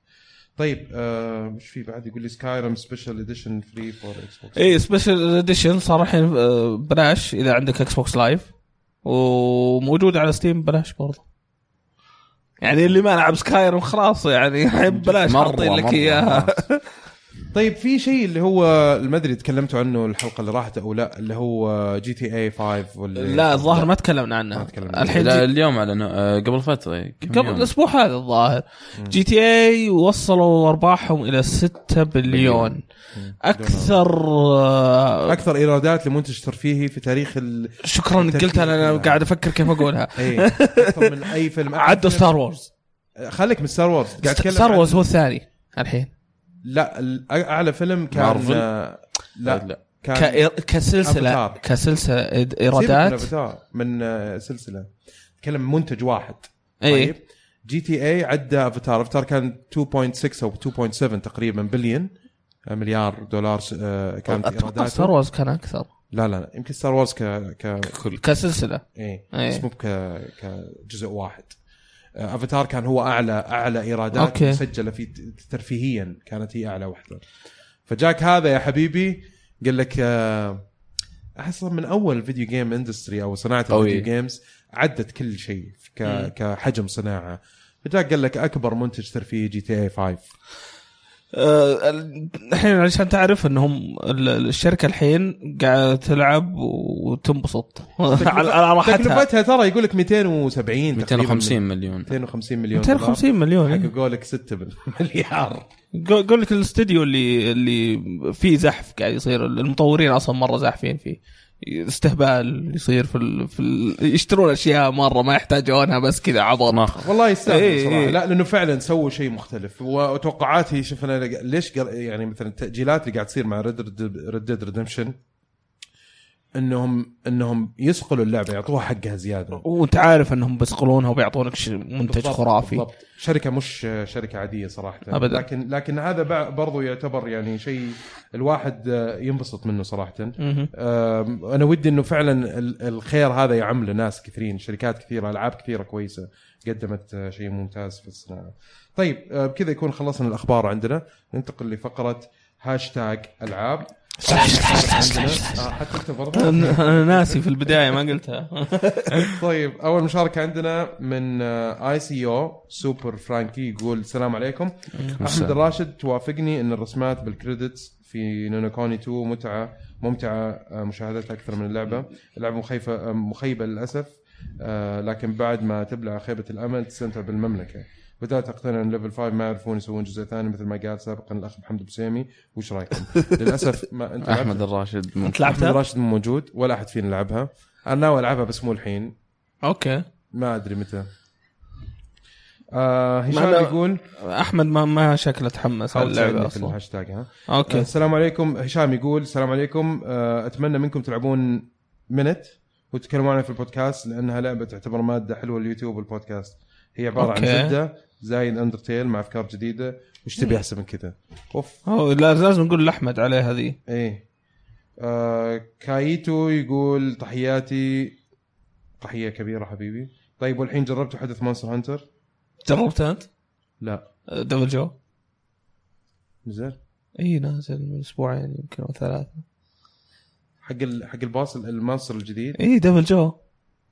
طيب آه، وش في بعد يقول لي سكايرم سبيشال اديشن فري فور اكس بوكس اي سبيشل اديشن صار الحين آه، بلاش اذا عندك اكس بوكس لايف وموجود على ستيم بلاش برضه يعني اللي ما لعب سكايرم خلاص يعني الحين بلاش حاطين لك اياها طيب في شيء اللي هو ما ادري تكلمتوا عنه الحلقه اللي راحت او لا اللي هو جي تي اي 5 ولا <laughs> <laughs> لا الظاهر ما تكلمنا عنها ما تكلمنا عنها. الحين لا جي- اليوم على آه، قبل فتره كم قبل يوم. الاسبوع هذا الظاهر مم. جي تي اي وصلوا ارباحهم الى 6 بليون مم. اكثر آه، اكثر ايرادات لمنتج ترفيهي في تاريخ ال شكرا قلتها انا قاعد افكر كيف اقولها اي اكثر إيه. من اي فيلم أه، عدوا ستار وورز خليك من ستار وورز <laughs> قاعد اتكلم ستار عن- وورز هو الثاني الحين لا ال- اعلى فيلم كان مارفل؟ آه، لا لا كان كإير- كسلسله أفاتار. كسلسله إيد- ايرادات سيبك من Avatar، من آه، سلسله تكلم منتج واحد طيب. اي جي تي اي عدى افاتار افاتار كان 2.6 او 2.7 تقريبا بليون آه، مليار دولار س- آه، كانت اتوقع ايراداته ستار وورز كان اكثر لا لا لا، يمكن ستار وورز ك ك كل كسلسله ايه إيه. بس مو ك كجزء واحد آه، افاتار كان هو اعلى اعلى ايرادات أوكي. مسجله في ت- ترفيهيا كانت هي اعلى واحده فجاك هذا يا حبيبي قال لك آه، احس من اول فيديو جيم اندستري او صناعه قوي. الفيديو جيمز عدت كل شيء مم. ك... كحجم صناعه فجاك قال لك اكبر منتج ترفيهي جي تي إيه اي 5 آه، ال- الحين عشان تعرف انهم ال- الشركه الحين قاعده تلعب وتنبسط <laughs> <laughs> على على راحتها تكلفتها ترى يقول لك 270 تقريباً 250 مليون 250 مليون 250 مليون دولار. إيه. حققوا لك 6 مليار قول قول لك الاستديو اللي اللي فيه زحف قاعد يصير المطورين اصلا مره زاحفين فيه استهبال يصير في ال... في ال... يشترون اشياء مره ما يحتاجونها بس كذا عبط ناخذ والله يستاهل إيه، صراحه إيه. لا لانه فعلا سووا شيء مختلف وتوقعاتي شوف انا ليش قر- يعني مثلا التاجيلات اللي قاعد تصير مع ريد ديد ريدمشن انهم انهم يصقلوا اللعبه يعطوها حقها زياده وانت عارف انهم بيصقلونها وبيعطونك ش- منتج بالضبط، خرافي بالضبط شركه مش شركه عاديه صراحه أبداً. لكن لكن هذا بع- برضو يعتبر يعني شيء الواحد آه، ينبسط منه صراحه مهم. آم، انا ودي انه فعلا ال- الخير هذا يعم لناس كثيرين شركات كثيره العاب كثيره كويسه قدمت آه، شيء ممتاز في الصناعه. طيب آه، بكذا يكون خلصنا الاخبار عندنا ننتقل لفقره هاشتاج العاب عندنا- آه، حتى أنت برضه؟ انا أنا ناسي في البدايه ما <laughs> <laughs> قلتها طيب اول مشاركه عندنا من آه، اي سي او E سوبر فرانكي يقول السلام عليكم احمد السلام. الراشد توافقني ان الرسمات بالكريدتس في نونوكوني 2 متعه ممتعه آه، مشاهدتها اكثر من اللعبه اللعبه مخيفه آه، مخيبه للاسف آه، لكن بعد ما تبلع خيبه الامل تستمتع بالمملكه بدات اقتنع ان ليفل 5 ما يعرفون يسوون جزء ثاني مثل ما قال سابقا الاخ محمد بسيمي وش رايكم؟ للاسف ما انت لعبت- احمد الراشد انت احمد لعبتها؟ راشد مو موجود ولا احد فينا لعبها انا ناوي العبها بس مو الحين اوكي ما ادري متى آه ما أنا- هشام يقول احمد ما ما شكله تحمس على حاول اللعبه تساعدني في اصلا الهاشتاج ها آه اوكي السلام عليكم هشام يقول السلام عليكم آه اتمنى منكم تلعبون منت وتتكلموا عنها في البودكاست لانها لعبه تعتبر ماده حلوه لليوتيوب والبودكاست هي عباره عن أوكي. زبده زايد اندرتيل مع افكار جديده وش تبي احسن من كذا اوف أوه، لا- لازم نقول لاحمد عليها ذي ايه آه كايتو يقول تحياتي تحيه كبيره حبيبي طيب والحين جربتوا حدث مونستر هانتر؟ جربتها انت؟ لا أه، دبل جو نزل اي نازل من اسبوعين يمكن او ثلاثه حق ال... حق الباص ال- الماستر الجديد اي دبل جو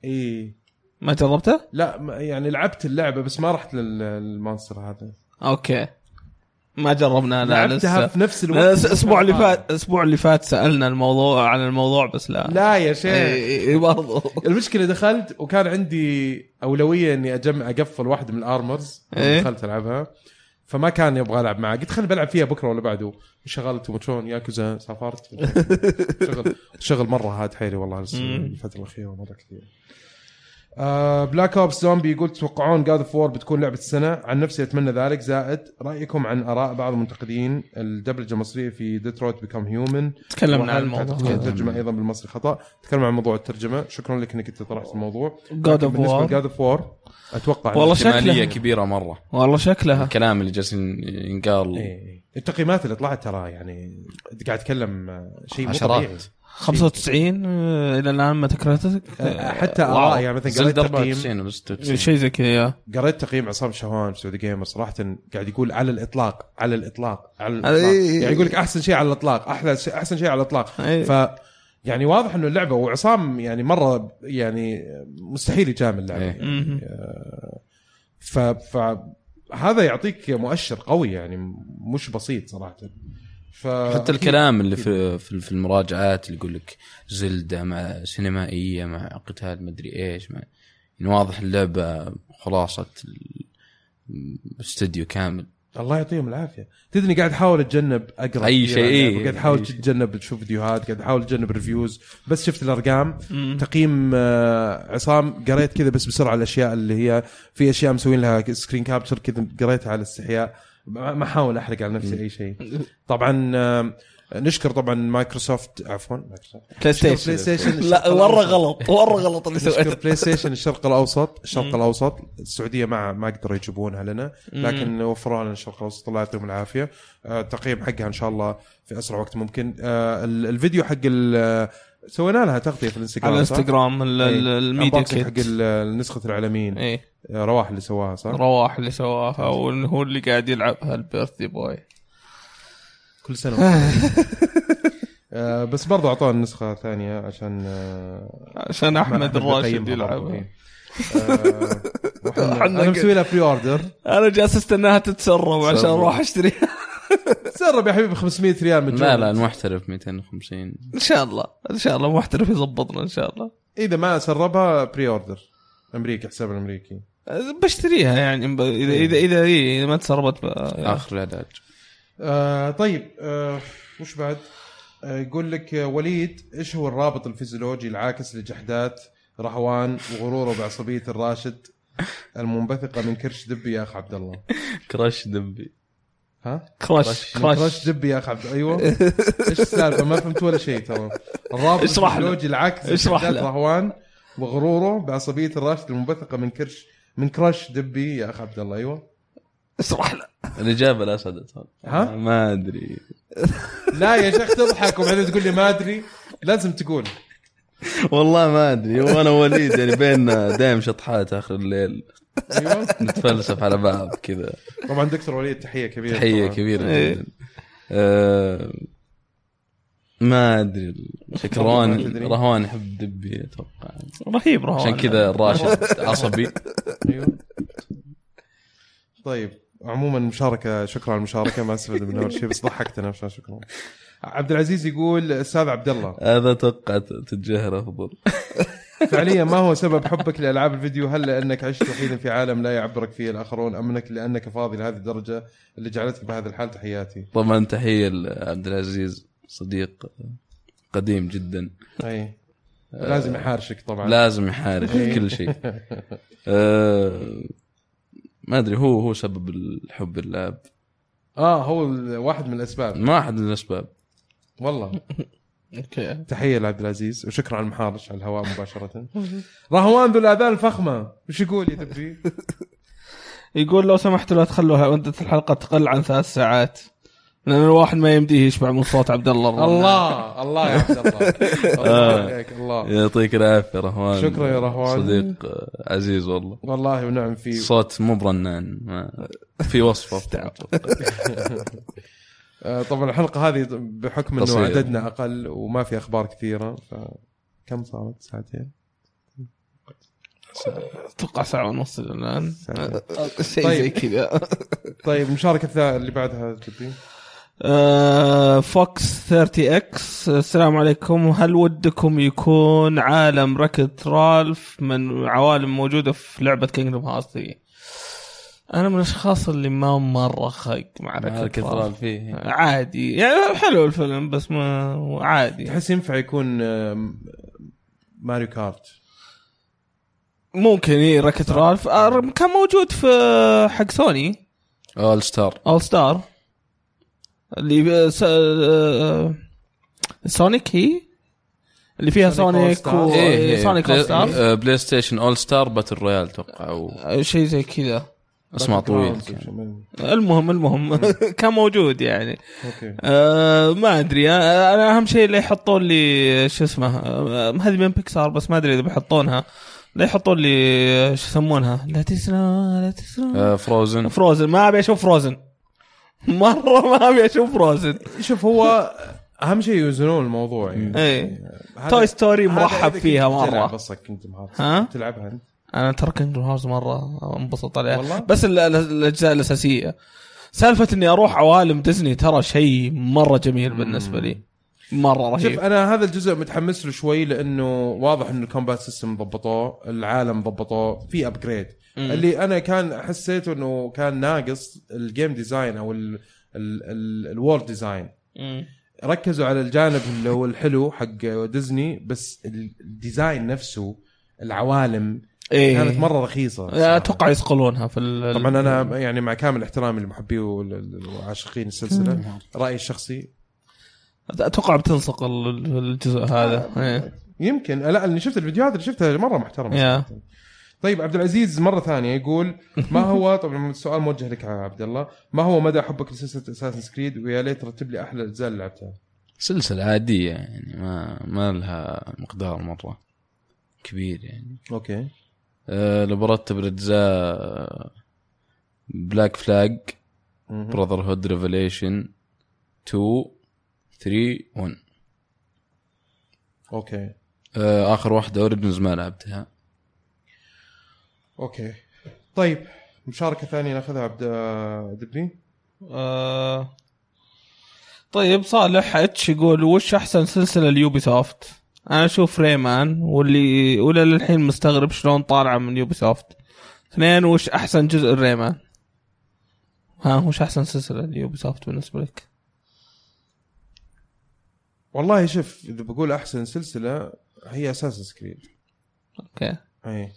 اي ما جربته؟ لا ما- يعني لعبت اللعبه بس ما رحت لل- للماستر هذا اوكي ما جربنا لا لعبتها لسه في نفس الوقت آه. لا، الاسبوع اللي فات الاسبوع اللي فات سالنا الموضوع عن الموضوع بس لا لا إيه. يا شيخ إي- إي برضو <laughs> المشكله دخلت وكان عندي اولويه اني اجمع اقفل واحده من الارمرز إيه. دخلت العبها فما كان يبغى العب معه قلت خليني بلعب فيها بكره ولا بعده شغلت ومتشون ياكوزا سافرت <laughs> شغل شغل مره هاد حيلي والله الس- مم. الفتره الاخيره مره كثير آه بلاك اوبس زومبي يقول تتوقعون جاد اوف وور بتكون لعبه السنه عن نفسي اتمنى ذلك زائد رايكم عن اراء بعض المنتقدين الدبلجه المصريه في ديترويت بيكم هيومن تكلمنا عن الموضوع الترجمه ايضا بالمصري خطا تكلمنا عن موضوع الترجمه شكرا لك انك انت طرحت الموضوع جود اوف بالنسبه وور لجاد اوف وور اتوقع والله إنه- احتماليه شكلها. كبيره مره والله شكلها الكلام اللي جالس ينقال أه. إيه، إيه. التقييمات اللي طلعت ترى يعني قاعد اتكلم آه، شيء مو عشرات. طبيعي 95 آه، الى الان ما تكرتك آه، حتى اراء يعني مثلا قريت زلد تقييم 94 و 96 إيه، شيء زي كذا يا قريت تقييم عصام شهوان في سعودي جيمر صراحه قاعد يقول على الاطلاق على الاطلاق على الاطلاق أي. يعني يقول لك احسن شيء على الاطلاق احلى شيء احسن شيء على الاطلاق أي. ف يعني واضح انه اللعبه وعصام يعني مره يعني مستحيل يجامل اللعبه إيه. أي. يعني. آه، ف ف هذا يعطيك مؤشر قوي يعني مش بسيط صراحه ف حتى الكلام اللي في في في المراجعات اللي يقول لك زلده مع سينمائيه مع قتال مدري ايش مع يعني واضح اللعبه خلاصه ال- الاستوديو كامل الله يعطيهم العافيه تدري قاعد احاول اتجنب اقرا أي كثير شيء، عن اللعبة، إيه. يعني، قاعد احاول أي شيء. اتجنب اشوف فيديوهات قاعد احاول اتجنب ريفيوز بس شفت الارقام مم. تقييم آه، عصام قريت كذا بس بسرعه الاشياء اللي هي في اشياء مسوين لها سكرين كابتشر كذا قريتها على استحياء ما ما احاول احرق على نفسي اي شيء طبعا آه، نشكر طبعا مايكروسوفت عفوا مايكروسوفت بلاي ستيشن بلاي ستيشن لا الشرق مره الأوسط. غلط مره <laughs> غلط اللي نشكر سويته بلاي ستيشن الشرق الاوسط الشرق الاوسط السعوديه ما ما قدروا يجيبونها لنا لكن وفروا لنا الشرق الاوسط الله يعطيهم العافيه آه، التقييم حقها ان شاء الله في اسرع وقت ممكن آه، ال- الفيديو حق ال- آه، سوينا لها تغطيه في الانستغرام على صح؟ الانستغرام ال- ال- إيه. الميديا unboxing حق كيت ال- النسخه العالمين ايه آه، رواح اللي سواها صح؟ رواح اللي سواها واللي هو اللي قاعد يلعبها البيرثدي بوي كل سنه <laughs> طيب. آه، بس برضو اعطونا نسخه ثانيه عشان آه، عشان احمد الراشد بيقيمها برضو. يلعبها إيه. <laughs> آه، وإحنا- إحنا انا مسوي لها بري اوردر انا جالس استناها تتسرب عشان تسرب. اروح <laughs> اشتريها تسرب يا حبيبي 500 ريال من لا لا المحترف 250 ان شاء الله ان شاء الله محترف يظبطنا ان شاء الله اذا ما سربها بري اوردر امريكي حساب الامريكي بشتريها يعني ب- اذا اذا اذا, إيه إذا ما تسربت ب... اخر العلاج آه طيب آه وش بعد؟ آه يقول لك آه، وليد ايش هو الرابط الفيزيولوجي العاكس لجحدات رهوان وغروره بعصبيه الراشد المنبثقه من كرش دبي يا اخ عبد الله كراش دبي ها كراش كراش كراش دبي يا اخي عبد- ايوه ايش السالفه ما فهمت ولا شيء ترى الرابط <laughs> اشرح له. التكنولوجي العكس اشرح استبداد له. رهوان وغروره بعصبيه الراشد المنبثقه من كرش من كراش دبي يا اخي عبد الله ايوه اشرح له الاجابه لا صدت ها؟ ما ادري لا يا شيخ تضحك وبعدين تقول لي ما ادري لازم تقول والله ما ادري وانا ووليد يعني بيننا دايم شطحات اخر الليل ايوه نتفلسف على بعض <laughs> كذا طبعا دكتور وليد أيوة. تحيه كبيره تحيه طبعاً. كبيره إيه. جدا آه، ما ادري شكل ما رهوان تدري. رهوان يحب دبي اتوقع رهيب رهوان عشان <laughs> كذا الراشد عصبي ايوه طيب عموما المشاركة شكرا على المشاركة ما استفدنا منها ولا شيء بس ضحكتنا شكرا عبد العزيز يقول استاذ عبد الله هذا اتوقع تتجاهل افضل فعليا ما هو سبب حبك لالعاب الفيديو؟ هل لانك عشت وحيدا في عالم لا يعبرك فيه الاخرون ام انك لانك فاضي لهذه الدرجه اللي جعلتك بهذا الحال تحياتي؟ طبعا تحيه لعبد العزيز صديق قديم جدا اي لازم يحارشك طبعا لازم يحارب إيه. في كل <laughs> شيء آه، ما ادري هو هو سبب الحب اللعب اه هو ال- واحد من الاسباب ما احد من الاسباب والله اوكي تحيه لعبد العزيز وشكرا على المحارش على الهواء مباشره رهوان ذو الاذان الفخمه وش يقول يا دبي؟ يقول لو سمحتوا لا تخلوا مده الحلقه تقل عن ثلاث ساعات لان الواحد ما يمديه يشبع من صوت عبد الله <laughs> الرنا. الله الله يا عبد <laughs> الله آه. الله عليك الله يعطيك العافيه رهوان شكرا يا رهوان. صديق آه، عزيز والله والله ونعم فيه صوت مو برنان ما في وصفه آه، طبعا الحلقه هذه بحكم انه قصيرة. عددنا اقل وما في اخبار كثيره ف كم صارت ساعتين؟ اتوقع ساعه ونص الى الان ساعتين. شيء طيب. زي كذا طيب المشاركه الثا- اللي بعدها تبي؟ آه، فوكس 30 اكس السلام عليكم هل ودكم يكون عالم ركض رالف من عوالم موجوده في لعبه كينجدوم هارت 3 انا من الاشخاص اللي ما مره خايق مع <laughs> ركض كثران رالف فيه عادي يعني حلو الفيلم بس ما عادي تحس ينفع يكون آم، ماريو كارت ممكن اي ركض رالف آه، كان موجود في حق سوني اول ستار اول ستار اللي س... آه، سونيك هي اللي فيها سونيك سونيك All Stars. و إيه، سونيك اول ستار بلاي, آه، بلاي ستيشن اول ستار باتل رويال اتوقع أو آه، شيء زي كذا اسمه طويل Battlegrounds كان. وشو- المهم المهم <laughs> كان موجود يعني اوكي أه ما ادري آه، انا اهم شيء اللي يحطون لي شو اسمه آه، هذه من بيكسار بس ما ادري اذا بيحطونها لا يحطون لي آه، شو يسمونها لا تسرى لا تسرى آه، فروزن فروزن ما ابي اشوف <laughs> فروزن مره ما ابي اشوف فروزن شوف هو اهم شيء يوزنون الموضوع يعني اي هذا- توي ستوري هذا إذا مرحب كنت فيها تلعب مره اصلا كينجدم هارت ها؟ تلعبها انت انا ترى كينجدم هارت مره انبسط عليها والله؟ بس ال- ال- الاجزاء الاساسيه سالفه اني اروح عوالم ديزني ترى شيء مره جميل بالنسبه لي مره شوف رهيب انا هذا الجزء متحمس له شوي لانه واضح انه الكومبات سيستم ضبطوه العالم ضبطوه في ابجريد مم. اللي انا كان حسيته انه كان ناقص الجيم ديزاين او ال- ال- ال- الوورد ديزاين مم. ركزوا على الجانب اللي هو الحلو حق ديزني بس ال- الديزاين نفسه العوالم ايه كانت مره رخيصه صراحة. اتوقع يصقلونها في ال... طبعا انا يعني مع كامل احترامي لمحبي وال- وعاشقين السلسله رايي الشخصي اتوقع بتنصقل ال- الجزء هذا ايه يمكن لا اللي شفت الفيديوهات اللي شفتها مره محترمه يا. صراحة. طيب عبد العزيز مره ثانيه يقول ما هو طبعا السؤال موجه لك يا عبد الله ما هو مدى حبك لسلسله اساسن كريد ويا ليت رتب لي احلى الاجزاء اللي لعبتها سلسله عاديه يعني ما ما لها مقدار مره كبير يعني اوكي آه، لو برتب الاجزاء بلاك فلاج مهم. براذر هود ريفليشن 2 3 1 اوكي آه، اخر واحده اوريجنز ما لعبتها اوكي طيب مشاركه ثانيه ناخذها عبد دبي آه... طيب صالح اتش يقول وش احسن سلسله ليوبي سوفت؟ انا اشوف ريمان واللي ولا للحين مستغرب شلون طالعه من يوبي سوفت. اثنين وش احسن جزء ريمان؟ ها وش احسن سلسله ليوبي سوفت بالنسبه لك؟ والله شوف اذا بقول احسن سلسله هي إيه. اساسن كريد اوكي اي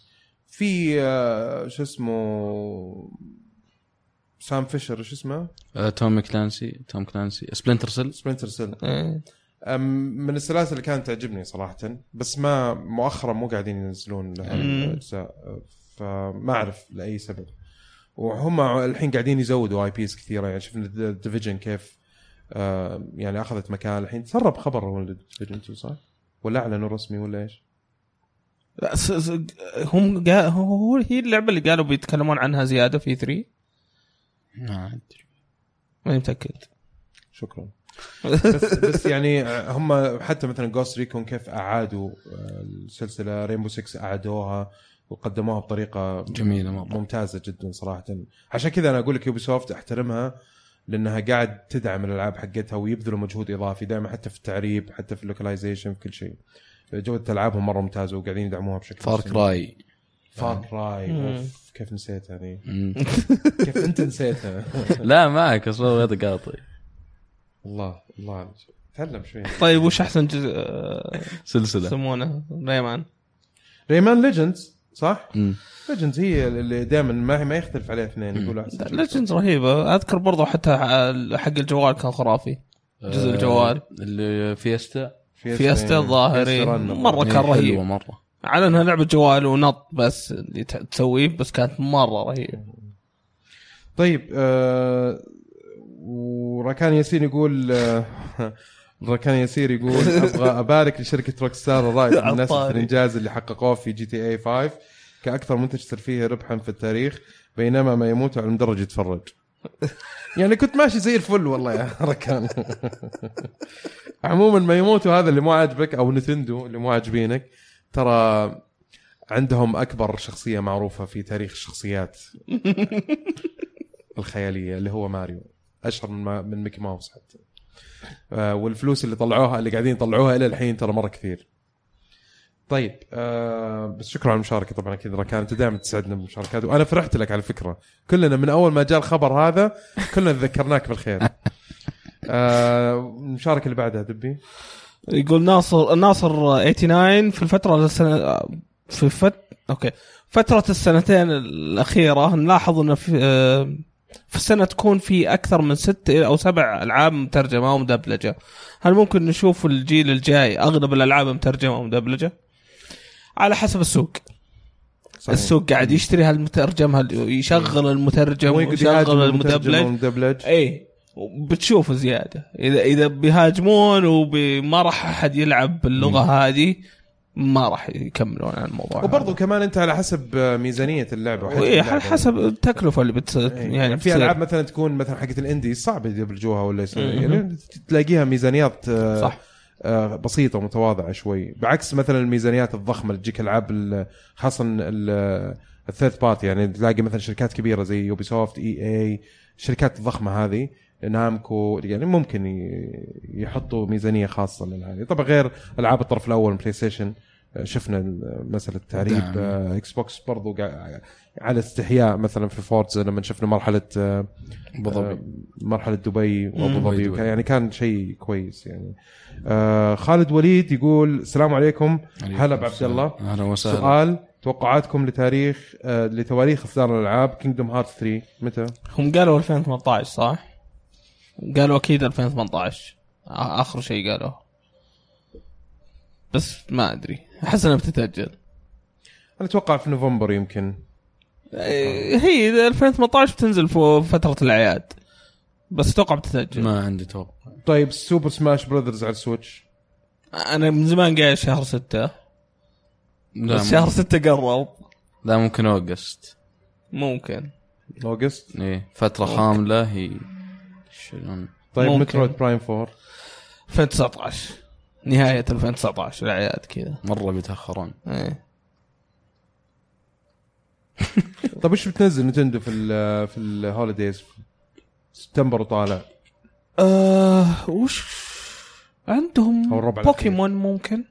في آه، شو اسمه سام فيشر شو اسمه؟ آه، توم كلانسي توم كلانسي سبلنتر سيل سبلنتر سيل إيه. أم، من السلاسل اللي كانت تعجبني صراحه بس ما مؤخرا مو قاعدين ينزلون لها مم. الاجزاء فما اعرف لاي سبب وهم الحين قاعدين يزودوا اي بيز كثيره يعني شفنا ديفيجن كيف آه، يعني اخذت مكان الحين تسرب خبر هو ديفيجن 2 صح؟ ولا اعلنوا رسمي ولا ايش؟ لا، س- س- هم قا... هو هي اللعبه اللي قالوا بيتكلمون عنها زياده في 3 ما ادري ماني متاكد شكرا بس بس يعني هم حتى مثلا جوست ريكون كيف اعادوا آه، السلسله ريمبو 6 اعادوها وقدموها بطريقه جميله مره ممتازه جدا صراحه عشان كذا انا اقول لك يوبي سوفت احترمها لانها قاعد تدعم الالعاب حقتها ويبذلوا مجهود اضافي دائما حتى في التعريب حتى في اللوكلايزيشن في كل شيء جوده العابهم مره ممتازه وقاعدين يدعموها بشكل فارك راي فار مم. راي كيف نسيتها ذي كيف انت نسيتها <laughs> لا معك اصلا غير قاطي الله الله عليك تعلم شوي طيب وش احسن جزء آه، سلسله يسمونه ريمان ريمان ليجندز صح؟ مم. ليجندز هي اللي دائما ما ما يختلف عليها اثنين يقول احسن ليجندز رهيبه اذكر برضو حتى حق الجوال كان خرافي جزء آه، الجوال. اللي فيستا فيستا الظاهر، فيستا إيه. رن. مرة كان حلوة رهيب. مره على انها لعبه جوال ونط بس اللي ت- تسويه بس كانت مره رهيبه طيب آه وركان ياسين يقول آه <laughs> ركان ياسير يقول ابغى ابارك لشركه روك ستار الرائده من الناس عطاري. الانجاز اللي حققوه في جي تي إيه اي 5 كاكثر منتج ترفيهي ربحا في التاريخ بينما ما يموت على المدرج يتفرج يعني كنت ماشي زي الفل والله يا <laughs> ركان عموما ما يموتوا هذا اللي مو عاجبك او نتندو اللي مو عاجبينك ترى عندهم اكبر شخصيه معروفه في تاريخ الشخصيات الخياليه اللي هو ماريو اشهر من ما من ميكي ماوس حتى آه والفلوس اللي طلعوها اللي قاعدين يطلعوها الى الحين ترى مره كثير طيب آه بس شكرا على المشاركه طبعا اكيد راكان انت دائما تسعدنا بالمشاركات وانا فرحت لك على فكره كلنا من اول ما جاء الخبر هذا كلنا تذكرناك بالخير <laughs> آه المشاركه اللي بعدها دبي يقول ناصر ناصر 89 في الفتره السنة في فت اوكي فتره السنتين الاخيره نلاحظ ان في آه، في السنه تكون في اكثر من ست او سبع العاب مترجمه ومدبلجه هل ممكن نشوف الجيل الجاي اغلب الالعاب مترجمه ومدبلجه على حسب السوق صحيح. السوق قاعد يشتري هالمترجم هال- يشغل المترجم وين قد يهاجم ويشغل المترجم المدبلج أيوة. والمدبلج اي بتشوف زياده اذا اذا بيهاجمون وما راح احد يلعب باللغه هذه ما راح يكملون على الموضوع وبرضه كمان انت على حسب ميزانيه اللعبه وحجم اي اللعبة. أيوة، على حسب التكلفه اللي بت يعني, في يعني بتصير. العاب مثلا تكون مثلا حقت الاندي صعب يدبلجوها ولا يسوي مهم. يعني تلاقيها ميزانيات آه، صح آه، بسيطه ومتواضعه شوي بعكس مثلا الميزانيات الضخمه اللي تجيك العاب ال- خاصه الثيرد بارتي يعني تلاقي مثلا شركات كبيره زي E يوبي سوفت اي اي الشركات الضخمه هذه نامكو يعني ممكن ي- يحطوا ميزانيه خاصه لهذه طبعا غير العاب الطرف الاول بلاي ستيشن آه، شفنا ال- مساله التعريب دعم. آه، اكس بوكس برضو قا- على استحياء مثلا في فورتز لما شفنا مرحله آه، ابو ظبي مرحله دبي وابو مم. ظبي دبي. يعني كان شيء كويس يعني آه خالد وليد يقول السلام عليكم هلا بعبد الله اهلا وسهلا سؤال توقعاتكم لتاريخ آه لتواريخ اصدار الالعاب كينجدوم هارت 3 متى؟ هم قالوا 2018 صح؟ قالوا اكيد 2018 آ- اخر شيء قالوا بس ما ادري احس انها بتتاجل انا اتوقع في نوفمبر يمكن إيه، هي إذا 2018 بتنزل في فتره الأعياد بس اتوقع بتتاجل ما عندي توقع طيب سوبر سماش براذرز على السويتش انا من زمان قايل شهر ستة لا بس شهر ستة قرب لا ممكن اوغست ممكن اوجست ايه فتره خامله هي شلون طيب ممكن. مترويد برايم 4 2019 نهاية 2019 الأعياد كذا مره بيتاخرون إيه. طيب ايش بتنزل نتندو في ال آه، في الهوليديز سبتمبر وطالع آه وش عندهم أو الربع الأخير. بوكيمون ممكن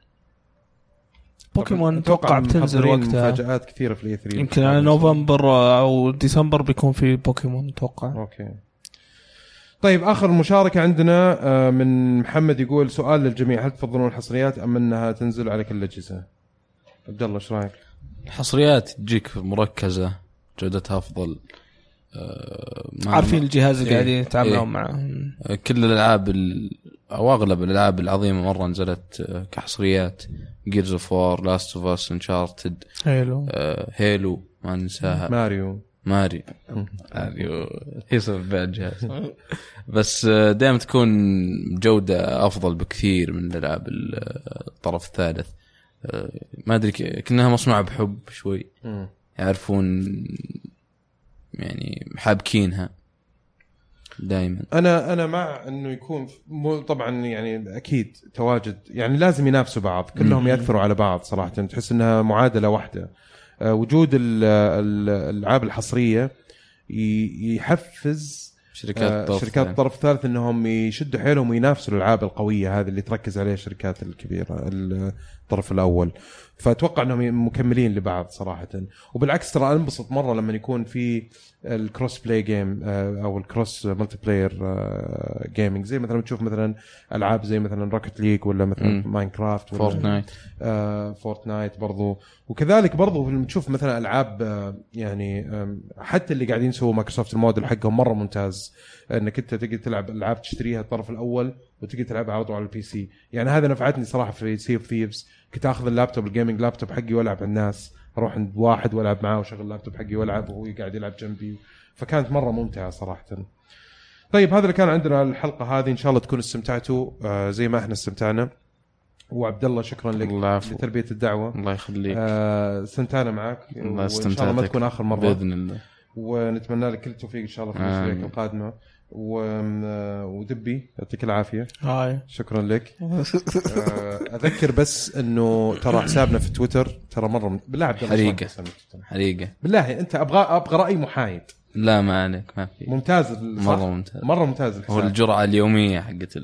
بوكيمون اتوقع أتوقع بتنزل محضرين وقتها مفاجات كثيره في E الاي 3 يمكن على نوفمبر او ديسمبر بيكون في بوكيمون اتوقع اوكي طيب اخر مشاركه عندنا آه، من محمد يقول سؤال للجميع هل تفضلون الحصريات ام انها تنزل على كل الاجهزه؟ عبد الله ايش رايك؟ الحصريات تجيك مركزه جودتها افضل آه، ما- عارفين الجهاز اللي إيه. قاعدين إيه. يتعاملون معه آه، كل الالعاب ال- او اغلب الالعاب العظيمه مره نزلت آه، كحصريات جيرز اوف وور لاست اوف اس انشارتد حلو آه. هيلو آه، ما ننساها ماريو ماري ماريو هي سبع جهاز بس آه، دائما تكون جودة أفضل بكثير من الألعاب ال- الطرف الثالث آه، ما أدري ك- كأنها مصنوعة بحب شوي مم. يعرفون يعني حابكينها دائما انا انا مع انه يكون في- مو طبعا يعني اكيد تواجد يعني لازم ينافسوا بعض كلهم ياثروا على بعض صراحه تحس انها معادله واحده آه، وجود ال- ال- الالعاب الحصريه ي- يحفز شركات آه، طرف شركات طرف ثالث انهم يشدوا حيلهم وينافسوا الالعاب القويه هذه اللي تركز عليها الشركات الكبيره الطرف الاول فاتوقع انهم مكملين لبعض صراحه وبالعكس ترى انبسط مره لما يكون في الكروس بلاي جيم او الكروس ملتي بلاير جيمنج آه، زي مثلا تشوف مثلا العاب زي مثلا روكت ليج ولا مثلا مم. ماينكرافت ولا فورتنايت آه، فورتنايت برضو وكذلك برضو لما تشوف مثلا العاب آه، يعني آم، حتى اللي قاعدين يسووا مايكروسوفت الموديل حقهم مره ممتاز انك انت تقدر تلعب العاب تشتريها الطرف الاول وتقدر تلعبها على طول على البي سي يعني هذا نفعتني صراحه في سي اوف ثيفز كنت اخذ اللابتوب الجيمنج لابتوب حقي والعب على الناس اروح عند واحد والعب معاه واشغل اللابتوب حقي والعب وهو قاعد يلعب جنبي فكانت مره ممتعه صراحه طيب هذا اللي كان عندنا الحلقه هذه ان شاء الله تكونوا استمتعتوا آه، زي ما احنا استمتعنا وعبد الله شكرا لك الله عفو لتلبيه الدعوه الله يخليك آه سنتانا معك الله وان شاء الله ما يستمتعك. تكون اخر مره بإذن الله ونتمنى لك كل التوفيق ان شاء الله في آمين. مسيرتك القادمه و... آه، ودبي يعطيك العافيه هاي شكرا لك آه اذكر بس انه ترى حسابنا في تويتر ترى مره من... بالله عبد الله حريقة. شلون حسابنا في تويتر؟ حريقة بالله انت ابغى ابغى راي محايد لا ما عليك ما في ممتاز ال- صح؟ مرة ممتاز مره ممتاز هو الحساب الجرعة اليومية حقت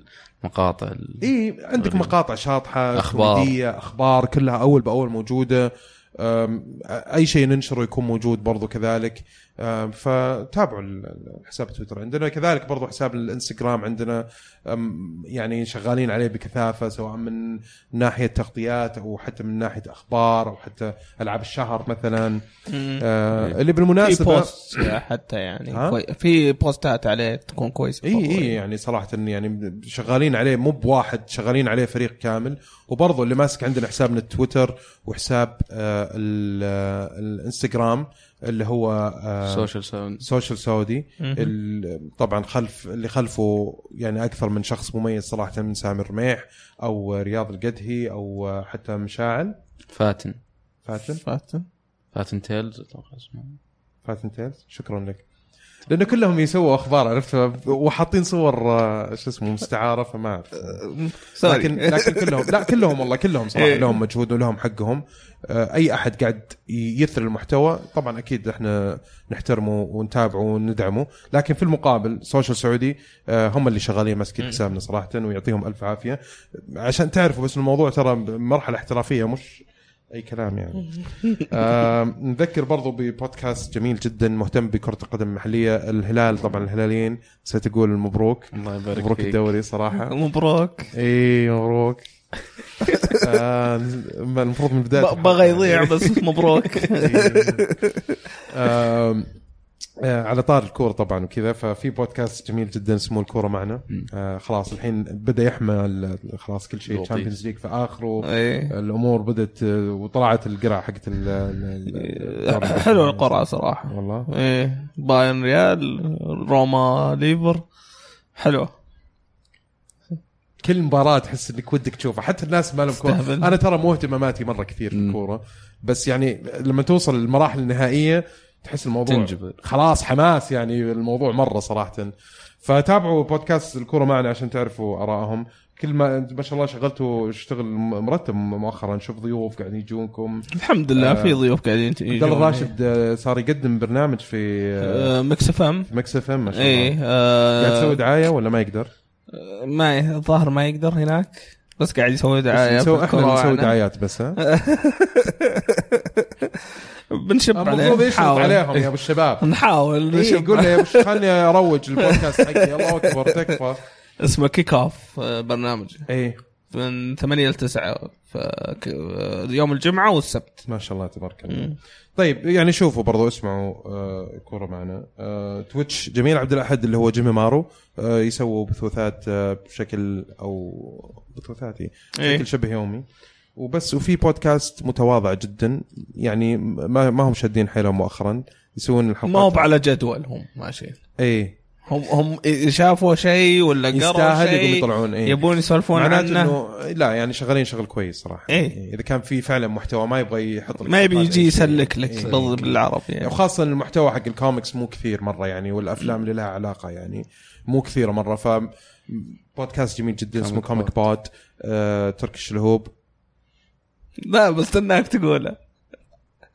المقاطع ال- اي عندك مقاطع شاطحه أخبار. كوميديه اخبار كلها اول باول موجوده أم، اي شيء ننشره يكون موجود برضو كذلك أم، فتابعوا ال- ال- حساب تويتر عندنا كذلك برضو حساب الانستغرام عندنا أم، يعني شغالين عليه بكثافه سواء من ناحيه تغطيات او حتى من ناحيه اخبار او حتى العاب الشهر مثلا أه، اللي في بالمناسبه بوست حتى يعني ها؟ كوي... في بوستات عليه تكون كويسه اي اي يعني صراحه يعني شغالين عليه مو بواحد شغالين عليه فريق كامل وبرضه اللي ماسك عندنا حسابنا التويتر وحساب آه ال- آه، الانستغرام اللي هو آه سوشيال ساوند سوشيال سعودي مهم. ال- طبعا خلف اللي خلفه يعني اكثر من شخص مميز صراحه من سامي الرميح او رياض القدهي او آه، حتى مشاعل فاتن فاتن فاتن فاتن تيلز اتوقع اسمه فاتن تيلز شكرا لك لانه كلهم يسووا اخبار عرفت وحاطين صور آه، شو اسمه مستعاره فما اعرف سوري لكن لكن كلهم لا كلهم والله كلهم صراحه إيه. لهم مجهود ولهم حقهم آه، اي احد قاعد يثري المحتوى طبعا اكيد احنا نحترمه ونتابعه وندعمه لكن في المقابل سوشيال سعودي آه، هم اللي شغالين ماسكين حسابنا صراحه ويعطيهم الف عافيه عشان تعرفوا بس الموضوع ترى مرحله احترافيه مش اي كلام يعني آه نذكر برضو ببودكاست جميل جدا مهتم بكره القدم المحليه الهلال طبعا الهلاليين ستقول مبروك الله يبارك مبروك فيك الدوري صراحه مبروك اي إيه، <laughs> مبروك آه المفروض من بدايه ب- بغى يضيع بس <laughs> مبروك آم، آه، على طار الكوره طبعا وكذا ففي بودكاست جميل جدا اسمه الكوره معنا آه خلاص الحين بدا يحمى ال- خلاص كل شيء لطيف. تشامبيونز ليج في اخره <laughs> إيه. الامور بدات آه، وطلعت القرعه حقت ال- ال- إيه. ال- <laughs> حلو القرعه صراحه والله ايه باين ريال روما ليفر حلوه كل مباراه تحس انك ودك تشوفها حتى الناس ما لهم كوره استهبل. انا ترى مو اهتماماتي مره كثير في مم. الكوره بس يعني لما توصل للمراحل النهائيه تحس الموضوع تنجبر خلاص حماس يعني الموضوع مره صراحه فتابعوا بودكاست الكوره معنا عشان تعرفوا ارائهم كل ما ما شاء الله شغلتوا شغل مرتب مؤخرا نشوف ضيوف قاعدين يجونكم الحمد لله آه. في ضيوف قاعدين عبد الله الراشد آه، صار يقدم برنامج في آه، مكس آه، اف ام مكس اف ام ما شاء الله ايه قاعد تسوي آه دعايه ولا ما يقدر؟ ما الظاهر ما يقدر هناك بس قاعد يسوي دعايه بس نسوي احنا اللي نسوي بالكورونا. دعايات بس ها؟ بنشب المفروض عليه يشرط عليهم إيه. يا ابو الشباب <laughs> نحاول إيه نشب يقول لي يا أبو- خلني اروج البودكاست حقي <laughs> الله اكبر تكفى إيه، اسمه كيك اوف آه، برنامج اي من 8 ل 9 ف ك- آه، يوم الجمعه والسبت ما شاء الله تبارك الله مم. طيب يعني شوفوا برضو اسمعوا آه، كوره معنا آه، تويتش جميل عبد الاحد اللي هو جيمي مارو آه، يسووا بثوثات آه، بشكل او بثوثات إيه، إيه. بشكل شبه يومي وبس وفي بودكاست متواضع جدا يعني ما ما هم شادين حيلهم مؤخرا يسوون الحلقات ما هو على جدول هم ماشيين اي هم هم شافوا شيء ولا قروا يستاهل يقوم شيء يطلعون إيه. اي يبون يسولفون معناته عنه انه لا يعني شغالين شغل كويس صراحه إيه. اذا كان في فعلا محتوى ما يبغى يحط لك ما يبي حلقات يجي أي شيء. يسلك لك إيه. بالضبط بالعربي يعني. وخاصة إن المحتوى حق الكوميكس مو كثير مرة يعني والأفلام اللي لها علاقة يعني مو كثيرة مرة ف بودكاست جميل جدا اسمه كوميك كوميك بود آه، تركي الهوب لا بستناك <laughs> تقوله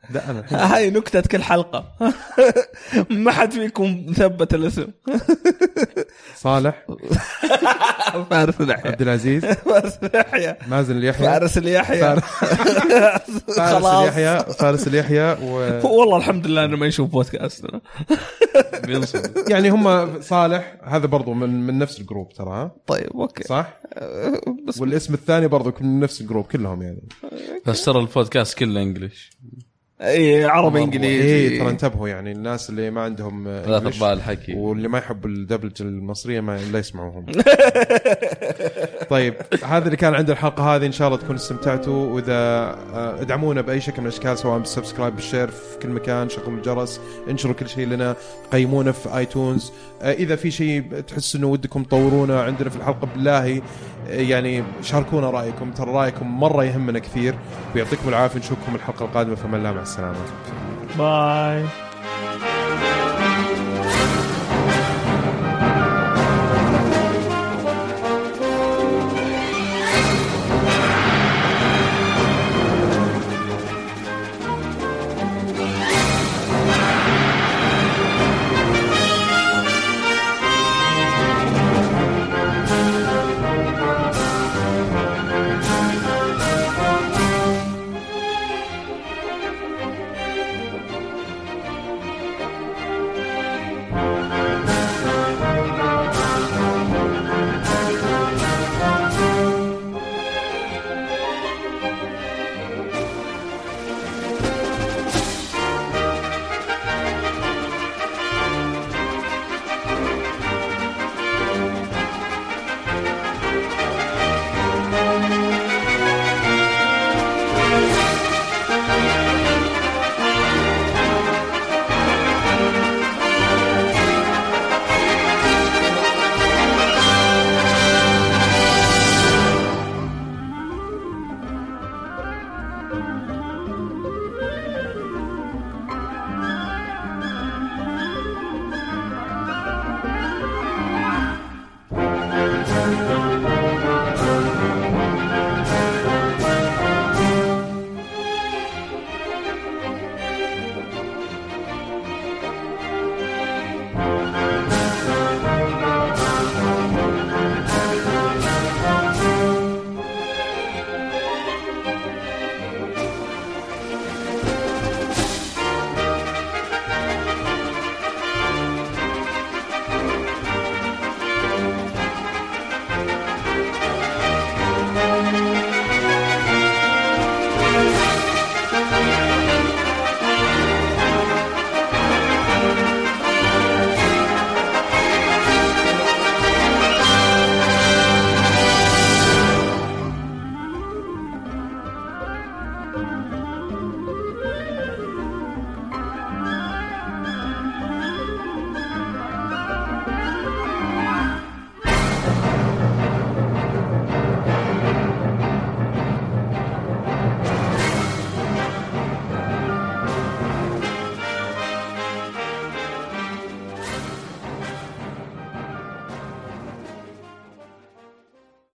لا أنا <laughs> الحين هاي نكتة كل حلقة <laughs> ما حد فيكم مثبت الاسم <laughs> صالح فارس الأحياء عبد العزيز <laughs> فارس الأحياء مازن اليحيى فارس اليحيى فارس خلاص اليحيى فارس اليحيى <laughs> و والله الحمد لله انه ما يشوف بودكاستنا بينصب يعني هم صالح هذا برضو من من نفس الجروب ترى ها؟ طيب اوكي صح؟ بس والاسم الثاني برضو من نفس الجروب كلهم يعني بس ترى البودكاست كله انجلش اي عربي إيه، ترى انجليزي انتبهوا يعني الناس اللي ما عندهم آه، لا English تقبال الحكي واللي ما يحب الدبلجه المصريه ما لا يسمعوهم طيب هذا اللي كان عند الحلقه هذه ان شاء الله تكونوا استمتعتوا واذا آه، ادعمونا باي شكل من الاشكال سواء بالسبسكرايب بالشير في كل مكان شغلوا الجرس انشروا كل شيء لنا قيمونا في ايتونز آه، اذا في شيء تحس انه ودكم تطورونا عندنا في الحلقه بالله آه، يعني شاركونا رايكم ترى رايكم مره يهمنا كثير ويعطيكم العافيه نشوفكم الحلقه القادمه فمن الله مع السلامه باي